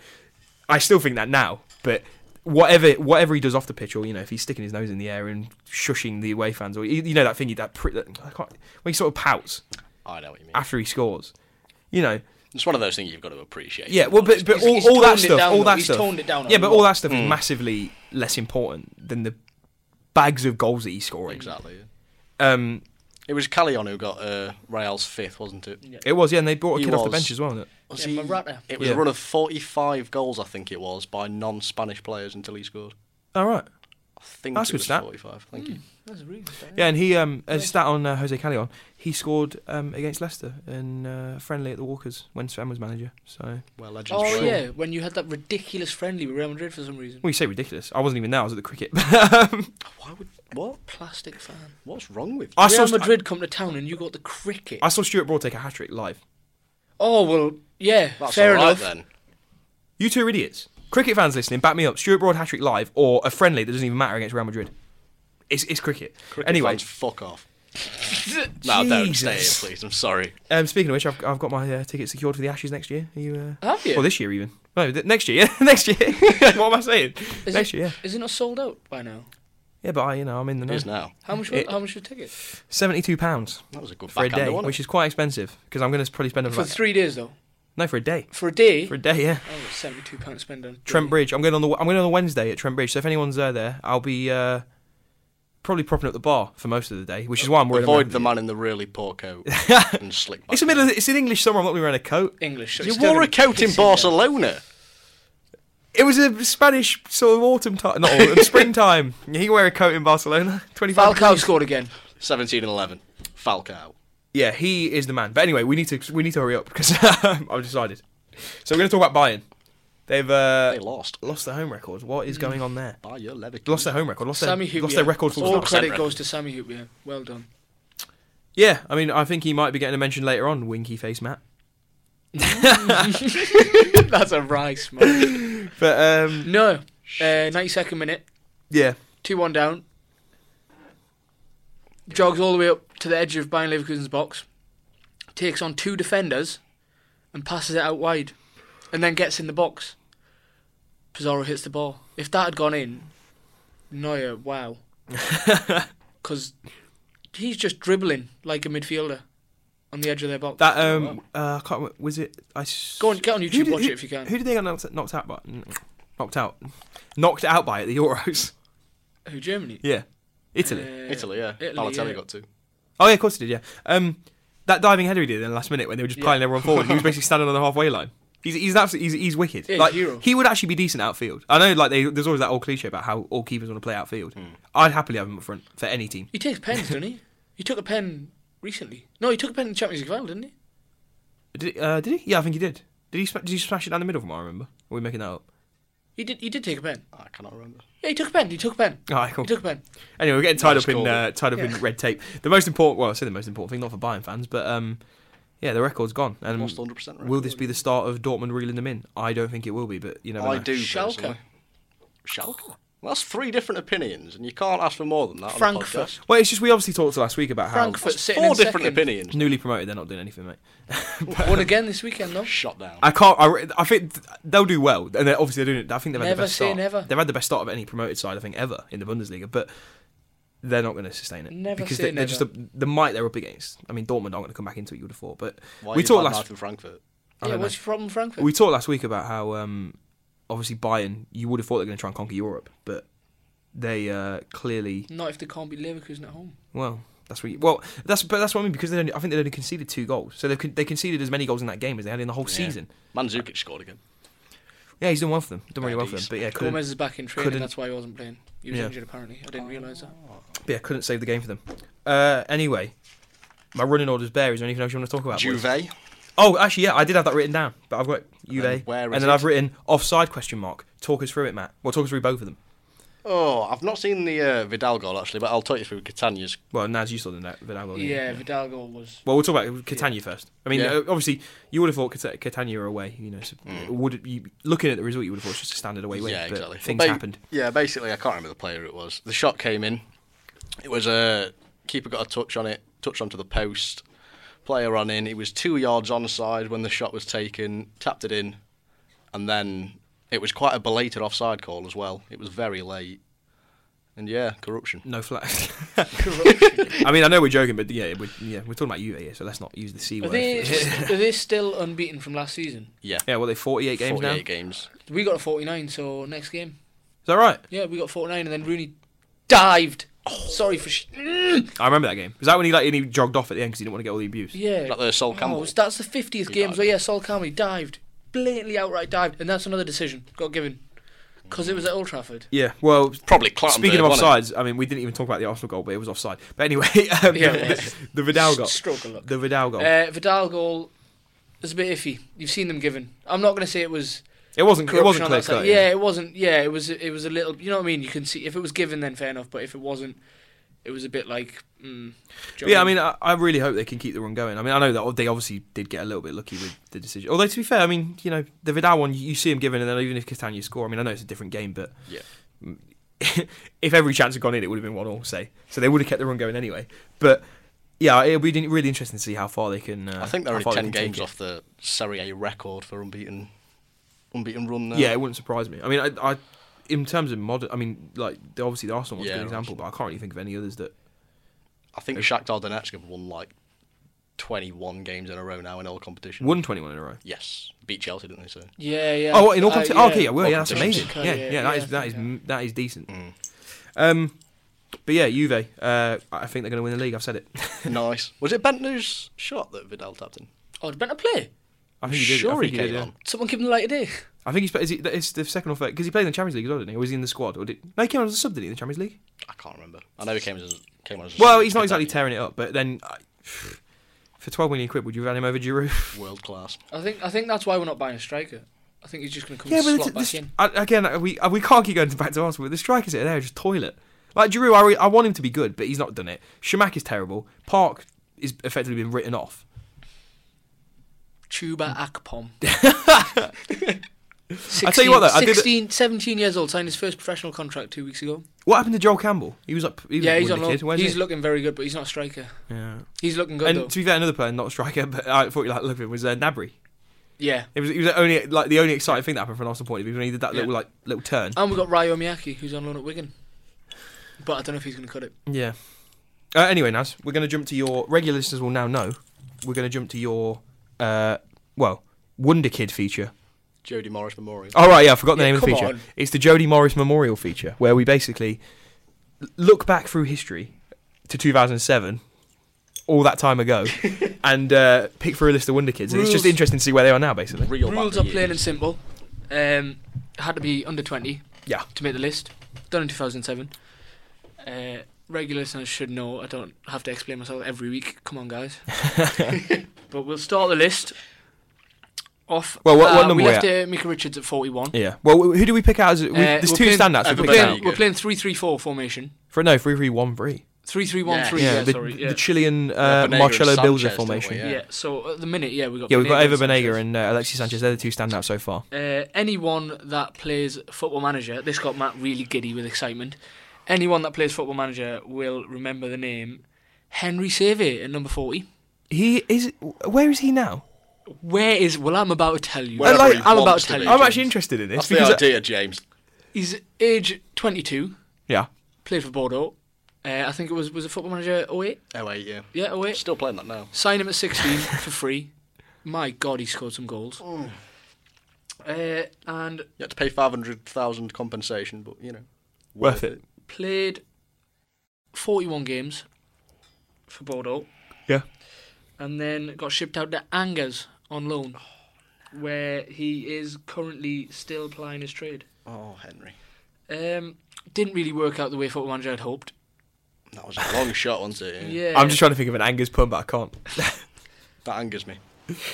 A: I still think that now. But whatever, whatever he does off the pitch, or you know, if he's sticking his nose in the air and shushing the away fans, or you, you know that thingy that, pr- that I can't, when he sort of pouts
C: I know what you mean.
A: after he scores, you know,
C: It's one of those things you've got to appreciate.
A: yeah, well, but, but
B: He's-
A: all,
B: he's
A: all that
B: toned it
A: stuff,
B: down,
A: all
B: though.
A: that
B: He's
A: stuff,
B: toned it down a
A: yeah, but all
B: lot.
A: that stuff
C: Mm.
A: is massively less important than the bags of goals that he's scoring.
C: Exactly. yeah.
A: Um,
C: It was Callion who got uh, Real's fifth, wasn't it?
B: Yeah.
A: it was, yeah, and they brought a
C: He
A: kid off the
C: was.
A: bench as well. Wasn't it?
C: Was
B: Yeah,
C: he-
B: Morata.
C: It was
A: Yeah.
C: a run of 45 goals, I think it was, by non-Spanish players until he scored.
A: All Oh, right,
C: I think
A: That's
C: it
A: good
C: was
A: stat.
C: 45. Thank you.
B: That's a really good sign.
A: yeah, and he um, as a stat on uh, Jose Callejon, he scored um, against Leicester in uh, friendly at the Walkers when Sven was manager. So
C: Where legends
B: Oh
C: play.
B: yeah, when you had that ridiculous friendly with Real Madrid for some reason.
A: well, you say ridiculous. I wasn't even there. I was at the cricket.
C: Why would what?
B: Plastic fan.
C: What's wrong with?
A: I saw
B: Real Madrid come to town and you got the cricket.
A: I saw Stuart Broad take a hat trick live.
B: oh well, yeah,
C: That's
B: fair
C: all right
B: enough.
C: then.
A: You two are idiots. Cricket fans listening, back me up. Stuart Broad hat trick live or a friendly that doesn't even matter against Real Madrid. It's, it's cricket.
C: Cricket
A: anyway,
C: fans, fuck off. no, don't stay here,
A: Jesus.
C: please. I'm sorry.
A: Um, speaking of which, I've, I've got my uh, ticket secured for the Ashes next year. Are you? Uh...
C: Oh,
B: Have you?
A: Or this year even? No, th- next year. Yeah, next year. what am I saying?
B: Is
A: next
B: it,
A: year. Yeah.
B: Is it not sold out by now?
A: Yeah, but I, you know, I'm in the
C: It
A: know.
C: is now.
B: How much?
A: It-
B: how much your ticket
A: Seventy-two pounds
C: That was a good
A: for a
C: backhander,
A: day,
C: wasn't
A: which
C: it?
A: is quite expensive because I'm going to probably spend over.
B: for
A: about-
B: three days though?
A: no, for a day.
B: For a day.
A: For a day, yeah.
B: oh, it's seventy-two pounds spend on.
A: Trent Bridge. I'm going on the I'm going on the Wednesday at Trent Bridge. So if anyone's uh, there, I'll be uh, probably propping up the bar for most of the day, which is why I'm worried. I'm
C: Avoid
A: not-
C: the man in the really poor coat and slick.
A: It's the middle. Of the, it's in English summer. I'm not going to be wearing a coat.
B: English. So
C: You
B: it's still
C: wore
B: gonna
C: a
B: be
C: coat in
B: pissing down.
C: Barcelona.
A: It was a Spanish sort of autumn time, not autumn, springtime. You can wear a coat in Barcelona. Twenty-five.
B: Falcao scored again.
C: 17 and 11. Falcao.
A: Yeah, he um, is the man. But anyway, we need to we need to hurry up because I've decided. So we're going to talk about Bayern. They've uh,
C: they lost.
A: lost their home record. What is going on there?
C: By your Leverkusen.
A: Lost their home record. Lost their,
B: Mm. Sammy Hubia.
A: lost their record for
B: All
C: Not
B: credit
C: Sammy.
B: goes to Sammy Hubia. Well done.
A: Yeah, I mean, I think he might be getting a mention later on. Winky face Matt.
B: That's a rice, man.
A: But um,
B: no. Uh, 92nd minute.
A: yeah,
B: 2 1 down. Jogs all the way up to the edge of Bayern Leverkusen's box. Takes on two defenders and passes it out wide. And then gets in the box. Pizarro hits the ball. If that had gone in, Neuer, wow. Because he's just dribbling like a midfielder on the edge of their box.
A: that um, uh, I can't. remember- Was it? I s-
B: Oh, Go on, get on
A: Who
B: YouTube,
A: did-
B: watch
A: who-
B: it if you can.
A: Who did they get knocked, knocked out by? Knocked out, knocked out by at the Euros.
B: Who, Germany?
A: yeah, Italy.
B: Uh,
C: Italy, yeah.
B: Italy,
C: Balotelli
B: yeah.
C: got two.
A: Oh yeah, of course he did. Yeah. Um, that diving header he did in the last minute when they were just piling everyone forward. He was basically standing on the halfway line. He's he's absolutely he's, he's wicked.
B: Yeah, he's a
A: like
B: hero.
A: he would actually be decent outfield. I know like they, there's always that old cliche about how all keepers want to play outfield.
B: Hmm.
A: I'd happily have him up front for any team.
B: He takes pens, doesn't he? He took a pen recently. No, he took a pen in the Champions League final, didn't he?
A: Did, uh, did he? Yeah, I think he did. Did he? Sm- did he smash it down the middle? From what I remember, are we making that up?
B: He did. He did take a pen.
C: Ah, I cannot remember.
B: Yeah, he took a pen. He took a pen.
A: All right, cool.
B: He took a pen.
A: Anyway, we're getting tied
C: Nice
A: up in
C: call.
A: uh, tied up in red tape. The most important, well, I say the most important thing, not for Bayern fans, but um, yeah, the record's gone. And
C: Lost 100%
A: will this be the start of Dortmund reeling them in? I don't think it will be, but you never know.
C: I do.
B: Schalke.
C: personally. Schalke. Well, that's three different opinions, and you can't ask for more than that. on a
B: Frankfurt.
C: podcast.
A: Well, it's just we obviously talked last week about how
B: Frankfurt sitting
C: Four
B: in
C: different
B: second.
C: opinions.
A: newly promoted they're not doing anything, mate.
B: Won again this weekend though.
C: Shot down.
A: I can't. I, re- I think th- they'll do well, and they're obviously they're doing it. I think they've had
B: Never
A: the best
B: say
A: start.
B: never.
A: They've had the best start of any promoted side, I think, ever in the Bundesliga. But they're not going to sustain it
B: Never
A: because
B: say
A: they, they're
B: never.
A: just the, the might they're up against. I mean, Dortmund aren't going to come back into it. You would have thought, but
C: Why
A: we
C: are you
A: talked
C: bad
A: last.
C: mouthing Frankfurt.
B: Yeah,
A: don't
B: what's your problem, Frankfurt?
A: We talked last week about how um, obviously Bayern. You would have thought they're going to try and conquer Europe, but they uh, clearly
B: Not if they can't beat Leverkusen at home.
A: well. That's what you, well. That's but that's what I mean because they only, I think they only conceded two goals, so they have they conceded as many goals in that game as they had in the whole season.
C: Mandzukic scored again.
A: Yeah, he's done well for them. Done really well for them.
C: Baddies.
A: But yeah, couldn't,
B: Gomez is back in training.
A: couldn't-
B: That's why he wasn't playing. He was
A: Yeah.
B: injured apparently. I didn't realise that.
A: but yeah, couldn't save the game for them. Uh, anyway, my running order's bare. Is there anything else you want to talk about? boys?
C: Juve.
A: Oh, actually, yeah, I did have that written down, but I've got Juve,
C: then where
A: and
C: is
A: then
C: it?
A: I've written offside question mark. Talk us through it, Matt. Well, talk us through both of them.
C: Oh, I've not seen the uh, Vidal goal actually, but I'll talk you through Catania's.
A: Well, Naz, you saw the net, Vidal goal. didn't you?
B: Yeah, Vidal goal was.
A: Well, we'll talk about Catania first. I mean,
C: Yeah.
A: uh, obviously, you would have thought Cata- Catania are away. You know, so
B: Mm.
A: would you, looking at the result, you would have thought it's just a standard away win.
C: yeah,
A: Oh, but
C: exactly.
A: Things
C: Ba-
A: happened.
C: Yeah, basically, I can't remember the player it was. The shot came in. It was a keeper got a touch on it, touch onto the post. Player ran in. He was two yards onside when the shot was taken. Tapped it in, and then it was quite a belated offside call as well. It was very late, and yeah, corruption.
A: No flags. I mean, I know we're joking, but yeah, we're, yeah, we're talking about Juve here, so let's not use the c
B: Are
A: word.
B: they, are they still unbeaten from last season?
C: Yeah,
A: Yeah, well, they're 48 games now.
C: 48
A: Is
C: games.
B: We got a 49, so next game.
A: that right?
B: Yeah, we got 49, and then Rooney dived.
C: Oh.
B: Sorry for. Sh-
A: I remember that game. Was that when he like and he jogged off at the end because he didn't want to get all the abuse?
B: Yeah.
C: Like the Sol Campbell.
B: Oh, so that's the 50th game.
C: dived.
B: So, yeah, Sol Campbell he dived. Blatantly outright dived. And that's another decision got given. Because it was at Old Trafford.
A: Yeah. Well,
C: Probably Clattenburg.
A: speaking of
C: wasn't it?
A: offsides, I mean, we didn't even talk about the Arsenal goal, but it was offside. But anyway, um,
B: Yeah.
A: the, the, the Vidal goal.
B: Stroke a look.
A: The Vidal goal.
B: Uh, Vidal goal is a bit iffy. You've seen them given. I'm not going to say it was.
A: it wasn't. It
B: corruption
A: wasn't
B: on
A: clear
B: that side.
A: cut.
B: Yeah, it wasn't. Yeah, it was. It was a little. You know what I mean? You can see if it was given, then fair enough. But if it wasn't, it was a bit like. Mm, do you know
A: But yeah,
B: what
A: I mean, I, I really hope they can keep the run going. I mean, I know that they obviously did get a little bit lucky with the decision. Although to be fair, I mean, you know, the Vidal one, you, you see him giving, and then even if Catania score, I mean, I know it's a different game, but
C: Yeah.
A: if every chance had gone in, it would have been one all. Say, so they would have kept the run going anyway. But yeah, it'll be really interesting to see how far they can. Uh,
C: I think they're
A: how
C: only
A: far they
C: ten
A: can take
C: games
A: it.
C: off the Serie A record for unbeaten, unbeaten run. Now.
A: Yeah, it wouldn't surprise me. I mean, I, I in terms of modern, I mean, like the- obviously the Arsenal one's a
C: Yeah,
A: good example, but I can't really think of any others that.
C: I think Shakhtar Donetsk have won like twenty-one games in a row now in all competition.
A: Won 21 in a row.
C: Yes, beat Chelsea, didn't they? So
B: Yeah, yeah.
A: Oh, what, in all
B: Uh,
A: competitions? oh, okay, yeah, well,
C: All
A: yeah, that's amazing.
C: competitions.
A: Yeah, yeah, that is
B: I
A: that
B: think
A: is
B: so.
A: m that is decent. Um, but yeah, Juve. Uh, I think they're going to win the league. I've said it.
C: nice. Was it Bentner's shot that Vidal tapped in?
B: Oh, it's better play.
A: I think he did. I
C: Sure
A: think
C: he
A: did,
C: came
A: yeah.
C: on.
B: Someone give him the light of day.
A: I think he's is he, it's the second or third because he played in the Champions League as well, didn't he? Or was he in the squad? Or did no? He came on as a sub, didn't he? In the Champions League.
C: I can't remember. I know he came as came on as. a
A: Well,
C: sub
A: he's not exactly
C: Vidal.
A: tearing it up, but then I, for 12 million quid, would you have had him over Giroud?
C: world class.
B: I think I think that's why we're not buying a striker. I think he's just going to come
A: Yeah,
B: and
A: but
B: slot
A: the-
B: back
A: the-
B: in.
A: I- again, uh, we uh, we can't keep going back to Arsenal. The strikers are there just toilet. Like Giroud, I, re- I want him to be good, but he's not done it. Shamak is terrible. Park is effectively been written off.
B: Chuba Akpom.
A: I tell you what, though, I did it-
B: 16, 17 years old, signed his first professional contract two weeks ago.
A: What happened to Joel Campbell? He was up. He was
B: yeah, he's
A: a
B: on
A: kid.
B: loan.
A: Where's
B: He's
A: he?
B: looking very good, but he's not a striker.
A: yeah.
B: He's looking good
A: And
B: though.
A: to be fair, another player, not a striker, but I thought you like loved him was uh, Nabry.
B: yeah,
A: It was it was the only like the only exciting thing that happened from an Arsenal point of view when he did that
B: Yeah.
A: little like little turn.
B: and we've got Ryo Miyaki, who's on loan at Wigan. But I don't know if he's going to cut it.
A: Yeah. Uh, anyway, Naz, we're going to jump to your regular listeners will now know. We're going to jump to your uh, well Wonder Kid feature.
C: Jody Morris Memorial.
A: All Oh, right, yeah, I forgot the
B: Yeah,
A: name of the
B: come
A: feature.
B: on.
A: It's the Jodie Morris Memorial feature, where we basically l- look back through history to 2007, all that time ago, and uh, pick through a list of Wonder Kids. And it's just
B: Rules.
A: interesting to see where they are now, basically.
C: Real
B: Rules are
C: battery
B: plain and
C: years.
B: simple. Um, had to be under 20
A: Yeah.
B: to make the list. Done in 2007. Uh, regular listeners should know I don't have to explain myself every week. Come on, guys. but we'll start the list off.
A: Well, what- what
B: uh,
A: number
B: we
A: we
B: left uh, Mika Richards at 41.
A: Yeah. Well, wh- who do we pick out? As, we,
B: Uh,
A: there's
B: we're
A: two
B: playing-
A: standouts. we
B: We're
A: picked
C: everybody.
A: out.
B: playing, we're playing 3 3 4 formation.
A: For no, three, three, one, three.
B: 3 3 1 3.
C: Yeah,
B: Yeah,
A: the,
B: sorry. Yeah.
A: the Chilean
C: Yeah,
A: uh,
C: Banega
A: Marcelo
C: and
A: Bielsa
C: Sanchez,
A: formation.
C: don't
A: Yeah.
C: we?
B: yeah. so at the minute, yeah, we got.
A: we've got Eva
B: and
A: Benega
B: Sanchez.
A: and uh, Alexis Sanchez. They're the two standouts so far.
B: Uh, anyone that plays Football Manager, this got Matt really giddy with excitement. Anyone that plays Football Manager will remember the name Henry Save at number 40.
A: He is. Where is he now?
B: Where is. Well, I'm about to tell you.
C: Wherever
A: Uh, like-
C: he
B: I'm about
C: wants
B: to tell
C: be,
B: you.
A: I'm
C: James.
A: actually interested in this
C: That's
A: because uh,
C: the idea, James.
B: He's age 22,
A: yeah,
B: played for Bordeaux. Uh, I think it was was a Football Manager 08?
C: Oh wait, yeah.
B: Yeah, 08.
C: Still playing that now.
B: Sign him at 16 for free. My God, he scored some goals. Uh, and
C: You had to pay five hundred thousand compensation, but you know,
A: worth it.
B: played 41 games for Bordeaux.
A: Yeah.
B: And then got shipped out to Angers on loan, where he is currently still plying his trade.
C: Oh, Henry,
B: Um, didn't really work out the way Football Manager had hoped.
C: that was a long shot, wasn't it?
B: Yeah.
A: I'm just trying to think of an Angus pun, but I can't.
C: That angers me.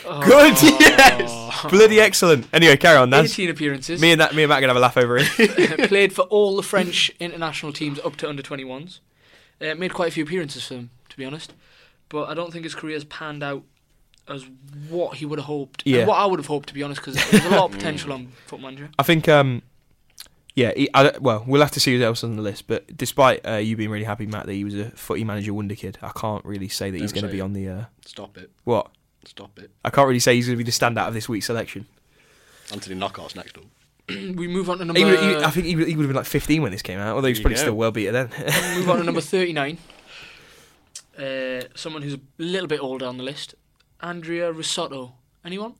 B: Oh,
A: Good, yes, bloody excellent. Anyway, carry on, Naz.
B: 18 appearances.
A: Me and that, me and Matt are gonna have a laugh over it.
B: played for all the French international teams up to under 21s. Uh, made quite a few appearances for them, to be honest. But I don't think his career's panned out as what he would have hoped. and
A: Yeah.
B: what I would have hoped, to be honest, because there's a lot of potential on Foot Manager.
A: I think, um, yeah. He, I, don't- well, we'll have to see who else on the list. But despite uh, you being really happy, Matt, that he was a footy manager wonder kid, I can't really say that he's
C: Don't
A: going to
C: say
A: be
C: it.
A: on the uh,
C: Stop it.
A: what.
C: Stop it.
A: I can't really say he's going to be the standout of this week's selection.
C: Anthony Knockout's next up.
B: we move on to number.
A: He would, he, I think he would, he would have been like 15 when this came out, although he's
C: There
A: probably
C: you go.
A: still well beater then.
B: move on to number 39. Uh, someone who's a little bit older on the list, Andrea Risotto. Anyone?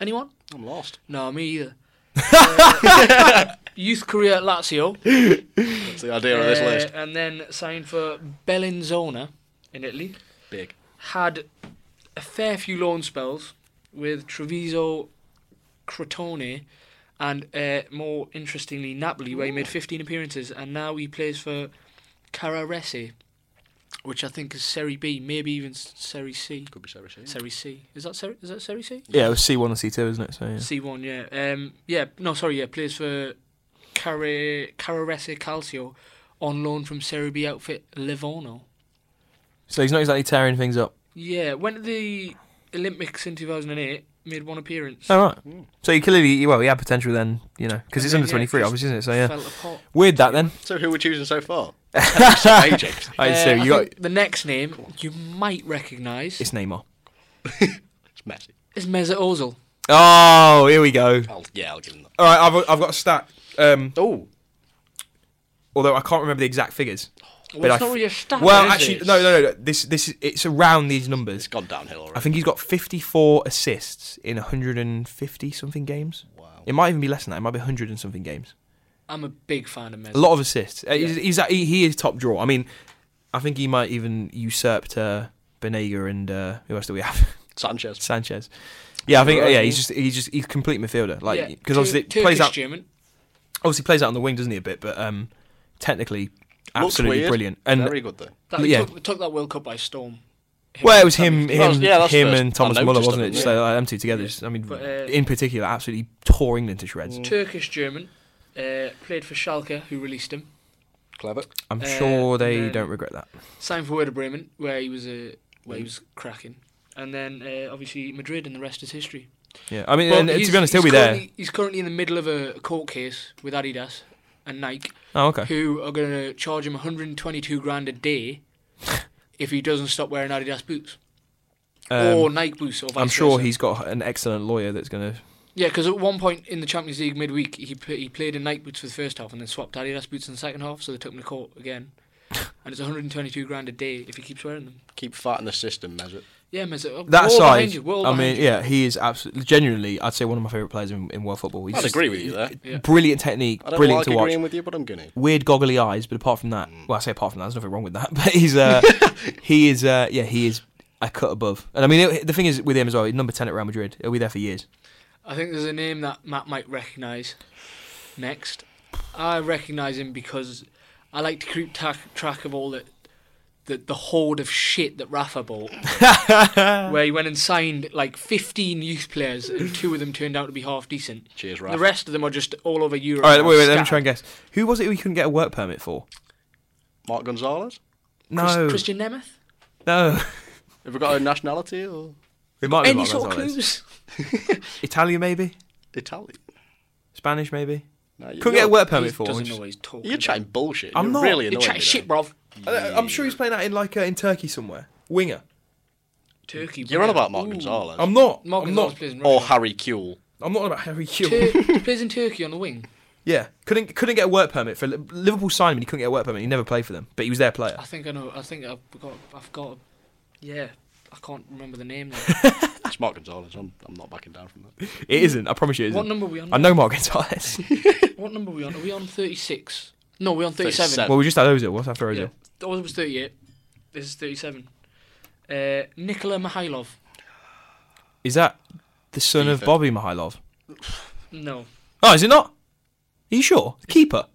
B: Anyone?
C: I'm lost.
B: No, me either. Uh, youth career at Lazio.
C: That's the idea of this
B: Uh,
C: list.
B: And then signed for Bellinzona in Italy.
C: Big.
B: Had a fair few loan spells with Treviso, Crotone, and uh, more interestingly, Napoli, where he made 15 appearances. And now he plays for Carrarese, which I think is Serie B, maybe even S- Serie C.
C: Could be Serie C.
B: Serie C. Is that Serie, is that Serie C?
A: yeah, it was C1 and C2, isn't it? So, yeah.
B: C1, yeah. Um, yeah, no, sorry, yeah, plays for Carre- Carrarese Calcio on loan from Serie B outfit Livorno.
A: so he's not exactly tearing things up.
B: Yeah, went to the Olympics in 2008, made one appearance.
A: All right. So he clearly, well, he had potential then, you know, because it's
B: Yeah,
A: under 23,
B: just
A: obviously, isn't it? So, yeah.
B: Fell apart.
A: Weird that then.
C: So who we're choosing so far? Hey, James.
A: All right,
B: Uh,
A: so
B: I
A: you got.
B: think the next name you might recognise
A: It's Neymar.
C: It's messy.
B: is Mesut Ozil.
A: Oh, here we go.
C: I'll, yeah, I'll give him that.
A: All right, I've, I've got a stat. Um,
C: Oh,
A: although I can't remember the exact figures.
B: Well,
A: But
B: it's
A: I
B: not
A: f-
B: really a stat.
A: Well,
B: is
A: actually,
B: it?
A: no, no, no. This, this is, it's around these numbers.
C: it's gone downhill already.
A: I think he's got 54 assists in 150 something games.
C: Wow.
A: It might even be less than that. It might be 100 and something games.
B: I'm a big fan of Mesut.
A: A lot of assists. Uh, He's, he's at- he, he is top draw. I mean, I think he might even usurp uh, Benega and uh, who else do we have?
C: Sanchez.
A: Sanchez. Yeah, I think
B: Right.
A: yeah, he's just he's just he's a complete midfielder. Like
B: Yeah,
A: because obviously
B: Tur-
A: it plays
B: Turkish
A: out
B: German.
A: obviously plays out on the wing, doesn't he a bit? But um, technically,
C: Looks
A: absolutely
C: weird.
A: brilliant. And
C: Very good though.
B: That, he
A: Yeah.
B: took, took that World Cup by storm.
A: Well, it was him, him,
C: Well, yeah, that's
A: him,
C: first.
A: and
C: I
A: Thomas
C: noticed
A: Muller, wasn't it?
C: that,
A: Just
B: yeah.
A: like, like, them two together. Just, I mean,
B: But, uh,
A: in particular, absolutely tore England to shreds.
B: Turkish German. Uh, played for Schalke, who released him.
C: Clever.
A: I'm
B: uh,
A: sure they
B: and then-
A: don't regret that.
B: Signed for Werder Bremen, where he was a where he
A: Mm.
B: was cracking, and then uh, obviously Madrid, and the rest is history.
A: Yeah, I mean,
B: Well,
A: and, uh,
B: he's-
A: to be honest, he'll be
B: he's
A: there.
B: currently- He's currently in the middle of a court case with Adidas and Nike,
A: Oh, okay.
B: who are going to charge him 122 grand a day if he doesn't stop wearing Adidas boots or
A: Um,
B: Nike boots. Or vice
A: I'm sure
B: versa.
A: he's got an excellent lawyer that's going to.
B: Yeah, because at one point in the Champions League midweek, he pl- he played in Nike boots for the first half and then swapped Adidas boots in the second half, so they took him to court again. and it's 122 grand a day if he keeps wearing them.
C: Keep fighting the system, measure.
B: Yeah, Mez, uh,
A: That
B: world
A: side,
B: behind you, world
A: I
B: behind
A: mean,
B: you.
A: yeah, he is absolutely, genuinely, I'd say one of my favourite players in, in world football. He's
C: I'd
A: just-
C: agree with you there.
B: Yeah.
A: Brilliant technique,
C: I don't
A: brilliant
C: like
A: to watch.
C: agreeing with you, but I'm gonna.
A: Weird goggly eyes, but apart from that,
B: Mm.
A: well, I say apart from that, there's nothing wrong with that. But he's, uh, he is, uh, yeah, he is a cut above. And I mean, it, the thing is with him as well, he's number ten at Real Madrid, he'll be there for years.
B: I think there's a name that Matt might recognise next. I recognise him because I like to keep tack, track of all the, the the hoard of shit that Rafa bought, where he went and signed like 15 youth players, and two of them turned out to be half decent.
C: Cheers,
B: The
C: Raf.
B: rest of them are just all over Europe.
A: All right, wait, wait, let me
B: Scattered.
A: try and guess. Who was it we couldn't get a work permit for?
C: Mark Gonzalez.
B: Chris-
A: No,
B: Christian Nemeth.
A: no.
C: Have we got a nationality or
A: It might be
B: Any
A: Mark
B: sort of
A: Gonzalez.
B: clues?
A: Italian, maybe.
C: Italian?
A: Spanish, maybe.
C: No, you-
A: Couldn't get a
C: you're-
A: work permit
B: He
A: for.
B: doesn't
A: him.
B: know what he's talking.
C: You're chatting bullshit.
A: I'm
C: you're
A: not.
C: Really
B: about.
C: annoying.
B: You're chatting
C: me
B: shit,
C: there.
B: bruv.
A: I- Uh, I'm sure he's playing that in like uh, in Turkey somewhere. Winger.
B: Turkey.
C: You're on
B: bruv.
C: about Mark
B: Ooh.
C: Gonzalez
A: I'm not.
B: Mark
A: I'm
B: Gonzalez
A: not.
B: plays in
C: or
B: Russia.
C: Harry Kewell.
A: I'm not on about Harry Kewell.
B: Tur- he plays in Turkey on the wing.
A: yeah, couldn't couldn't get a work permit for Li- Liverpool. Signed him, and he couldn't get a work permit. He never played for them, but he was their player.
B: I think I know. I think I've got. I've got. Yeah, I can't remember the name. now.
C: It's Mark Gonzalez. I'm, I'm not backing down from that.
A: It isn't. I promise you, it
B: what
A: isn't.
B: number are we on?
A: I know Mark Gonzalez.
B: What number are we on? Are we on thirty-six? No, we're on thirty-seven.
A: well, we just had Ozil. What's after Ozil?
B: Yeah. That was thirty-eight. This is thirty-seven. Uh, Nikola Mihailov.
A: Is that the son of
C: Ethan.
A: Bobby Mihailov?
B: No.
A: Oh, is it not? Are you sure? Keeper.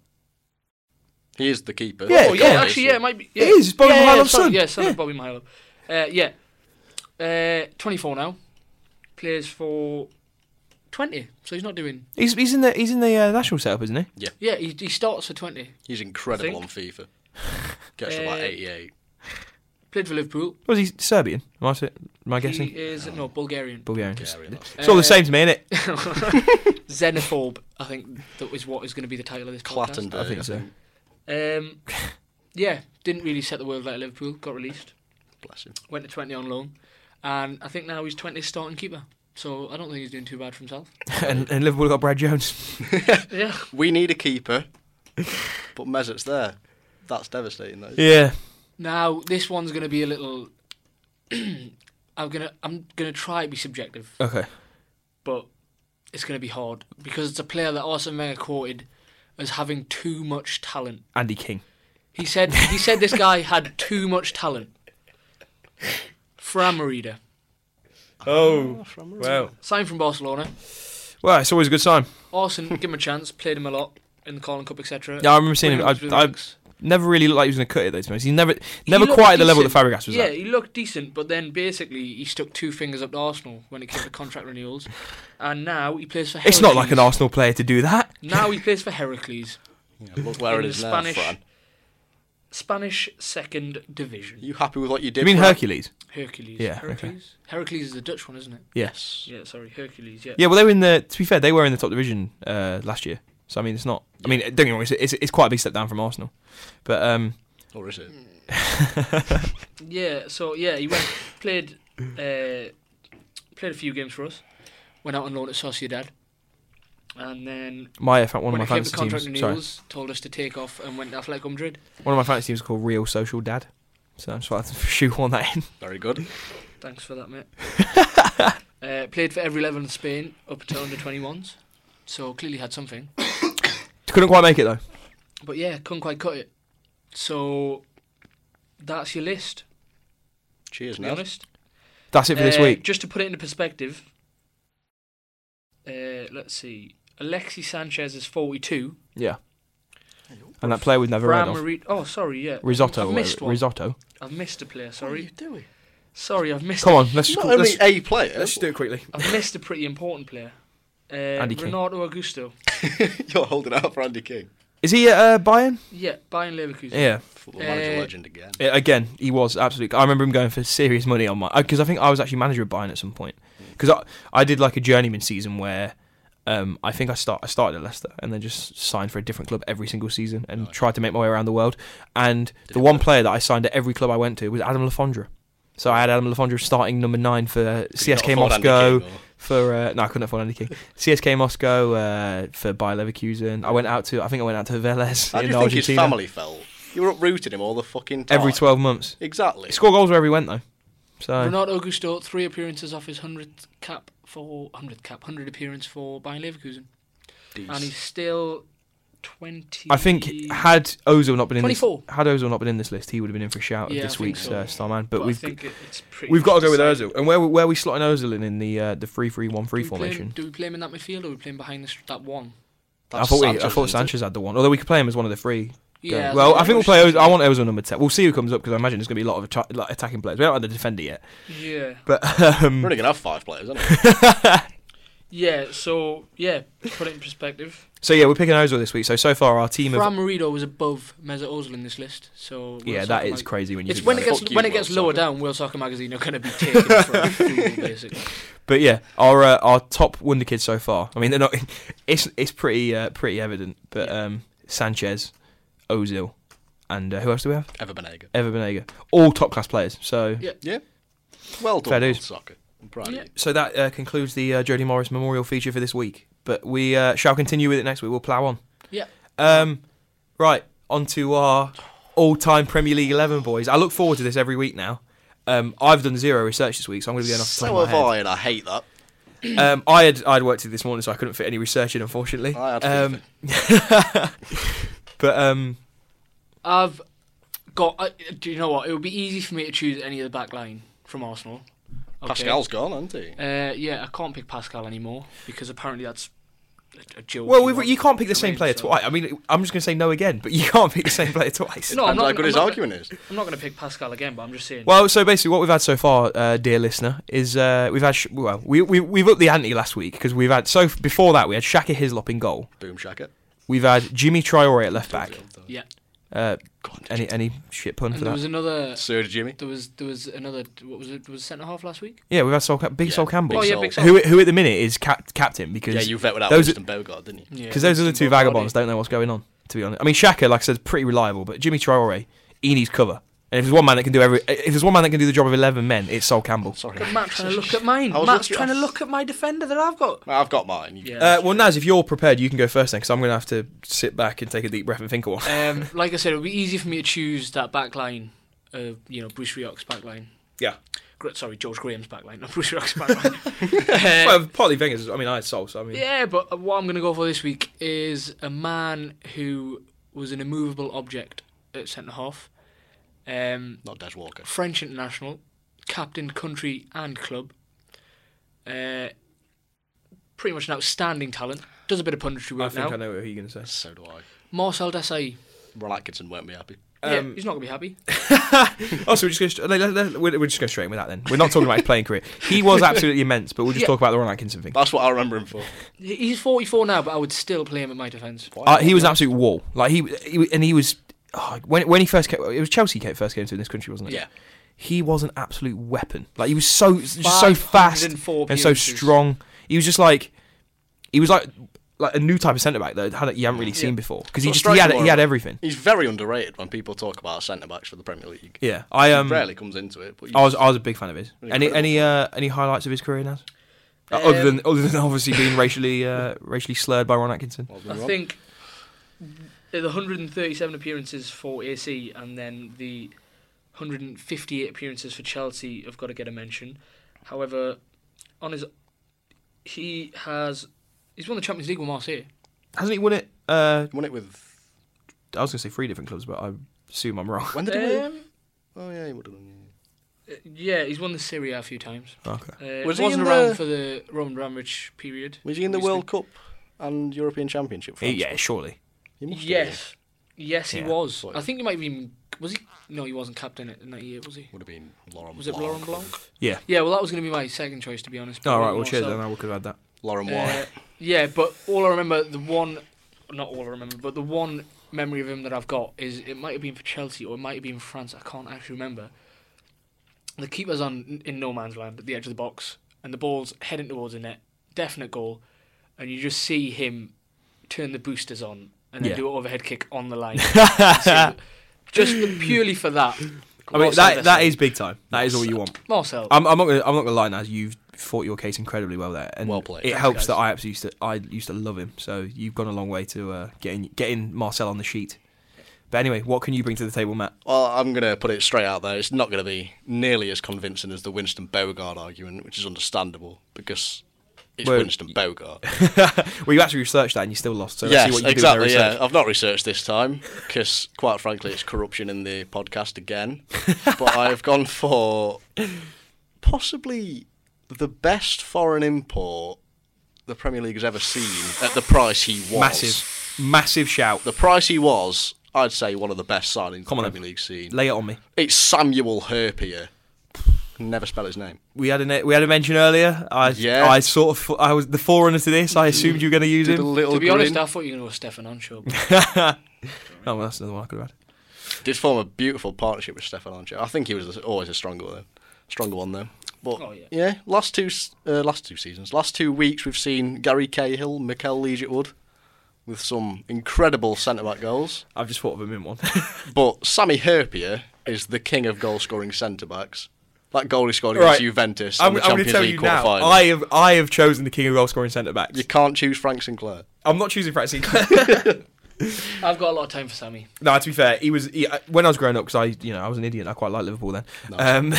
C: He is the keeper.
A: Yeah,
B: Oh yeah,
A: yeah.
B: actually, yeah, it might be. Yeah.
A: It is, it's Bobby
B: yeah, yeah,
A: Mihailov's
B: sorry,
A: son.
B: Yeah, son
A: Yeah.
B: of Bobby Mihailov. Uh, yeah. Uh, Twenty-four now. Plays for twenty, so he's not doing.
A: He's he's in the he's in the uh, national setup, isn't he?
B: Yeah, he, he starts for twenty.
C: He's incredible
B: Think.
C: on FIFA. Gets to like
B: Uh,
C: 88.
B: Played for Liverpool.
A: Was he Serbian? Am I, s- am I guessing?
B: He is no Bulgarian.
A: Bulgarian.
C: Gary, that's-
A: It's all
B: Uh,
A: the same to me, innit?
B: Xenophobe, I think that is what is going to be the title of this podcast.
C: Clattenburg.
A: I think so.
B: Um, yeah, didn't really set the world like Liverpool. Got released,
C: Bless him.
B: went to twenty on loan, and I think now he's twenty starting keeper. So I don't think he's doing too bad for himself.
A: and, and Liverpool got Brad Jones.
B: yeah,
C: We need a keeper, but Mezzet's there. That's devastating, though.
A: Yeah.
B: Now this one's gonna be a little. I'm gonna I'm gonna try to be subjective,
A: Okay.
B: but it's gonna be hard because it's a player that Arsene Wenger quoted as having too much talent.
A: Andy King.
B: He said he said this guy had too much talent. Fran Merida,
A: Oh.
C: From
A: Wow.
B: signed from Barcelona.
A: Well, it's always a good sign.
B: Arsene, give him a chance. Played him a lot in the Carling Cup, etc.
A: Yeah, I remember seeing him. I,
B: Williams with the
A: I
B: Lynx.
A: never really looked like he was going to cut it, though, to be honest. He never, never
B: He looked
A: quite at the level that
B: decent.
A: Fabregas was
B: Yeah,
A: at.
B: he looked decent, but then basically he stuck two fingers up to Arsenal when it came to contract renewals, and now he plays for. Heracles.
A: It's not like an Arsenal player to do that.
B: Now he plays for Heracles,
C: Yeah, look where
B: In
C: it
B: the
C: is now,
B: Spanish-
C: Fran.
B: Spanish second division.
C: You happy with what you did?
A: You mean
C: Fran?
A: Hercules?
B: Hercules.
A: Yeah, okay.
B: Heracles. Heracles is the Dutch one, isn't it?
A: Yes.
B: Yeah, sorry, Hercules. Yeah.
A: Yeah, well, they were in the, to be fair, they were in the top division uh, last year. So, I mean, it's not, I mean, don't get me wrong, it's, it's, it's quite a big step down from Arsenal. But, um,
C: Or is it?
B: Yeah. So yeah, he went played uh, played a few games for us. Went out on loan at Sociedad, and then
A: my, uh, fa- one of
B: when
A: my
B: it came to
A: fantasy
B: contract
A: teams, sorry,
B: renewals, told us to take off and went to Athletic Madrid.
A: one of my fantasy teams is called Real Social Dad. So I just wanted to shoehorn that in.
C: Very good.
B: Thanks for that, mate. uh, played for every level in Spain up to under 21s, so clearly had something.
A: Couldn't quite make it, though.
B: But yeah, couldn't quite cut it. So that's your list,
C: Cheers,
B: to be
C: Ned.
B: honest.
A: That's it for this
B: Uh,
A: week.
B: Just to put it into perspective, uh, let's see. Alexi Sanchez is 42.
A: Yeah. And that player we've never heard
B: Fran
A: of.
B: Mari- oh, sorry, yeah.
A: Risotto.
B: I've
A: or
B: missed
A: whatever.
B: one.
A: Risotto.
B: I've missed a player,
C: What are you
B: sorry.
C: doing?
B: Sorry, I've missed.
A: Come on, let's just
C: Not
A: let's,
C: only a player.
A: let's just do it quickly.
B: I've missed a pretty important player. Uh,
A: Andy King.
B: Renato Augusto.
C: You're holding out for Andy King.
A: Is he at uh, Bayern?
B: Yeah, Bayern Leverkusen.
A: Yeah.
C: Football manager
B: Uh,
C: legend again.
A: Yeah, Again, he was absolutely. I remember him going for serious money on my because I think I was actually manager of Bayern at some point
C: Hmm.
A: because I I did like a journeyman season where. Um, I think I start I started at Leicester and then just signed for a different club every single season and tried to make my way around the world. And the one player that I signed at every club I went to was Adam Lafondra. So I had Adam Lafondra starting number nine for
C: Could
A: CSK
C: not afford Andy
A: Moscow.
C: King, or-
A: for uh, no, I couldn't afford Andy King. CSK Moscow uh, for Bayer Leverkusen. I went out to I think I went out to Vélez
C: How do
A: in
C: you think
A: Argentina
C: his family felt? You were uprooting him all the fucking time.
A: every twelve months.
C: Exactly.
A: He scored goals wherever he went though. So
B: Renato Augusto, three appearances off his 100th cap for 100th cap, 100 appearance for Bayern Leverkusen, and he's still 20.
A: I think had Ozil not been in this,
B: 24.
A: had Ozil not been in this list, he would have been in for a shout
B: Yeah,
A: of
B: I
A: this
B: think
A: week's
B: so.
A: uh, star man. But,
B: I
A: we've
B: think it, it's pretty
A: we've got to go with
B: decided.
A: Ozil. And where we- where are we slotting Ozil in in the uh, the three three one
B: Do we
A: three
B: play him-
A: formation?
B: do we play him in that midfield or are we play him behind the, str- that one?
A: I thought we, I thought Sanchez had the one, although we could play him as one of the three. Go.
B: Yeah.
A: well, I think we'll play. Ozil, I
B: Yeah.
A: want Ozil number ten. We'll see who comes up because I imagine there's going to be a lot of atta- like, attacking players. We haven't had a defender yet,
B: Yeah.
A: but um,
C: We're only gonna have five players, aren't we?
B: Yeah. So yeah, put it in perspective.
A: So yeah, we're picking Ozil this week. So so far our team of
B: Fran Marino was above Meza Ozil in this list, so World
A: yeah, that
B: Soccer
A: is
B: Mag-
A: crazy when you.
B: It's
A: think
B: when it
A: about
C: Fuck
B: gets
C: you,
B: when it
C: World
B: gets lower
C: Soccer.
B: down, World Soccer magazine are going to be taken for fool, basically.
A: But yeah, our uh, our top wonder kids so far. I mean, they're not. It's it's pretty uh, pretty evident. But um, Sanchez, Ozil, and uh, who else do we have?
C: Ever Benega.
A: Ever Benega. All top class players. So
B: Yeah.
C: Yeah. Well done,
A: Fair
C: World
A: dues.
C: soccer. I'm proud
B: Yeah.
C: of you.
A: so that uh, concludes the uh, Jody Morris Memorial feature for this week. But we uh, shall continue with it next week. We'll plough on.
B: Yeah.
A: Um, right, on to our all-time Premier League eleven boys. I look forward to this every week now. Um, I've done zero research this week, so I'm going to be going off the top of my
C: So
A: head.
C: have I, and I hate that.
A: Um, I had I'd worked it this morning, so I couldn't fit any research in, unfortunately.
C: I had
A: um, but um,
B: I've got. I, do you know what? It would be easy for me to choose any of the back line from Arsenal. Okay.
C: Pascal's gone, hasn't he?
B: Uh, yeah, I can't pick Pascal anymore because apparently that's a, a joke.
A: well,
B: want
A: we've, you can't pick the
B: to
A: same
B: win,
A: player
B: so-
A: twice. I mean, I'm just going to say no again, but you can't pick the same player twice.
B: No, I'm
C: Depends
B: not.
C: how good
B: I'm
C: his
B: not gonna-
C: argument is.
B: I'm not going to pick Pascal again, but I'm just saying.
A: Well, so basically, what we've had so far, uh, dear listener, is uh, we've had sh- well, we, we we've upped the ante last week because we've had so before that we had Shaka Hislop in goal,
C: Boom Shaka.
A: we've had Jimmy Traore at left back.
B: yeah.
A: Uh,
C: God,
A: any any shit pun
B: And
A: for
B: there
A: that?
B: was another.
C: Sir Jimmy.
B: There was there was another. What was it? Was centre half last week?
A: Yeah, we've had Sol, Ca- Big
C: Yeah,
A: Sol Campbell,
B: Oh yeah,
C: Sol.
B: big Sol.
A: who who at the minute is cap- captain because
C: Yeah, you vet without
A: those-
C: Winston Bogart, didn't you?
B: Yeah,
A: Because those are the
B: Winston
A: two
B: Bogart.
A: vagabonds don't know what's going on, to be honest. I mean, Shaka, like I said, is pretty reliable, but Jimmy Traore, he needs cover. And if there's one man that can do every, if there's one man that can do the job of eleven men, it's Sol Campbell.
C: Sorry.
B: Look at Matt trying to look at mine.
C: I was
B: Matt's
C: looking-
B: trying to look at my defender that I've got.
C: I've got mine. You-
B: Yeah.
A: Uh, well, Naz, if you're prepared, you can go first then, because I'm going to have to sit back and take a deep breath and think of one.
B: Um, like I said, it would be easy for me to choose that back line, uh, you know, Bruce Rioch's back line.
A: Yeah.
B: Gr- sorry, George Graham's back line, not Bruce Rioch's back line. Uh,
A: Well, partly Wenger's. I mean, I had Sol, so I mean,
B: yeah, but what I'm going to go for this week is a man who was an immovable object at centre half, um,
C: Not Des Walker.
B: French international, captain country and club. Uh, pretty much an outstanding talent. Does a bit of punditry
A: I
B: work
A: think
B: now.
A: I know what you're going to say.
C: So do I.
B: Marcel Desailly.
C: Ron Atkinson won't be happy.
A: Um,
B: Yeah, he's not going to be happy.
A: Oh, so we're just going. St- let- let- let- we'll we'll just go straight in with that then. We're not talking about his playing career. He was absolutely immense, but we'll just
B: Yeah.
A: talk about the Ron Atkinson thing.
C: That's what I remember him for.
B: He- He's 44 now, but I would still play him in my defence.
A: Uh, he was an absolute wall. Like he, he and he was oh, when when he first came. It was Chelsea came, first came to this country, wasn't it?
C: Yeah.
A: He was an absolute weapon. Like he was so just so fast
B: 504
A: and so
B: appearances.
A: strong. He was just like he was like like a new type of centre back that had, you haven't really seen before because he
C: Sort
A: just
C: of
A: he had
C: striker
A: he had
C: more.
A: everything.
C: He's very underrated when people talk about centre backs for the Premier League.
A: Yeah, I um
C: Rarely comes into it, but
A: I was I was a big fan of his.
C: Really Um,
A: Any
C: incredible.
A: any uh, any highlights of his career now? Uh, other than other than obviously being racially uh, racially slurred by Ron Atkinson.
C: I
B: I think the 137 appearances for AC and then the 158 appearances for Chelsea have got to get a mention. However, on his he has he's won the Champions League with Marseille.
A: Hasn't he won it? Uh,
C: won it with.
A: I was gonna say three different clubs, but I assume I'm wrong.
C: When did he win?
B: Um,
C: Oh yeah, he would have won.
B: yeah, he's won the Serie A a few times.
A: Okay.
B: Uh, was
C: Was he
B: wasn't
C: in
B: around
C: the-
B: for the Roman Ramage period.
C: Was he in the
B: Obviously.
C: World Cup and European Championship? for
A: He-
C: Arsenal?
A: yeah, surely.
C: He must have been.
B: Yes. Yes, he
A: Yeah.
B: was.
C: Like-
B: I think he might have even was he? No, he wasn't captain at '98, was he?
C: Would have been Laurent
B: Was it
C: Blanc.
B: Laurent Blanc?
A: Yeah.
B: Yeah, well, that was going to be my second choice, to be honest. but
A: All
B: we
A: right.
B: didn't
A: Well,
B: know,
A: cheers.
B: so-
A: Then I could have had that.
C: Laurent
B: Uh,
C: White.
B: yeah, but all I remember, the one, not all I remember, but the one memory of him that I've got is it might have been for Chelsea or it might have been France. I can't actually remember. The keeper's on in no man's land at the edge of the box, and the ball's heading towards the net, definite goal, and you just see him turn the boosters on and then
A: Yeah.
B: do an overhead kick on the line. So, just purely for that.
A: I mean,
B: Marcel
A: that that
B: Desailly.
A: is big time. That is all you want.
B: Marcel.
A: I'm, I'm not gonna I'm not gonna lie, Naz. You've fought your case incredibly well there, and
C: Well played.
A: it
C: Thanks,
A: helps
B: guys.
A: that I absolutely used to I used to love him. So you've gone a long way to uh, getting getting Marcel on the sheet. But anyway, what can you bring to the table, Matt?
C: Well, I'm going to put it straight out there. It's not going to be nearly as convincing as the Winston Beauregard argument, which is understandable because it's
A: Well,
C: Winston Beauregard.
A: Well, you actually researched that and you still lost. So let's see
C: yes,
A: what you
C: exactly.
A: Do with
C: Yeah, I've not researched this time because, quite frankly, it's corruption in the podcast again. but I have gone for possibly the best foreign import the Premier League has ever seen at the price he was.
A: Massive, massive shout.
C: The price he was, I'd say, one of the best signings
A: Come
C: the
A: on then.
C: Premier League's seen.
A: Lay it on me.
C: It's Samuel Herpier. Can Never spell his name.
A: We had a we had a mention earlier. I
C: Yeah.
A: I sort of I was the forerunner to this. I assumed you were going to use
C: Did a
A: him.
C: little
B: to be
C: grin.
B: honest, I thought you were going to go Stefan Onshaw. but
A: Oh, well, that's another one I could have had.
C: did form a beautiful partnership with Stefan Ancho. I think he was always a stronger one, stronger one though. But
B: Oh, yeah.
C: yeah. last two s- uh, last two seasons, last two weeks, we've seen Gary Cahill, Mikel Legitwood, with some incredible centre back goals.
A: I've just thought of him in one.
C: But Sammy Herpier is the king of goal scoring centre backs. That goal he scored
A: Right.
C: against Juventus in
A: I'm,
C: the
A: I'm going
C: Champions
A: to tell
C: League
A: you now.
C: quarter-final.
A: I have I have chosen the king of goal scoring centre backs.
C: You can't choose Frank Sinclair.
A: I'm not choosing Frank Sinclair.
B: I've got a lot of time for Sammy.
A: No, to be fair, he was he, uh, when I was growing up because I, you know, I was an idiot. I quite liked Liverpool then. Um,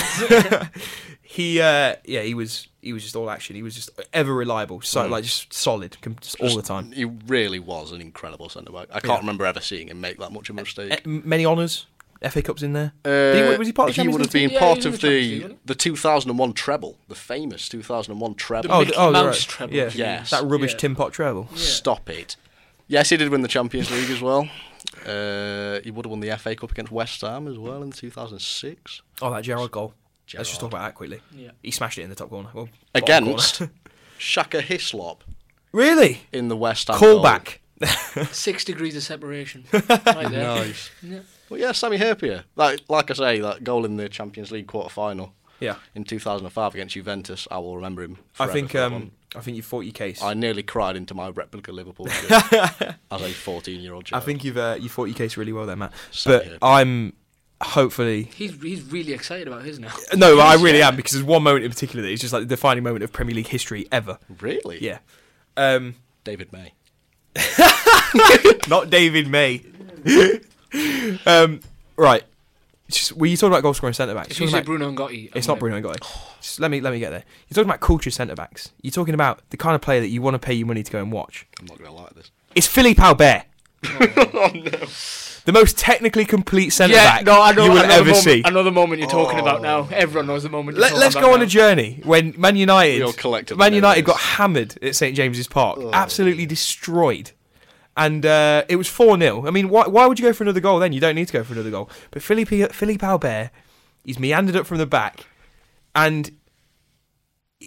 A: he, uh, yeah, he was he was just all action. He was just ever reliable, so like just solid com- just all the time.
C: He really was an incredible centre back. I can't remember ever seeing him make that much of a mistake.
A: Eh, m- mmany honours, FA Cups in there.
C: Uh,
A: Did he- was he part of the Champions
C: would have
A: League
C: been
B: team? Yeah,
C: part
B: he was in
C: of
B: the Champions
C: the
B: League, wasn't
C: the 2001 treble, the famous 2001 treble.
B: The
A: Oh,
B: Mickey
A: th- oh,
B: Mouse
A: right.
B: treble,
A: Yeah,
B: do
C: you mean?
A: that rubbish
B: Yeah.
A: Tim Pot treble.
B: Yeah.
C: Stop it. Yes, he did win the Champions League as well. Uh, he would have won the FA Cup against West Ham as well in 2006.
A: Oh, that Gerard goal. Let's just
C: Gerrard.
A: talk about that quickly.
B: Yeah.
A: He smashed it in the top corner. Well, bottom
C: Against
A: corner.
C: Shaka Hislop
A: really
C: in the West Ham goal.
A: callback.
B: Six degrees of separation. Right there.
C: Nice.
B: Yeah.
C: Well, yeah, Sammy Herpier. Like, like I say, that goal in the Champions League quarter final
A: Yeah,
C: in 2005 against Juventus, I will remember him.
A: I
C: forever
A: think
C: for that one.
A: um, I think you fought your case.
C: I nearly cried into my replica Liverpool shirt as a 14 year old.
A: I think you've uh, you fought your case really well there, Matt.
C: Sat
A: But
C: here.
A: I'm hopefully
B: He's he's really excited about his now. uh,
A: no, I really am because there's one moment in particular that is just like the defining moment of Premier League history ever.
C: Really?
A: Yeah, um,
C: David May.
A: not David May. um, right, It's just, were you talking about goal scoring centre backs?
B: If you say Bruno Gotti,
A: It's not Bruno Gotti. Just let me let me get there. You're talking about culture centre backs. You're talking about the kind of player that you want to pay your money to go and watch.
C: I'm not going to like this.
A: It's Philippe Albert. The most technically complete centre
B: Oh, Yeah,
A: back
B: no, I know.
A: you will
B: another
A: ever
B: moment,
A: see. Oh.
B: Another moment you're talking about now. Everyone knows the moment. You're
A: Let,
B: talking
A: let's
B: about
A: go on
B: now.
A: a journey when Man United,
C: We all collectively
A: Man
C: know
A: United
C: this.
A: got hammered at St James's Park,
B: Oh,
A: absolutely destroyed, and uh, it was four 0 I mean, why, why would you go for another goal then? You don't need to go for another goal. But Philippe Philippe Albert, he's meandered up from the back, and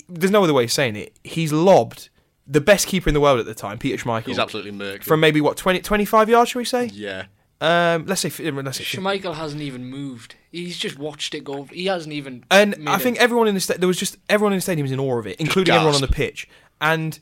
A: there's no other way of saying it. He's lobbed the best keeper in the world at the time, Peter Schmeichel,
C: He's absolutely murked.
A: from maybe what 20, 25 yards, shall we say?
C: yeah.
A: Um, let's say fi- let's say fif-
B: Schmeichel hasn't even moved. He's just watched it go. He hasn't even.
A: And
B: made
A: I
B: a-
A: think everyone in the sta- there was just everyone in the stadium was in awe of it, including everyone on the
C: gasped.
A: pitch. And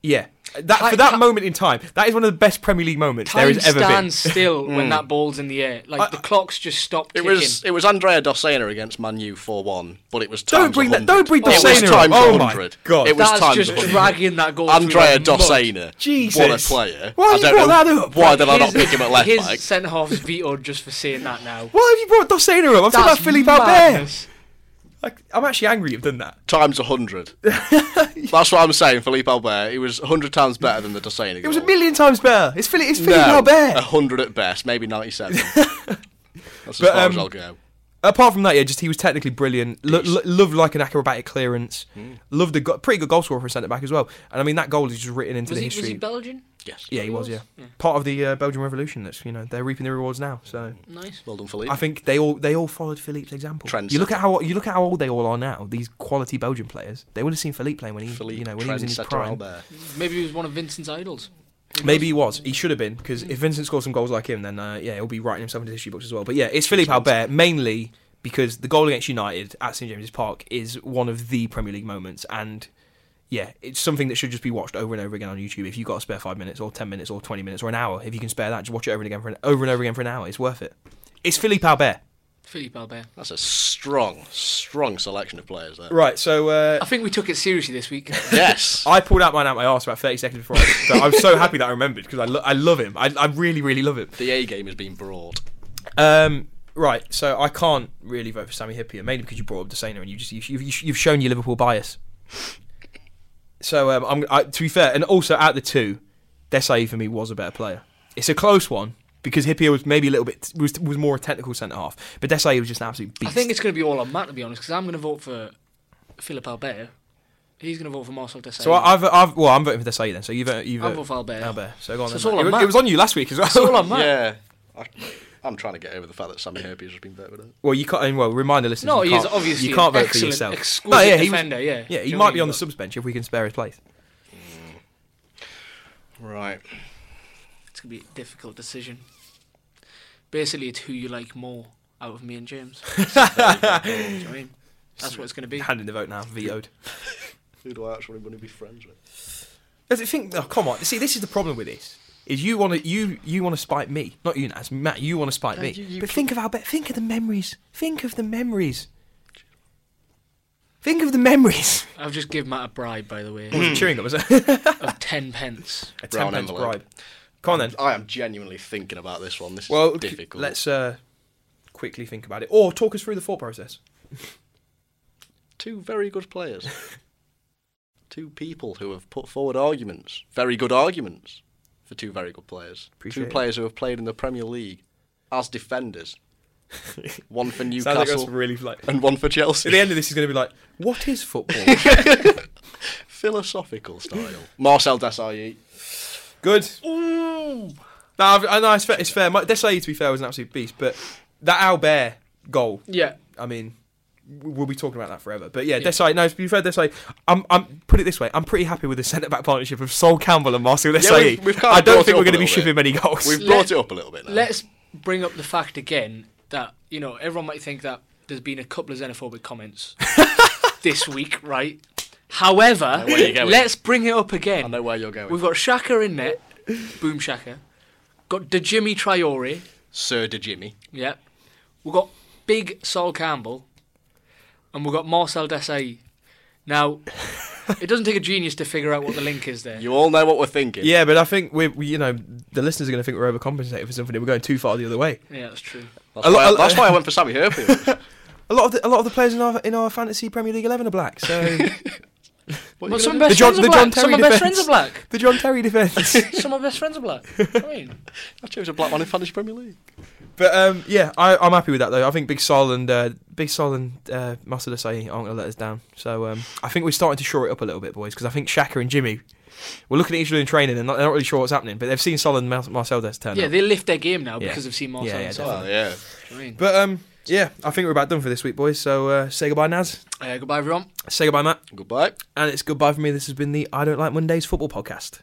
A: yeah, that
B: Ti-
A: for that
B: ti-
A: moment in time, that is one of the best Premier League moments
B: time
A: there has ever been.
B: stands still when that ball's in the air. Like the clock's just stopped.
C: Hmm. It
B: ticking.
C: was it was Andrea Dossena against Manu 4 1, but it was times
A: Don't bring that.
C: 100.
A: Don't bring
C: It was
A: Dossena. up.
C: times
A: Oh
C: 100.
A: my god!
C: It was
B: That's
C: times
B: just
C: 100.
B: dragging that goal.
C: Andrea
B: through the mud.
C: Dossena.
A: Jesus.
C: What a player.
A: Why
C: I
A: have you
C: don't know
A: brought that up?
C: why did I not
B: His-
C: pick him at left
B: his
C: back.
B: centre half's vetoed just for saying that now.
A: Why have you brought Dossena up? I'm talking about
B: That's
A: Philippe Albert.
B: madness.
A: Like, I'm actually angry you've done that.
C: Times 100. That's what I'm saying, Philippe Albert. He was 100 times better than the Dossena.
A: It was
B: Oh.
A: a million times better. It's Philippe, it's Philippe
C: no,
A: Albert.
C: 100 at best, maybe 97. That's as
A: But,
C: far as
A: um,
C: I'll go.
A: Apart from that, yeah, just he was technically brilliant. Lo- lo- loved like an acrobatic
B: Hmm.
A: clearance. Loved a go- pretty good goal scorer for a centre back as well. And I mean that goal is just written into
B: Was
A: the
B: he, was
A: history.
B: he Belgian?
C: Yes.
A: Yeah, he was. Yeah,
B: Yeah.
A: part of the uh, Belgian Revolution. That's you know they're reaping the rewards now. So
B: Nice.
C: Well done, Philippe.
A: I think they all they all followed Philippe's example.
C: Trendsetter.
A: You look at how you look at how old they all are now. These quality Belgian players. They would have seen Philippe playing when he
C: Philippe
A: you know when he was in his
C: trendsetter
A: prime.
C: Albert.
B: Maybe he was one of Vincent's idols.
A: Maybe he was. He should have been because if Vincent scores some goals like him, then uh, yeah, he'll be writing himself into history books as well. But yeah, it's Philippe Albert mainly because the goal against United at St James's Park is one of the Premier League moments, and yeah, it's something that should just be watched over and over again on YouTube. If you've got a spare five minutes or ten minutes or twenty minutes or an hour, if you can spare that, just watch it over and again for an, over and over again for an hour. It's worth it. It's Philippe Albert.
B: Philippe Albert.
C: That's a strong, strong selection of players there.
A: Right. So uh,
B: I think we took it seriously this week.
C: Yes.
A: I pulled out mine out my arse about thirty seconds before. I, so I'm so happy that I remembered because I, lo- I love him. I, I really really love him.
C: the A game has been brought.
A: Um, right, so I can't really vote for Sammy Hippier, mainly because you brought up Desena and you just you've, you've, you've shown your Liverpool bias. So um, I'm I, to be fair, and also out of the two, Desai for me was a better player. It's a close one because Hippier was maybe a little bit was was more a technical centre half, but Desai was just an absolute
B: I
A: beast.
B: think it's going to be all on Matt, to be honest, because I'm going to vote for Philippe Albert. He's going to vote for Marcel Desailly.
A: so I, I've, I've well I'm voting for Desai then. So you vote you
B: I'll
A: vote
B: vote for Albert.
A: uh, Albert. So go on.
B: So
A: then,
B: it's all
A: mate.
B: on
A: it, was,
B: Matt.
A: it was on you last week as well.
B: It's all on Matt.
C: Yeah. I, I'm trying to get over the fact that Sammy Herpes has been better with it.
A: well, you can't. Well, remind the listeners.
B: No,
A: you
B: he is
A: can't-
B: obviously
A: you can't
B: an
A: vote for
B: excellent,
A: yourself.
B: exquisite
A: No, yeah, he was-
B: defender, yeah.
A: Yeah,
B: Do
A: he
B: you know what I
A: might be
B: mean?
A: on the subs bench if we can spare his place.
C: Right.
B: It's going to be a difficult decision. Basically, it's who you like more out of me and James. Do you know what I mean? That's what it's going to be.
A: Handing the vote now, vetoed.
C: Who do I actually want to be friends with?
A: Does it think? Oh, come on. See, this is the problem with this. Is you want to you you want to spite me, not you, Naz, Matt. You want to spite
C: No,
A: me.
C: you- you
A: but
C: pl-
A: think of how. be- Think of the memories. Think of the memories. Think of the memories.
B: I've just given Matt a bribe, by the way,
A: Wasn't chewing up, was it?
B: of 10 pence.
A: A ten
C: Brown
A: pence
C: envelope.
A: bribe. Come on then.
C: I am genuinely thinking about this one. This
A: Well,
C: is
A: c-
C: difficult.
A: let's uh, quickly think about it, or talk us through the thought process.
C: Two very good players. two people who have put forward arguments, very good arguments, for two very good players.
A: Appreciate
C: two
A: it.
C: players who have played in the Premier League as defenders. one for
A: Sounds like that's
C: Newcastle
A: really like.
C: and one for
A: At the
C: Chelsea.
A: end of this, is going to be like, what is football?
C: Philosophical style. Marcel Desailly.
A: Good.
B: Ooh!
A: No, I've- I know it's fair. It's fair. My- Desailly, to be fair, was an absolute beast, but that Albert goal
B: Yeah.
A: I mean, w- we'll be talking about that forever. But yeah,
B: Yeah.
A: Desai. No, to be fair, Desai. I'm. I'm. Put it this way. I'm pretty happy with the centre back partnership of Sol Campbell and Marcel Desai.
C: we've- we've kind
A: I
C: of
A: don't
C: brought
A: think
C: it
A: we're
C: up
A: going to
C: a
A: be
C: little
A: shipping many goals.
C: We've
B: Let-
C: brought it up a little bit now.
B: Let's bring up the fact again that, you know, everyone might think that there's been a couple of xenophobic comments this week, right? However,
C: where you going.
B: let's bring it up
C: I
B: again.
C: know where you're going.
B: We've got Shaka in net, Boom Shaka. Got De Jimmy Traore,
C: Sir De Jimmy.
B: yeah. We've got Big Sol Campbell, and we've got Marcel Desailly. Now, it doesn't take a genius to figure out what the link is there.
C: You all know what we're thinking.
A: yeah, but I think we're. We, you know, the listeners are going to think we're overcompensating for something. and We're going too far the other way.
B: Yeah, that's true.
C: That's,
A: A lo-
C: why,
A: a lo-
C: that's why I went for Sammy Herpy.
A: A lot of the, a lot of the players in our in our fantasy Premier League eleven are black. So
C: What
B: Well,
C: are you
B: some
C: gonna
A: The
B: best
A: John-
B: friends are
A: the John
B: black. Some
A: Terry
B: of my best
A: defence.
B: friends are black.
A: the John Terry defence.
B: Some of my best friends are black. I mean,
C: do? I chose a black man in Fantasy Premier League.
A: But um, yeah, I, I'm happy with that though. I think Big Sol and uh, Big Sol and uh, Masada Sayi aren't going to let us down. So um, I think we're starting to shore it up a little bit, boys, because I think Shaka and Jimmy we're looking at each other in training and not, they're not really sure what's happening. But they've seen Sol and Mar- Marcel Des turn
B: yeah,
A: up.
B: they lift their game now
A: Yeah.
B: because they've seen Marcel
A: Yeah, yeah,
B: and Sol.
C: Well, Oh, yeah.
B: I mean,
A: But um, yeah, I think we're about done for this week, boys. So uh, say goodbye, Naz.
B: uh, goodbye, everyone.
A: Say goodbye, Matt.
C: Goodbye.
A: And it's goodbye for me. This has been the I Don't Like Mondays football podcast.